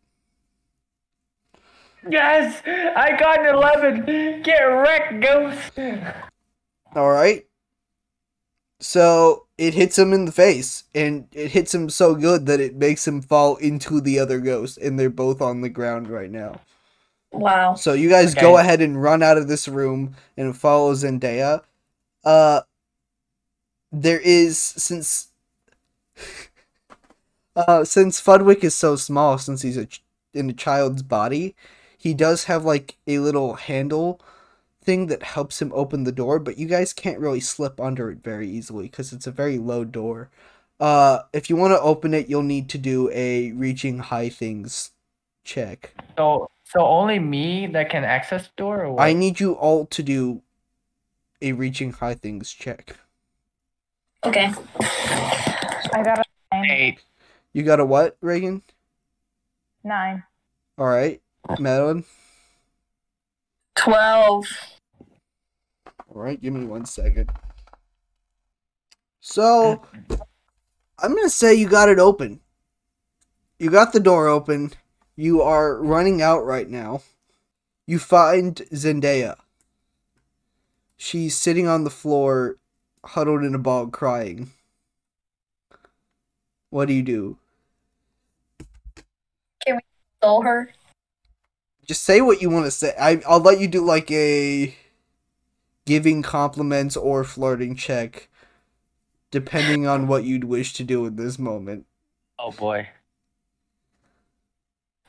Speaker 4: Yes, I got an eleven. Get wrecked, ghost.
Speaker 1: All right. So it hits him in the face, and it hits him so good that it makes him fall into the other ghost, and they're both on the ground right now.
Speaker 3: Wow.
Speaker 1: So you guys go
Speaker 4: Okay.
Speaker 1: ahead and run out of this room and follow Zendaya. Uh there is since uh since Fudwick is so small since he's a ch- in a child's body, he does have like a little handle thing that helps him open the door, but you guys can't really slip under it very easily cuz it's a very low door. Uh if you want to open it, you'll need to do a reaching high things check.
Speaker 4: So so only me that can access the door. Or what?
Speaker 1: I need you all to do a reaching high things check.
Speaker 3: Okay.
Speaker 2: I got a nine.
Speaker 4: eight.
Speaker 1: You got a what, Reagan?
Speaker 2: Nine.
Speaker 1: All right, Madeline.
Speaker 3: 12.
Speaker 1: All right, give me one second. So, I'm gonna say you got it open. You got the door open. You are running out right now. You find Zendaya. She's sitting on the floor, huddled in a ball, crying. What do you do?
Speaker 3: Stole her.
Speaker 1: just say what you want to say. I, I'll let you do like a giving compliments or flirting check, depending on what you'd wish to do in this moment.
Speaker 4: Oh boy,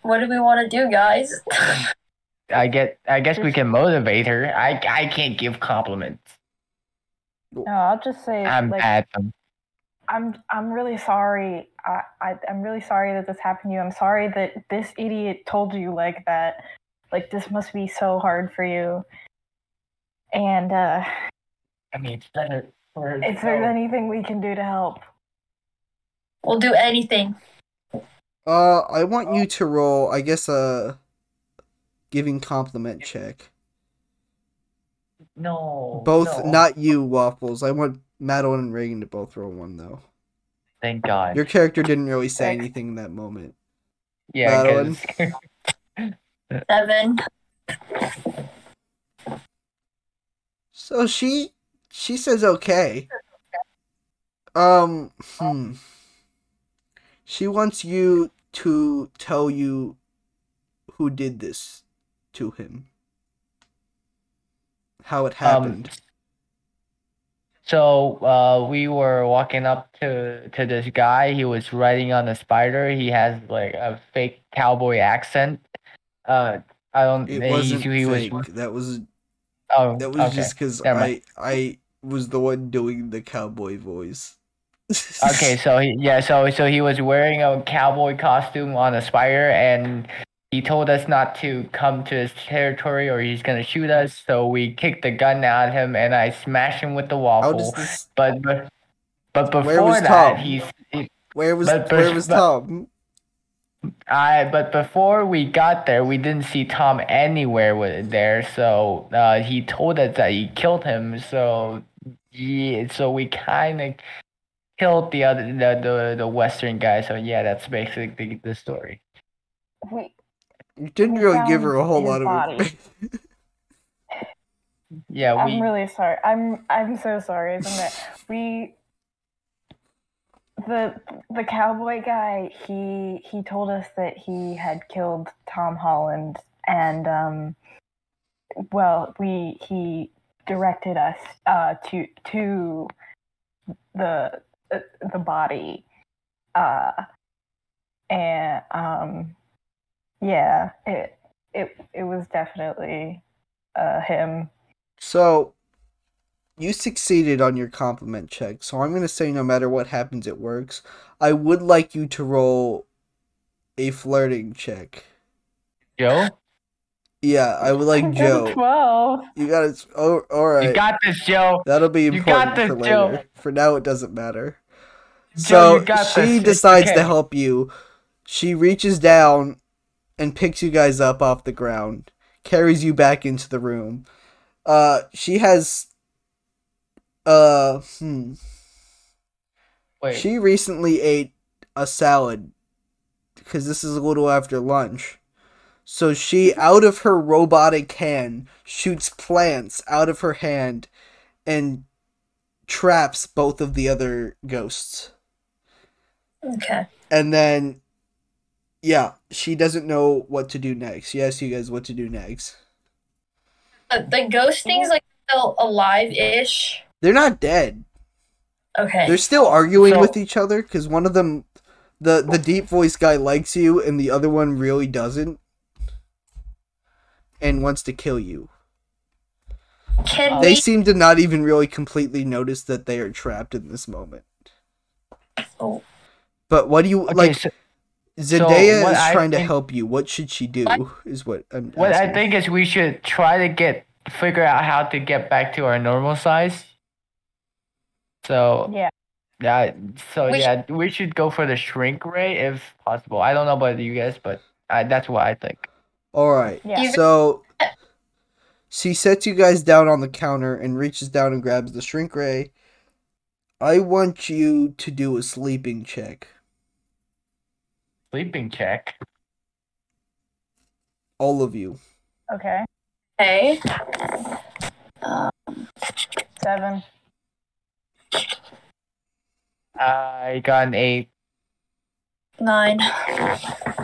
Speaker 3: What do we want to do, guys?
Speaker 4: I get. I guess we can motivate her. I I can't give compliments.
Speaker 2: No, I'll just say
Speaker 4: I'm
Speaker 2: like
Speaker 4: bad.
Speaker 2: I'm I'm really sorry. I, I I'm really sorry that this happened to you. I'm sorry that this idiot told you like that. Like this must be so hard for you. And uh
Speaker 4: I mean, it's better. for her to
Speaker 2: if there's
Speaker 4: go.
Speaker 2: anything we can do to help.
Speaker 3: We'll do anything.
Speaker 1: Uh, I want you to roll, I guess, a giving compliment check.
Speaker 4: no.
Speaker 1: Both,
Speaker 4: no.
Speaker 1: not you, Waffles. I want Madeline and Reagan to both roll one, though.
Speaker 4: Thank God.
Speaker 1: Your character didn't really say
Speaker 2: Thanks.
Speaker 1: anything in that moment.
Speaker 4: yeah,
Speaker 1: Madeline.
Speaker 4: 'cause-
Speaker 3: Seven.
Speaker 1: So she she says okay. Um hmm. She wants you to tell you who did this to him. How
Speaker 4: Um,
Speaker 1: it happened.
Speaker 4: So uh, we were walking up to to this guy. He was riding on a spider. He has like a fake cowboy accent. Uh, I don't.
Speaker 1: it
Speaker 4: he-
Speaker 1: wasn't
Speaker 4: he,
Speaker 1: fake.
Speaker 4: was.
Speaker 1: that was
Speaker 4: Oh,
Speaker 1: that was
Speaker 4: okay.
Speaker 1: just cuz
Speaker 4: never
Speaker 1: I
Speaker 4: mind.
Speaker 1: I was the one doing the cowboy voice.
Speaker 4: Okay, so he, yeah, so so he was wearing a cowboy costume on a spider, and he told us not to come to his territory, or he's gonna shoot us. So we kicked the gun at him, and I smashed him with the
Speaker 1: How
Speaker 4: waffle.
Speaker 1: does this
Speaker 4: But but but
Speaker 1: Where
Speaker 4: before
Speaker 1: was Tom?
Speaker 4: that, he's he-
Speaker 1: Where was
Speaker 4: But- but-
Speaker 1: where was
Speaker 4: but-
Speaker 1: Tom?
Speaker 4: I but before we got there, we didn't see Tom anywhere with there. So uh, he told us that he killed him. So yeah, so we kind of killed the other the, the the Western guy. So yeah, that's basically the story.
Speaker 2: We,
Speaker 1: You didn't
Speaker 2: We
Speaker 1: really give her a
Speaker 2: found
Speaker 1: whole
Speaker 2: his
Speaker 1: lot of
Speaker 2: body.
Speaker 1: information.
Speaker 4: Yeah, we
Speaker 2: I'm really sorry. I'm I'm so sorry, isn't it? We the the cowboy guy he he told us that he had killed Tom Holland and um well we he directed us uh to to the uh, the body uh and um yeah it it it was definitely uh him
Speaker 1: So you succeeded on your compliment check. So I'm going to say no matter what happens it works. I would like you to roll a flirting check.
Speaker 4: Joe.
Speaker 1: Yeah, I would like
Speaker 2: I got a
Speaker 1: Joe.
Speaker 2: 12.
Speaker 1: You got it. Oh, all right.
Speaker 4: You got this, Joe.
Speaker 1: That'll be
Speaker 4: you got
Speaker 1: important for
Speaker 4: this, Joe.
Speaker 1: later. For now it doesn't matter.
Speaker 4: Joe,
Speaker 1: So
Speaker 4: you got
Speaker 1: she
Speaker 4: this. It's
Speaker 1: decides
Speaker 4: okay.
Speaker 1: to help you. She reaches down and picks you guys up off the ground, carries you back into the room. Uh, she has. Uh, hmm.
Speaker 4: Wait,
Speaker 1: She recently ate a salad because this is a little after lunch. So she, out of her robotic hand, shoots plants out of her hand and traps both of the other ghosts.
Speaker 3: Okay.
Speaker 1: And then, yeah, she doesn't know what to do next. She asks you guys what to do next.
Speaker 3: Uh, the ghost thing's like still alive ish.
Speaker 1: They're not dead.
Speaker 3: Okay.
Speaker 1: They're still arguing
Speaker 4: So-
Speaker 1: with each other because one of them, the the deep voice guy likes you, and the other one really doesn't, and wants to kill you.
Speaker 3: Can
Speaker 1: Oh, They
Speaker 3: we?
Speaker 1: seem to not even really completely notice that they are trapped in this moment.
Speaker 3: Oh.
Speaker 1: But what do you
Speaker 4: okay,
Speaker 1: like?
Speaker 4: so
Speaker 1: Zendaya
Speaker 4: what
Speaker 1: is
Speaker 4: I
Speaker 1: trying to
Speaker 4: think-
Speaker 1: help you. What should she do? Is what I'm.
Speaker 4: what I
Speaker 1: asking.
Speaker 4: think is we should try to get figure out how to get back to our normal size. So
Speaker 2: Yeah.
Speaker 4: Yeah, so
Speaker 3: We sh-
Speaker 4: yeah, we should go for the shrink ray if possible. I don't know about you guys, but I, that's what I think.
Speaker 1: All right.
Speaker 2: Yeah.
Speaker 3: You-
Speaker 1: So she sets you guys down on the counter and reaches down and grabs the shrink ray. I want you to do a sleeping check.
Speaker 4: Sleeping check.
Speaker 1: All of you.
Speaker 2: Okay.
Speaker 3: Okay. Uh,
Speaker 2: Seven.
Speaker 4: I got an eight.
Speaker 3: Nine.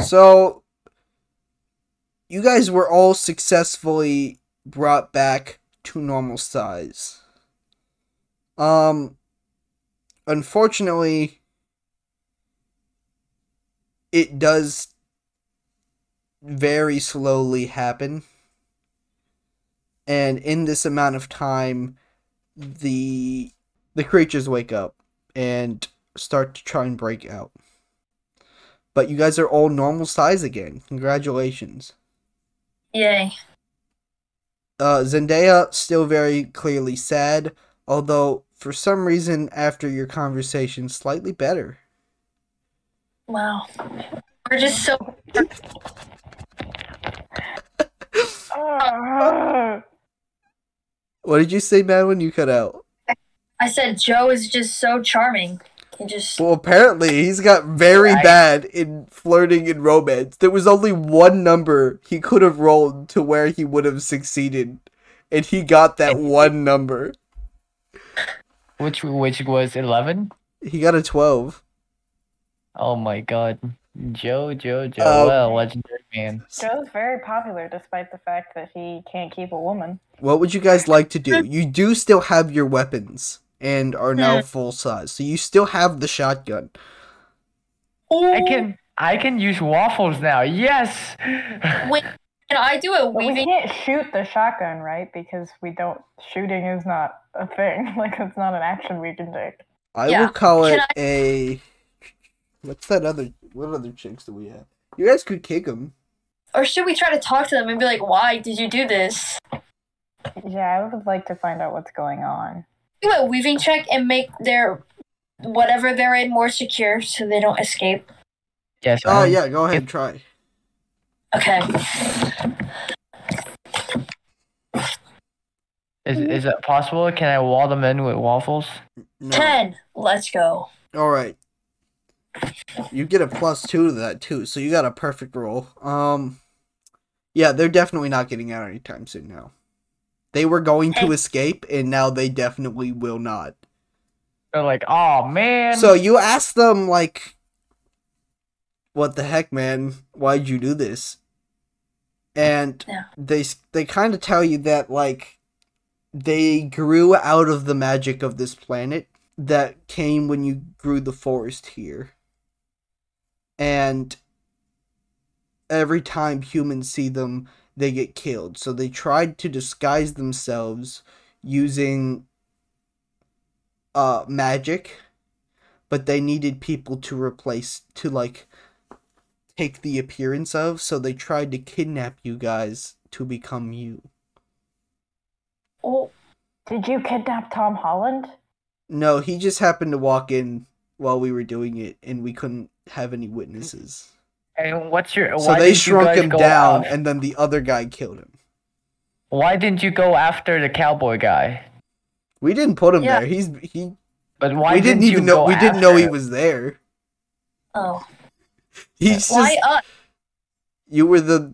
Speaker 1: So you guys were all successfully brought back to normal size. Um unfortunately it does very slowly happen. And in this amount of time the the creatures wake up and start to try and break out. But you guys are all normal size again. Congratulations.
Speaker 3: Yay.
Speaker 1: Uh, Zendaya still very clearly sad, although for some reason after your conversation, slightly better.
Speaker 3: Wow. We're just so.
Speaker 2: Oh,
Speaker 1: What did you say, Madeline? You cut out.
Speaker 3: I said Joe is just so charming. He just
Speaker 1: Well, apparently he's got very
Speaker 4: Right.
Speaker 1: bad in flirting and romance. There was only one number he could have rolled to where he would have succeeded, and he got that one number.
Speaker 4: Which which was eleven?
Speaker 1: He got a twelve.
Speaker 4: Oh my god. Joe, Joe, Joe.
Speaker 1: Oh.
Speaker 4: well, legendary man.
Speaker 2: Joe's very popular despite the fact that he can't keep a woman.
Speaker 1: What would you guys like to do? You do still have your weapons and are
Speaker 3: Hmm.
Speaker 1: now full size, so you still have the shotgun.
Speaker 4: I can I can use waffles now. Yes.
Speaker 3: Wait, can I do a
Speaker 2: But we
Speaker 3: weaving?
Speaker 2: can't shoot the shotgun, right? Because we don't. Shooting is not a thing. Like it's not an action we can take.
Speaker 1: I
Speaker 3: Yeah.
Speaker 1: will call it
Speaker 3: Can I-
Speaker 1: a. What's that other? What other chicks do we have? You guys could kick him.
Speaker 3: Or should we try to talk to them and be like, why did you do this?
Speaker 2: Yeah, I would like to find out what's going on.
Speaker 3: Do a weaving check and make their whatever they're in more secure so they don't escape.
Speaker 4: Yes.
Speaker 1: Oh
Speaker 4: um,
Speaker 1: yeah, go ahead, try.
Speaker 3: Okay.
Speaker 4: Is is that possible? Can I wall them in with waffles?
Speaker 1: No.
Speaker 3: 10. Let's go.
Speaker 1: All right. You get a plus two to that too, so you got a perfect roll. Um, yeah, they're definitely not getting out anytime soon now. They were going to
Speaker 3: Hey.
Speaker 1: escape, and now they definitely will not.
Speaker 4: They're like, oh man.
Speaker 1: So you ask them like, "What the heck, man? Why'd you do this?" And
Speaker 3: Yeah.
Speaker 1: they s- they kind of tell you that like they grew out of the magic of this planet that came when you grew the forest here. And every time humans see them, they get killed. So they tried to disguise themselves using uh magic but they needed people to replace to like take the appearance of so they tried to kidnap you guys to become you
Speaker 3: Oh,
Speaker 2: Did you kidnap Tom Holland?
Speaker 1: no he just happened to walk in while we were doing it and we couldn't have any witnesses
Speaker 4: and what's your?
Speaker 1: so
Speaker 4: why
Speaker 1: they
Speaker 4: didn't you
Speaker 1: shrunk
Speaker 4: guys
Speaker 1: him
Speaker 4: go
Speaker 1: down
Speaker 4: af-
Speaker 1: and then the other guy killed him
Speaker 4: why didn't you go after the cowboy guy?
Speaker 1: we didn't put him
Speaker 3: Yeah.
Speaker 1: there he's he
Speaker 4: But why
Speaker 1: we didn't
Speaker 4: you
Speaker 1: even know
Speaker 4: go
Speaker 1: we didn't know
Speaker 4: after
Speaker 1: he
Speaker 4: him?
Speaker 1: was there
Speaker 3: oh.
Speaker 1: he's
Speaker 3: Why
Speaker 1: just
Speaker 3: us?
Speaker 1: you were the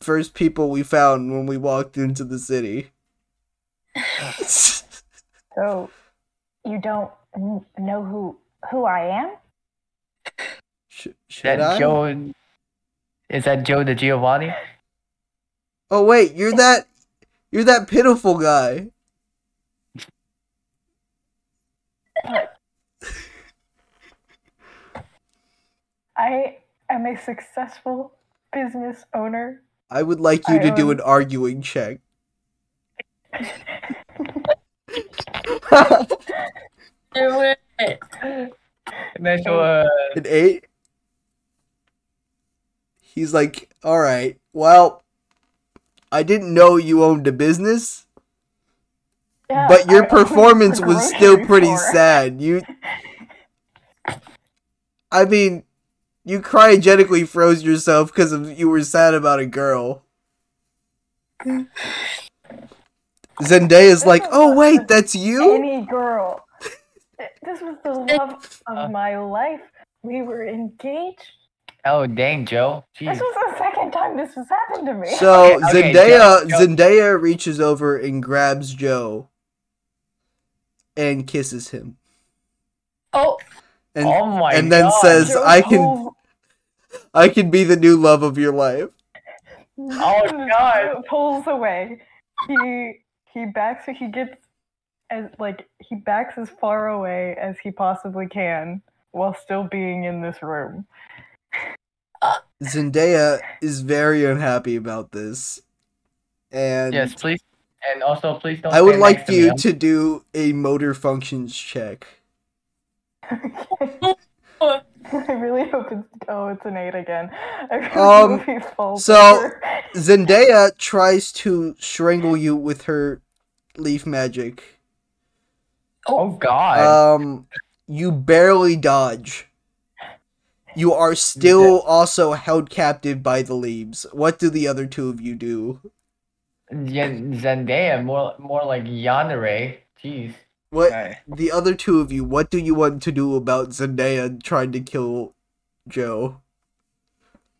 Speaker 1: first people we found when we walked into the city
Speaker 2: So you don't n- know who who I am?
Speaker 1: Sh- should
Speaker 4: That
Speaker 1: I?
Speaker 4: Joe. Is that Joe the Giovanni?
Speaker 1: Oh wait, you're that you're that pitiful guy.
Speaker 2: I am a successful business owner.
Speaker 1: I would like you
Speaker 2: I
Speaker 1: to do
Speaker 2: own-
Speaker 1: an arguing check.
Speaker 3: Do it.
Speaker 4: That's uh,
Speaker 1: An eight. He's like, all right, well, I didn't know you owned a business,
Speaker 2: Yeah,
Speaker 1: but your
Speaker 2: I own a
Speaker 1: performance was still
Speaker 2: grocery
Speaker 1: pretty
Speaker 2: store.
Speaker 1: sad. You, I mean, you cryogenically froze yourself because you were sad about a girl. Zendaya's like, oh wait, that's you.
Speaker 2: Any girl. This was the love
Speaker 4: Uh.
Speaker 2: of my life. We were engaged.
Speaker 4: oh dang Joe. Jeez.
Speaker 2: This was the second time this has happened to me.
Speaker 1: So
Speaker 4: Okay, okay,
Speaker 1: Zendaya
Speaker 4: Joe, Joe.
Speaker 1: Zendaya reaches over and grabs Joe and kisses him.
Speaker 3: Oh,
Speaker 1: And
Speaker 4: oh my
Speaker 1: and then
Speaker 4: God.
Speaker 1: says- I can-
Speaker 2: pulled-
Speaker 1: I can be the new love of your life.
Speaker 4: Oh, God.
Speaker 2: Pulls away. He he backs. He gets as like he backs as far away as he possibly can while still being in this room.
Speaker 1: Zendaya is very unhappy about this. And
Speaker 4: yes, please. And also, please don't.
Speaker 1: I would
Speaker 4: stand
Speaker 1: like
Speaker 4: next to
Speaker 1: you
Speaker 4: me.
Speaker 1: to do a motor functions check.
Speaker 2: I really hope it's oh, it's an eight again. I really
Speaker 1: Um,
Speaker 2: hope he falls
Speaker 1: so-
Speaker 2: over.
Speaker 1: Zendaya tries to strangle you with her leaf magic.
Speaker 4: Oh God.
Speaker 1: Um, you barely dodge. You are still also held captive by the leaves. What do the other two of you do?
Speaker 4: Yen- Zendaya, more more like Yandere. Jeez.
Speaker 1: What
Speaker 4: Right.
Speaker 1: the other two of you? What do you want to do about Zendaya trying to kill Joe?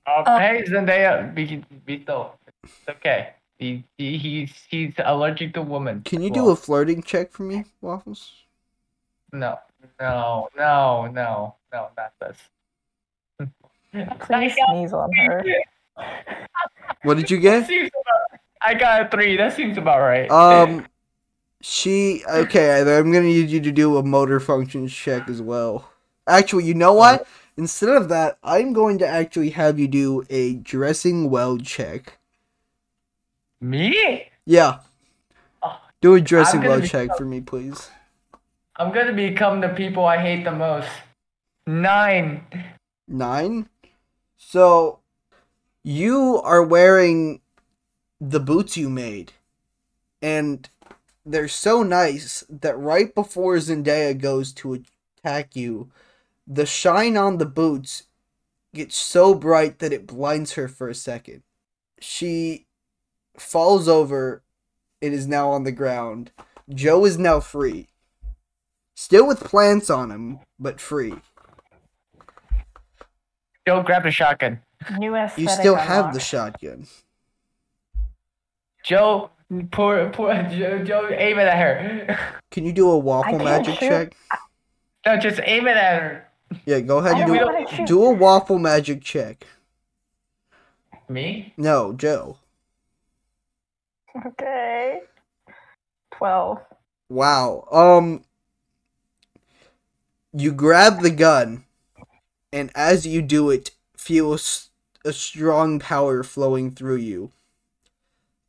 Speaker 4: Um,
Speaker 3: Uh,
Speaker 4: hey, Zendaya, be, be still. It's okay. He, he, he's, he's allergic to women.
Speaker 1: Can you do
Speaker 4: Well,
Speaker 1: a flirting check for me, Waffles?
Speaker 4: No, no, no, no, no, not this.
Speaker 2: Please sneeze on her.
Speaker 1: What did you get?
Speaker 4: Seems about, I got a three. That seems about right.
Speaker 1: Um, she. Okay, and I'm gonna need you to do a motor functions check as well. Actually, you know what? Instead of that, I'm going to actually have you do a dressing well check.
Speaker 4: me?
Speaker 1: Yeah.
Speaker 4: Oh,
Speaker 1: Do a dressing
Speaker 4: gonna
Speaker 1: well
Speaker 4: be-
Speaker 1: check for me, please.
Speaker 4: I'm gonna become the people I hate the most. Nine.
Speaker 1: Nine. So, you are wearing the boots you made, and they're so nice that right before Zendaya goes to attack you, the shine on the boots gets so bright that it blinds her for a second. She falls over and is now on the ground. Joe is now free. Still with plants on him, but free.
Speaker 4: Joe, grab the shotgun.
Speaker 2: New
Speaker 1: You
Speaker 2: aesthetic
Speaker 1: still have the
Speaker 2: unlocked.
Speaker 1: shotgun.
Speaker 4: Joe, poor, poor Joe, Joe, aim it at her.
Speaker 1: Can you do a waffle
Speaker 2: can't
Speaker 1: magic
Speaker 2: shoot.
Speaker 1: check?
Speaker 4: No, just aim it at her.
Speaker 1: Yeah, go ahead
Speaker 2: I
Speaker 1: and
Speaker 2: don't
Speaker 1: do
Speaker 4: do-
Speaker 2: want to shoot.
Speaker 1: do a waffle magic check.
Speaker 4: Me?
Speaker 1: No, Joe.
Speaker 2: Okay. Twelve.
Speaker 1: Um, Wow. Um you grab the gun and as you do it feel a, s- a strong power flowing through you.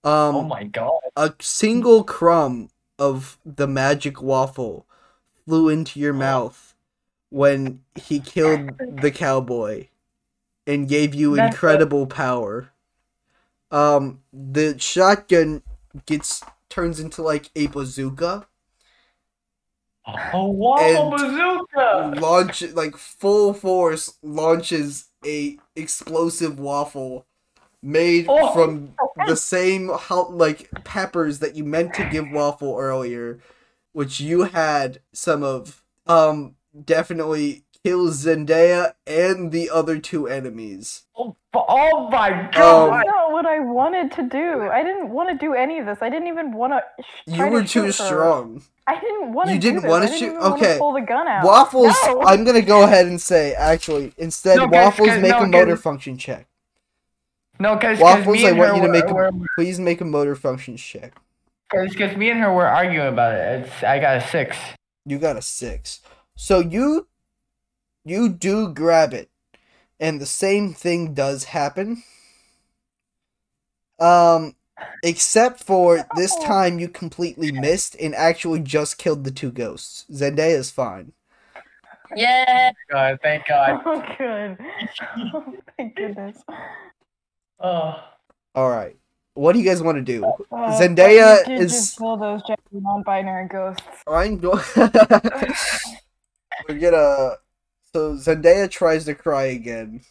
Speaker 1: Um
Speaker 4: Oh my god.
Speaker 1: a single crumb of the magic waffle flew into your mouth when he killed the cowboy and gave you
Speaker 4: That's-
Speaker 1: incredible power. Um, the shotgun gets turns into like a bazooka,
Speaker 4: Oh, waffle bazooka!
Speaker 1: launch like full force launches a explosive waffle made
Speaker 4: Oh.
Speaker 1: from the same how like peppers that you meant to give waffle earlier, which you had some of. Um, definitely kills Zendaya and the other two enemies.
Speaker 4: Oh, oh my
Speaker 1: Um,
Speaker 4: god!
Speaker 2: That's not what I wanted to do. I didn't want to do any of this. I didn't even want to. Sh- try
Speaker 1: You were
Speaker 2: to
Speaker 1: too
Speaker 2: shoot her.
Speaker 1: strong.
Speaker 2: I didn't want to.
Speaker 1: You didn't
Speaker 2: want
Speaker 1: wanna
Speaker 2: to
Speaker 1: shoot-
Speaker 2: Wanna
Speaker 1: okay.
Speaker 2: pull the gun out.
Speaker 1: Waffles.
Speaker 2: No.
Speaker 1: I'm gonna go ahead and say actually instead
Speaker 4: No, guys,
Speaker 1: waffles
Speaker 4: guys,
Speaker 1: make
Speaker 4: no,
Speaker 1: a motor
Speaker 4: guys.
Speaker 1: function check.
Speaker 4: no, because
Speaker 1: Waffles,
Speaker 4: me
Speaker 1: I
Speaker 4: and
Speaker 1: want
Speaker 4: her
Speaker 1: you to
Speaker 4: were,
Speaker 1: make a,
Speaker 4: were,
Speaker 1: please make a motor functions check.
Speaker 4: because me and her were arguing about it. It's, I got a six.
Speaker 1: You got a six. So you you do grab it, and the same thing does happen. Um except for this
Speaker 2: No.
Speaker 1: time you completely missed and actually just killed the two ghosts. Zendaya is fine.
Speaker 3: Yeah.
Speaker 4: God, thank God.
Speaker 2: Oh, good. Oh, thank goodness.
Speaker 4: Oh.
Speaker 1: Alright. What do you guys want to do?
Speaker 2: Uh,
Speaker 1: Zendaya
Speaker 2: but you did
Speaker 1: is-
Speaker 2: just kill those giant non-binary ghosts.
Speaker 1: I'm going We're gonna so Zendaya tries to cry again.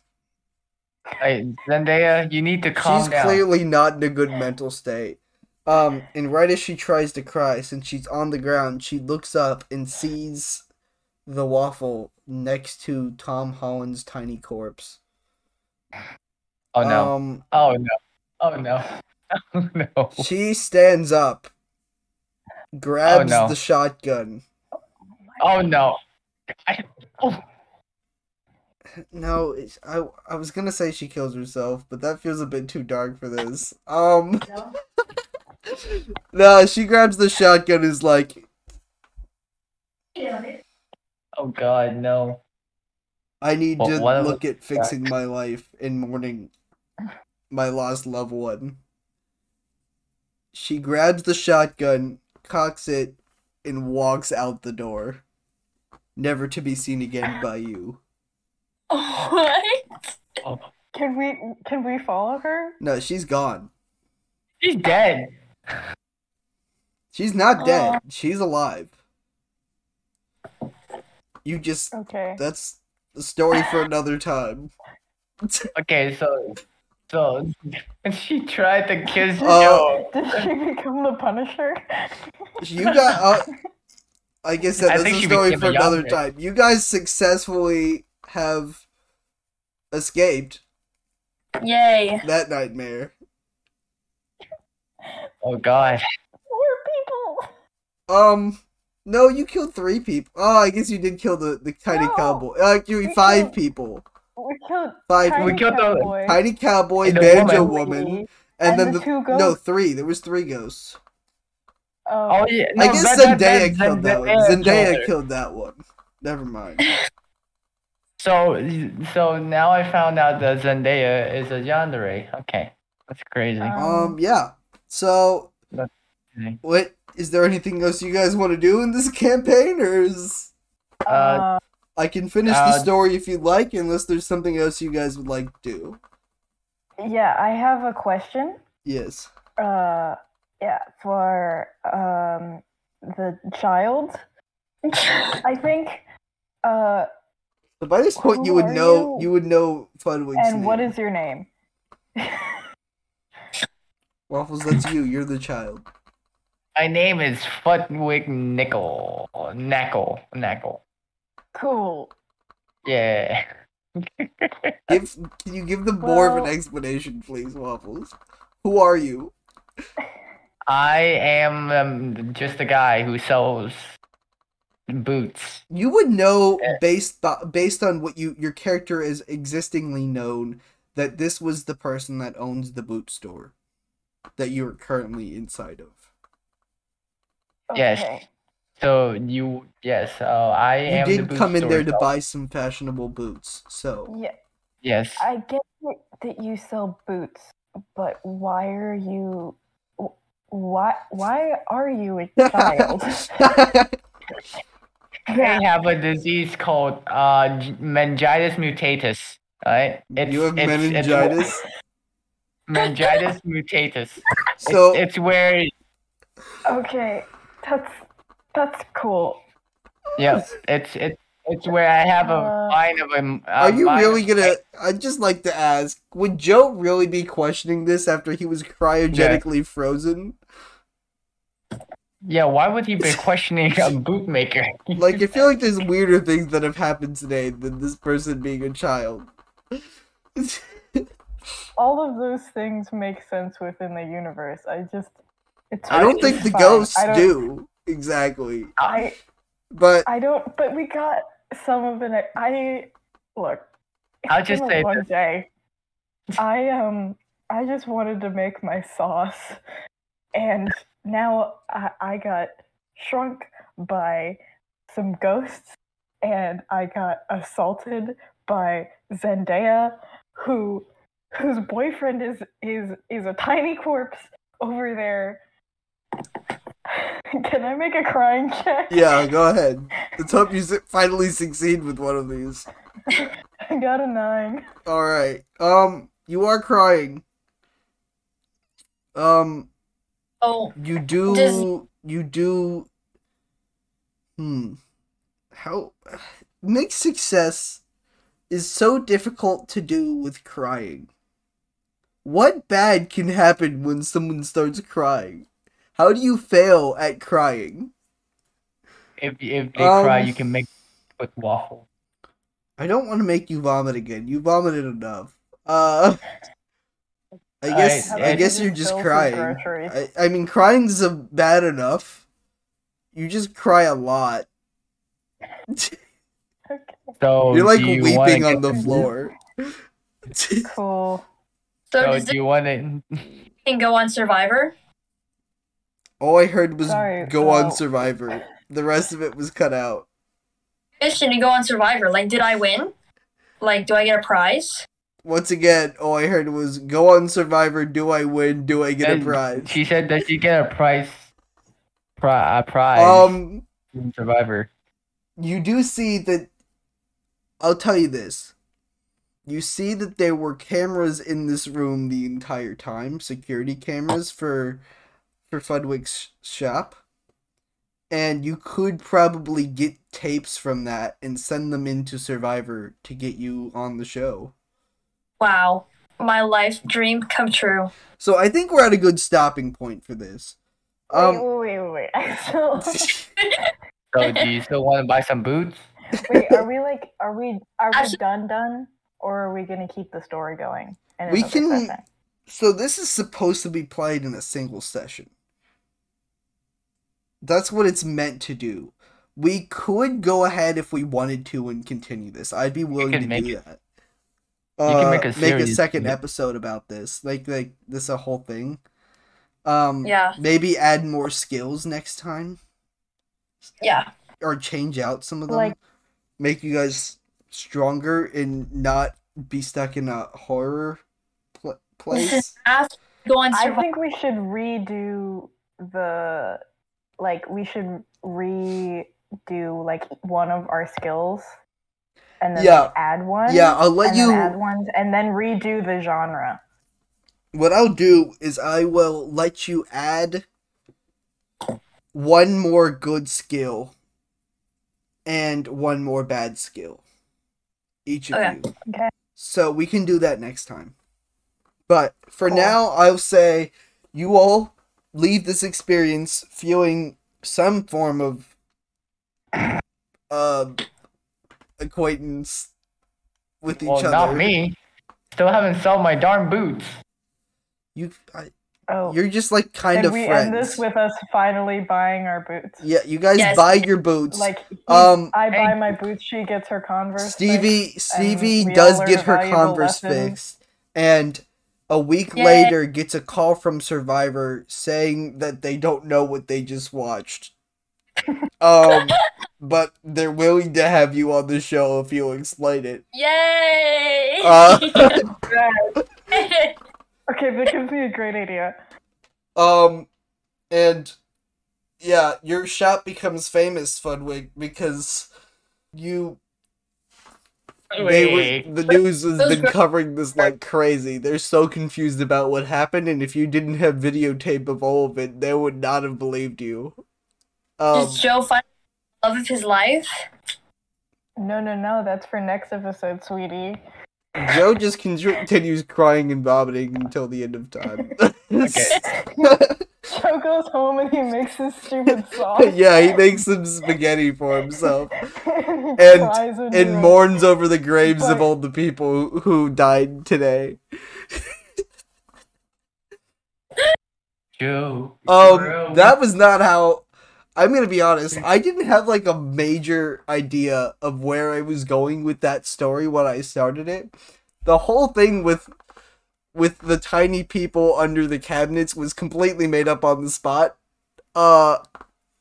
Speaker 4: Hey, Zendaya, you need to calm
Speaker 1: she's
Speaker 4: down.
Speaker 1: clearly not in a good mental state. Um, and right as she tries to cry, since she's on the ground, she looks up and sees the waffle next to Tom Holland's tiny corpse.
Speaker 4: oh no.
Speaker 1: Um,
Speaker 4: oh no. Oh no. Oh no.
Speaker 1: she stands up, grabs
Speaker 4: no.
Speaker 1: the shotgun.
Speaker 4: Oh no. I, oh,
Speaker 1: No, it's, I I was gonna say she kills herself, but that feels a bit too dark for this. Um, no, she grabs the shotgun. and Is like,
Speaker 4: oh god, no.
Speaker 1: I need
Speaker 4: Well,
Speaker 1: to
Speaker 4: one of
Speaker 1: look at fixing my life and mourning my lost loved one. She grabs the shotgun, cocks it, and walks out the door, never to be seen again by you.
Speaker 3: What?
Speaker 2: Can we? Can we follow her?
Speaker 1: No, she's gone.
Speaker 4: She's dead.
Speaker 1: She's not dead. She's alive. You just.
Speaker 2: Okay.
Speaker 1: That's the story for another time.
Speaker 4: Okay, so so she tried to kiss
Speaker 1: Uh,
Speaker 4: Joe.
Speaker 2: Did she become the Punisher?
Speaker 1: You got. Uh, Like I said,
Speaker 4: I
Speaker 1: that's
Speaker 4: think
Speaker 1: a
Speaker 4: she
Speaker 1: story
Speaker 4: became
Speaker 1: for
Speaker 4: a
Speaker 1: another
Speaker 4: yandere.
Speaker 1: time. You guys successfully have escaped
Speaker 3: Yay.
Speaker 1: that nightmare.
Speaker 4: Oh god.
Speaker 2: Four people.
Speaker 1: Um, no, you killed three people. Oh, I guess you did kill the the tiny
Speaker 2: No.
Speaker 1: cowboy. Uh, you
Speaker 2: We
Speaker 1: five
Speaker 2: killed-
Speaker 1: people.
Speaker 2: We killed
Speaker 1: Five. people.
Speaker 2: Tiny
Speaker 4: We killed the-
Speaker 2: Cowboy,
Speaker 1: Tiny cowboy,
Speaker 4: And the
Speaker 1: banjo
Speaker 2: Lee,
Speaker 1: woman, and,
Speaker 2: and
Speaker 1: then
Speaker 2: the
Speaker 1: the,
Speaker 2: two
Speaker 1: no
Speaker 2: ghosts.
Speaker 1: three. There was three ghosts.
Speaker 2: Oh,
Speaker 4: Oh yeah.
Speaker 1: I
Speaker 4: no,
Speaker 1: guess
Speaker 4: that- that-
Speaker 1: Zendaya
Speaker 4: that-
Speaker 1: killed that, one.
Speaker 4: killed
Speaker 1: Zendaya
Speaker 4: her.
Speaker 1: killed, that one. Never mind.
Speaker 4: So, so now I found out that Zendaya is a yandere. Okay, that's crazy.
Speaker 2: Um,
Speaker 1: Um, yeah. So,
Speaker 4: That's okay.
Speaker 1: what is there anything else you guys want to do in this campaign, or is
Speaker 2: uh,
Speaker 4: uh,
Speaker 1: I can finish the
Speaker 4: Uh,
Speaker 1: story if you'd like, unless there's something else you guys would like to do.
Speaker 2: yeah, I have a question.
Speaker 1: Yes.
Speaker 2: Uh, yeah, for um the child, I think. Uh,
Speaker 1: So by this point,
Speaker 2: Who
Speaker 1: you would
Speaker 2: are
Speaker 1: know
Speaker 2: you?
Speaker 1: you would know Fudwig's
Speaker 2: and
Speaker 1: name.
Speaker 2: what is your name?
Speaker 1: Waffles? That's you. You're the child.
Speaker 4: my name is Futwig Nickel. Knackle. Knackle.
Speaker 2: cool.
Speaker 4: Yeah.
Speaker 1: Give can you give them more of an
Speaker 2: Well-
Speaker 1: explanation, please, Waffles? Who are you?
Speaker 4: I am um, just a guy who sells boots.
Speaker 1: You would know
Speaker 4: Eh.
Speaker 1: based bo- based on what you your character is existingly known that this was the person that owns the boot store that you are currently inside of.
Speaker 4: Yes.
Speaker 2: Okay.
Speaker 4: So you, yes, uh, I
Speaker 1: You
Speaker 4: am. the
Speaker 1: did
Speaker 4: boot
Speaker 1: come in
Speaker 4: store
Speaker 1: there to
Speaker 4: seller.
Speaker 1: buy some fashionable boots, so
Speaker 2: Yeah,
Speaker 4: Yes.
Speaker 2: I get that, that you sell boots, but why are you? wh- Why? Why are you a child?
Speaker 4: I have a disease called uh, g- meningitis mutatus. Right?
Speaker 1: you have
Speaker 4: it's- it's-
Speaker 1: meningitis.
Speaker 4: meningitis mutatus.
Speaker 1: so
Speaker 4: it's, it's where
Speaker 2: okay, that's that's cool.
Speaker 4: yeah, it's it's it's where I have a
Speaker 2: Uh,
Speaker 4: line of a.
Speaker 1: Are you really gonna? I'd just like to ask: Would Joe really be questioning this after he was cryogenically frozen?
Speaker 4: Yeah, why would he be questioning a bootmaker?
Speaker 1: Like, I feel like there's weirder things that have happened today than this person being a child.
Speaker 2: all of those things make sense within the universe. I just, it's.
Speaker 1: I don't
Speaker 2: it's
Speaker 1: think the
Speaker 2: fine.
Speaker 1: ghosts
Speaker 2: I don't-
Speaker 1: do exactly,
Speaker 2: I
Speaker 1: but
Speaker 2: I don't. But we got some of it. I look. it's
Speaker 4: I'll just
Speaker 2: been a
Speaker 4: say
Speaker 2: long day. I um. I just wanted to make my sauce, and now I, I got shrunk by some ghosts, and I got assaulted by Zendaya, who whose boyfriend is is is a tiny corpse over there. Can I make a crying check?
Speaker 1: yeah, go ahead. Let's hope you su- finally succeed with one of these.
Speaker 2: I got a nine.
Speaker 1: All right. Um, you are crying. Um,
Speaker 3: Oh,
Speaker 1: You do.
Speaker 3: Does-
Speaker 1: You do. Hmm. How mixed success is so difficult to do with crying. What bad can happen when someone starts crying? How do you fail at crying?
Speaker 4: If if they cry,
Speaker 1: Um,
Speaker 4: you can make with waffle.
Speaker 1: I don't want to make you vomit again. You vomited enough. Uh, I
Speaker 4: I-
Speaker 1: guess I,
Speaker 4: I
Speaker 1: guess
Speaker 2: didn't
Speaker 1: you're just
Speaker 2: fill for
Speaker 1: crying.
Speaker 2: groceries.
Speaker 1: I, I mean, crying's a bad enough. You just cry a lot.
Speaker 2: Okay,
Speaker 4: So
Speaker 1: You're like
Speaker 4: do you
Speaker 1: weeping
Speaker 4: wanna
Speaker 1: on the floor.
Speaker 2: cool.
Speaker 3: so
Speaker 4: So
Speaker 3: does
Speaker 4: do
Speaker 3: this
Speaker 4: you want to?
Speaker 3: thing go on Survivor?
Speaker 1: All I heard was
Speaker 2: Sorry,
Speaker 1: go
Speaker 2: uh,
Speaker 1: on Survivor. The rest of it was cut out.
Speaker 3: Mission to go on Survivor. Like, did I win? Like, do I get a prize?
Speaker 1: Once again, all I heard was go on Survivor. Do I win? Do I get a prize?
Speaker 4: She said that she get a prize. Pri- a prize.
Speaker 1: Um,
Speaker 4: from Survivor.
Speaker 1: you do see that. I'll tell you this. You see that there were cameras in this room the entire time, security cameras for for Fudwick's shop. And you could probably get tapes from that and send them into Survivor to get you on the show.
Speaker 3: Wow, my life dream come true.
Speaker 1: So I think we're at a good stopping point for this. Um,
Speaker 2: wait, wait, wait, wait. I still
Speaker 4: So do you still want to buy some boots?
Speaker 2: Wait, are we like, are we are we
Speaker 3: Actually-
Speaker 2: done done, or are we gonna keep the story going? in
Speaker 1: We
Speaker 2: another
Speaker 1: can-
Speaker 2: session?
Speaker 1: So this is supposed to be played in a single session. That's what it's meant to do. We could go ahead if we wanted to and continue this. I'd be willing
Speaker 4: could
Speaker 1: to
Speaker 4: make
Speaker 1: do that.
Speaker 4: you can make a
Speaker 1: Uh,
Speaker 4: series,
Speaker 1: second
Speaker 4: yeah.
Speaker 1: episode about this, like like this a whole thing. Um,
Speaker 3: Yeah.
Speaker 1: Maybe add more skills next time,
Speaker 3: Yeah.
Speaker 1: or change out some of them.
Speaker 2: Like-
Speaker 1: Make you guys stronger and not be stuck in a horror pl- place.
Speaker 3: Ask, go and
Speaker 2: I
Speaker 3: survive.
Speaker 2: think we should redo the, like we should redo like one of our skills, and then
Speaker 1: Yeah.
Speaker 2: like, add one.
Speaker 1: Yeah, I'll let
Speaker 2: and then
Speaker 1: you.
Speaker 2: add ones, and then redo the genre.
Speaker 1: What I'll do is I will let you add one more good skill and one more bad skill. Each of
Speaker 3: Okay.
Speaker 1: you.
Speaker 2: Oh, Okay.
Speaker 1: So we can do that next time. But for
Speaker 2: Cool.
Speaker 1: now, I'll say you all leave this experience feeling some form of uh, acquaintance with each
Speaker 4: Well,
Speaker 1: other.
Speaker 4: not me. Still haven't sold my darn boots.
Speaker 1: You, I,
Speaker 2: Oh,
Speaker 1: you're just like kind
Speaker 2: and
Speaker 1: of
Speaker 2: we
Speaker 1: friends.
Speaker 2: end this with us finally buying our boots.
Speaker 1: Yeah, you guys
Speaker 3: Yes.
Speaker 1: buy your boots.
Speaker 2: Like he-
Speaker 1: Um,
Speaker 2: I buy
Speaker 4: Hey.
Speaker 2: my boots, she gets her Converse. fixed.
Speaker 1: Stevie Stevie
Speaker 2: we all
Speaker 1: does
Speaker 2: learn
Speaker 1: get
Speaker 2: a
Speaker 1: her
Speaker 2: valuable
Speaker 1: Converse
Speaker 2: lesson.
Speaker 1: fixed, and a week
Speaker 3: Yay.
Speaker 1: later gets a call from Survivor saying that they don't know what they just watched. um, but they're willing to have you on the show if you explain it.
Speaker 3: Yay!
Speaker 1: Uh,
Speaker 2: Okay, that gives me a great idea.
Speaker 1: Um, and yeah, your shop becomes famous, Fudwig, because you. They
Speaker 4: Wait.
Speaker 1: were, the news has
Speaker 3: Those
Speaker 1: been
Speaker 3: girls-
Speaker 1: covering this like crazy. They're so confused about what happened, and if you didn't have videotape of all of it, they would not have believed you. Um,
Speaker 3: Does Joe find the love of his life?
Speaker 2: No, no, no, that's for next episode, sweetie.
Speaker 1: Joe just con- continues crying and vomiting until the end of time.
Speaker 2: Joe goes home and he makes this stupid song.
Speaker 1: yeah, he makes some spaghetti for himself.
Speaker 2: and
Speaker 1: And-
Speaker 2: cries into
Speaker 1: and
Speaker 2: it.
Speaker 1: mourns over the graves of
Speaker 2: But-
Speaker 1: all the people who- who died today.
Speaker 4: Joe. bro.
Speaker 1: Um, that was not how. I'm gonna be honest. I didn't have like a major idea of where I was going with that story when I started it. The whole thing with with the tiny people under the cabinets was completely made up on the spot. Uh,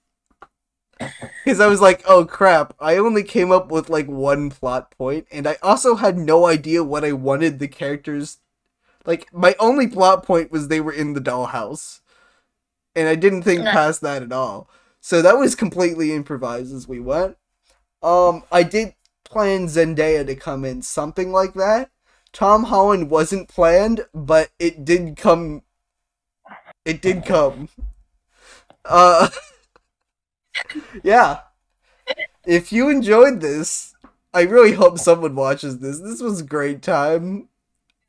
Speaker 1: because I was like, oh crap! I only came up with like one plot point, and I also had no idea what I wanted the characters. Like my only plot point was they were in the dollhouse, and I didn't think
Speaker 3: Nice.
Speaker 1: past that at all. So that was completely improvised as we went. Um, I did plan Zendaya to come in something like that. Tom Holland wasn't planned, but it did come. It did come. Uh, yeah. If you enjoyed this, I really hope someone watches this. This was a great time.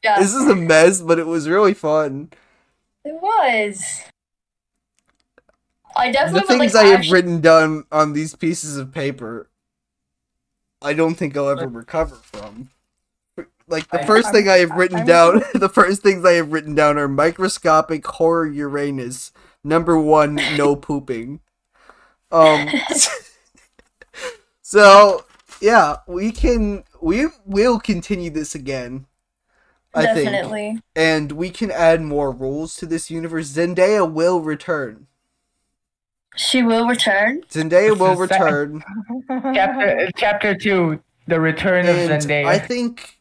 Speaker 3: Yeah.
Speaker 1: This is a mess, but it was really fun.
Speaker 3: it was. I
Speaker 1: The
Speaker 3: definitely would
Speaker 1: things
Speaker 3: like
Speaker 1: I
Speaker 3: to
Speaker 1: have
Speaker 3: actually-
Speaker 1: written down on these pieces of paper, I don't think I'll ever recover from. Like the
Speaker 4: I-
Speaker 1: first thing I have written
Speaker 2: I'm-
Speaker 1: down, the first things I have written down are microscopic horror Uranus. Number one, no pooping. Um. so yeah, we can we will continue this again. I think
Speaker 3: definitely.
Speaker 1: and we can add more rules to this universe. Zendaya will return.
Speaker 3: She will return.
Speaker 1: Zendaya
Speaker 4: This
Speaker 1: will
Speaker 4: is sad.
Speaker 1: return.
Speaker 4: Chapter Chapter Two: The Return of
Speaker 1: And
Speaker 4: Zendaya.
Speaker 1: I think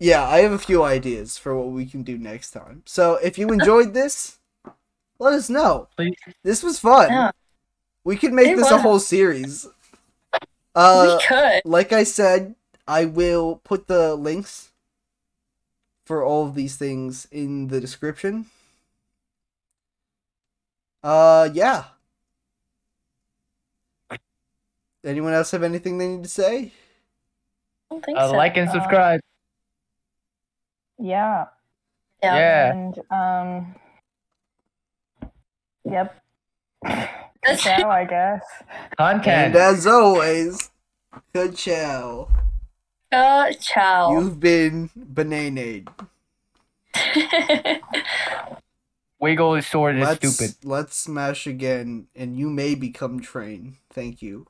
Speaker 1: Yeah, I have a few ideas for what we can do next time. So if you enjoyed this, let us know.
Speaker 4: Please.
Speaker 1: This was fun.
Speaker 3: Yeah.
Speaker 1: We could make
Speaker 3: It
Speaker 1: this a
Speaker 3: was.
Speaker 1: whole series. Uh
Speaker 3: we could.
Speaker 1: like I said, I will put the links for all of these things in the description. Uh, yeah. Anyone else have anything they need to say?
Speaker 3: I don't think
Speaker 4: Uh,
Speaker 3: so.
Speaker 4: like and
Speaker 2: uh,
Speaker 4: subscribe.
Speaker 2: yeah.
Speaker 4: yeah.
Speaker 2: And um. Yep.
Speaker 3: That's
Speaker 2: Now I guess.
Speaker 1: And
Speaker 4: Content.
Speaker 1: as always, good chow.
Speaker 3: uh, chow.
Speaker 1: You've been bananaed.
Speaker 4: Wiggle is sword is
Speaker 1: Let's,
Speaker 4: stupid.
Speaker 1: Let's smash again, and you may become train. Thank you.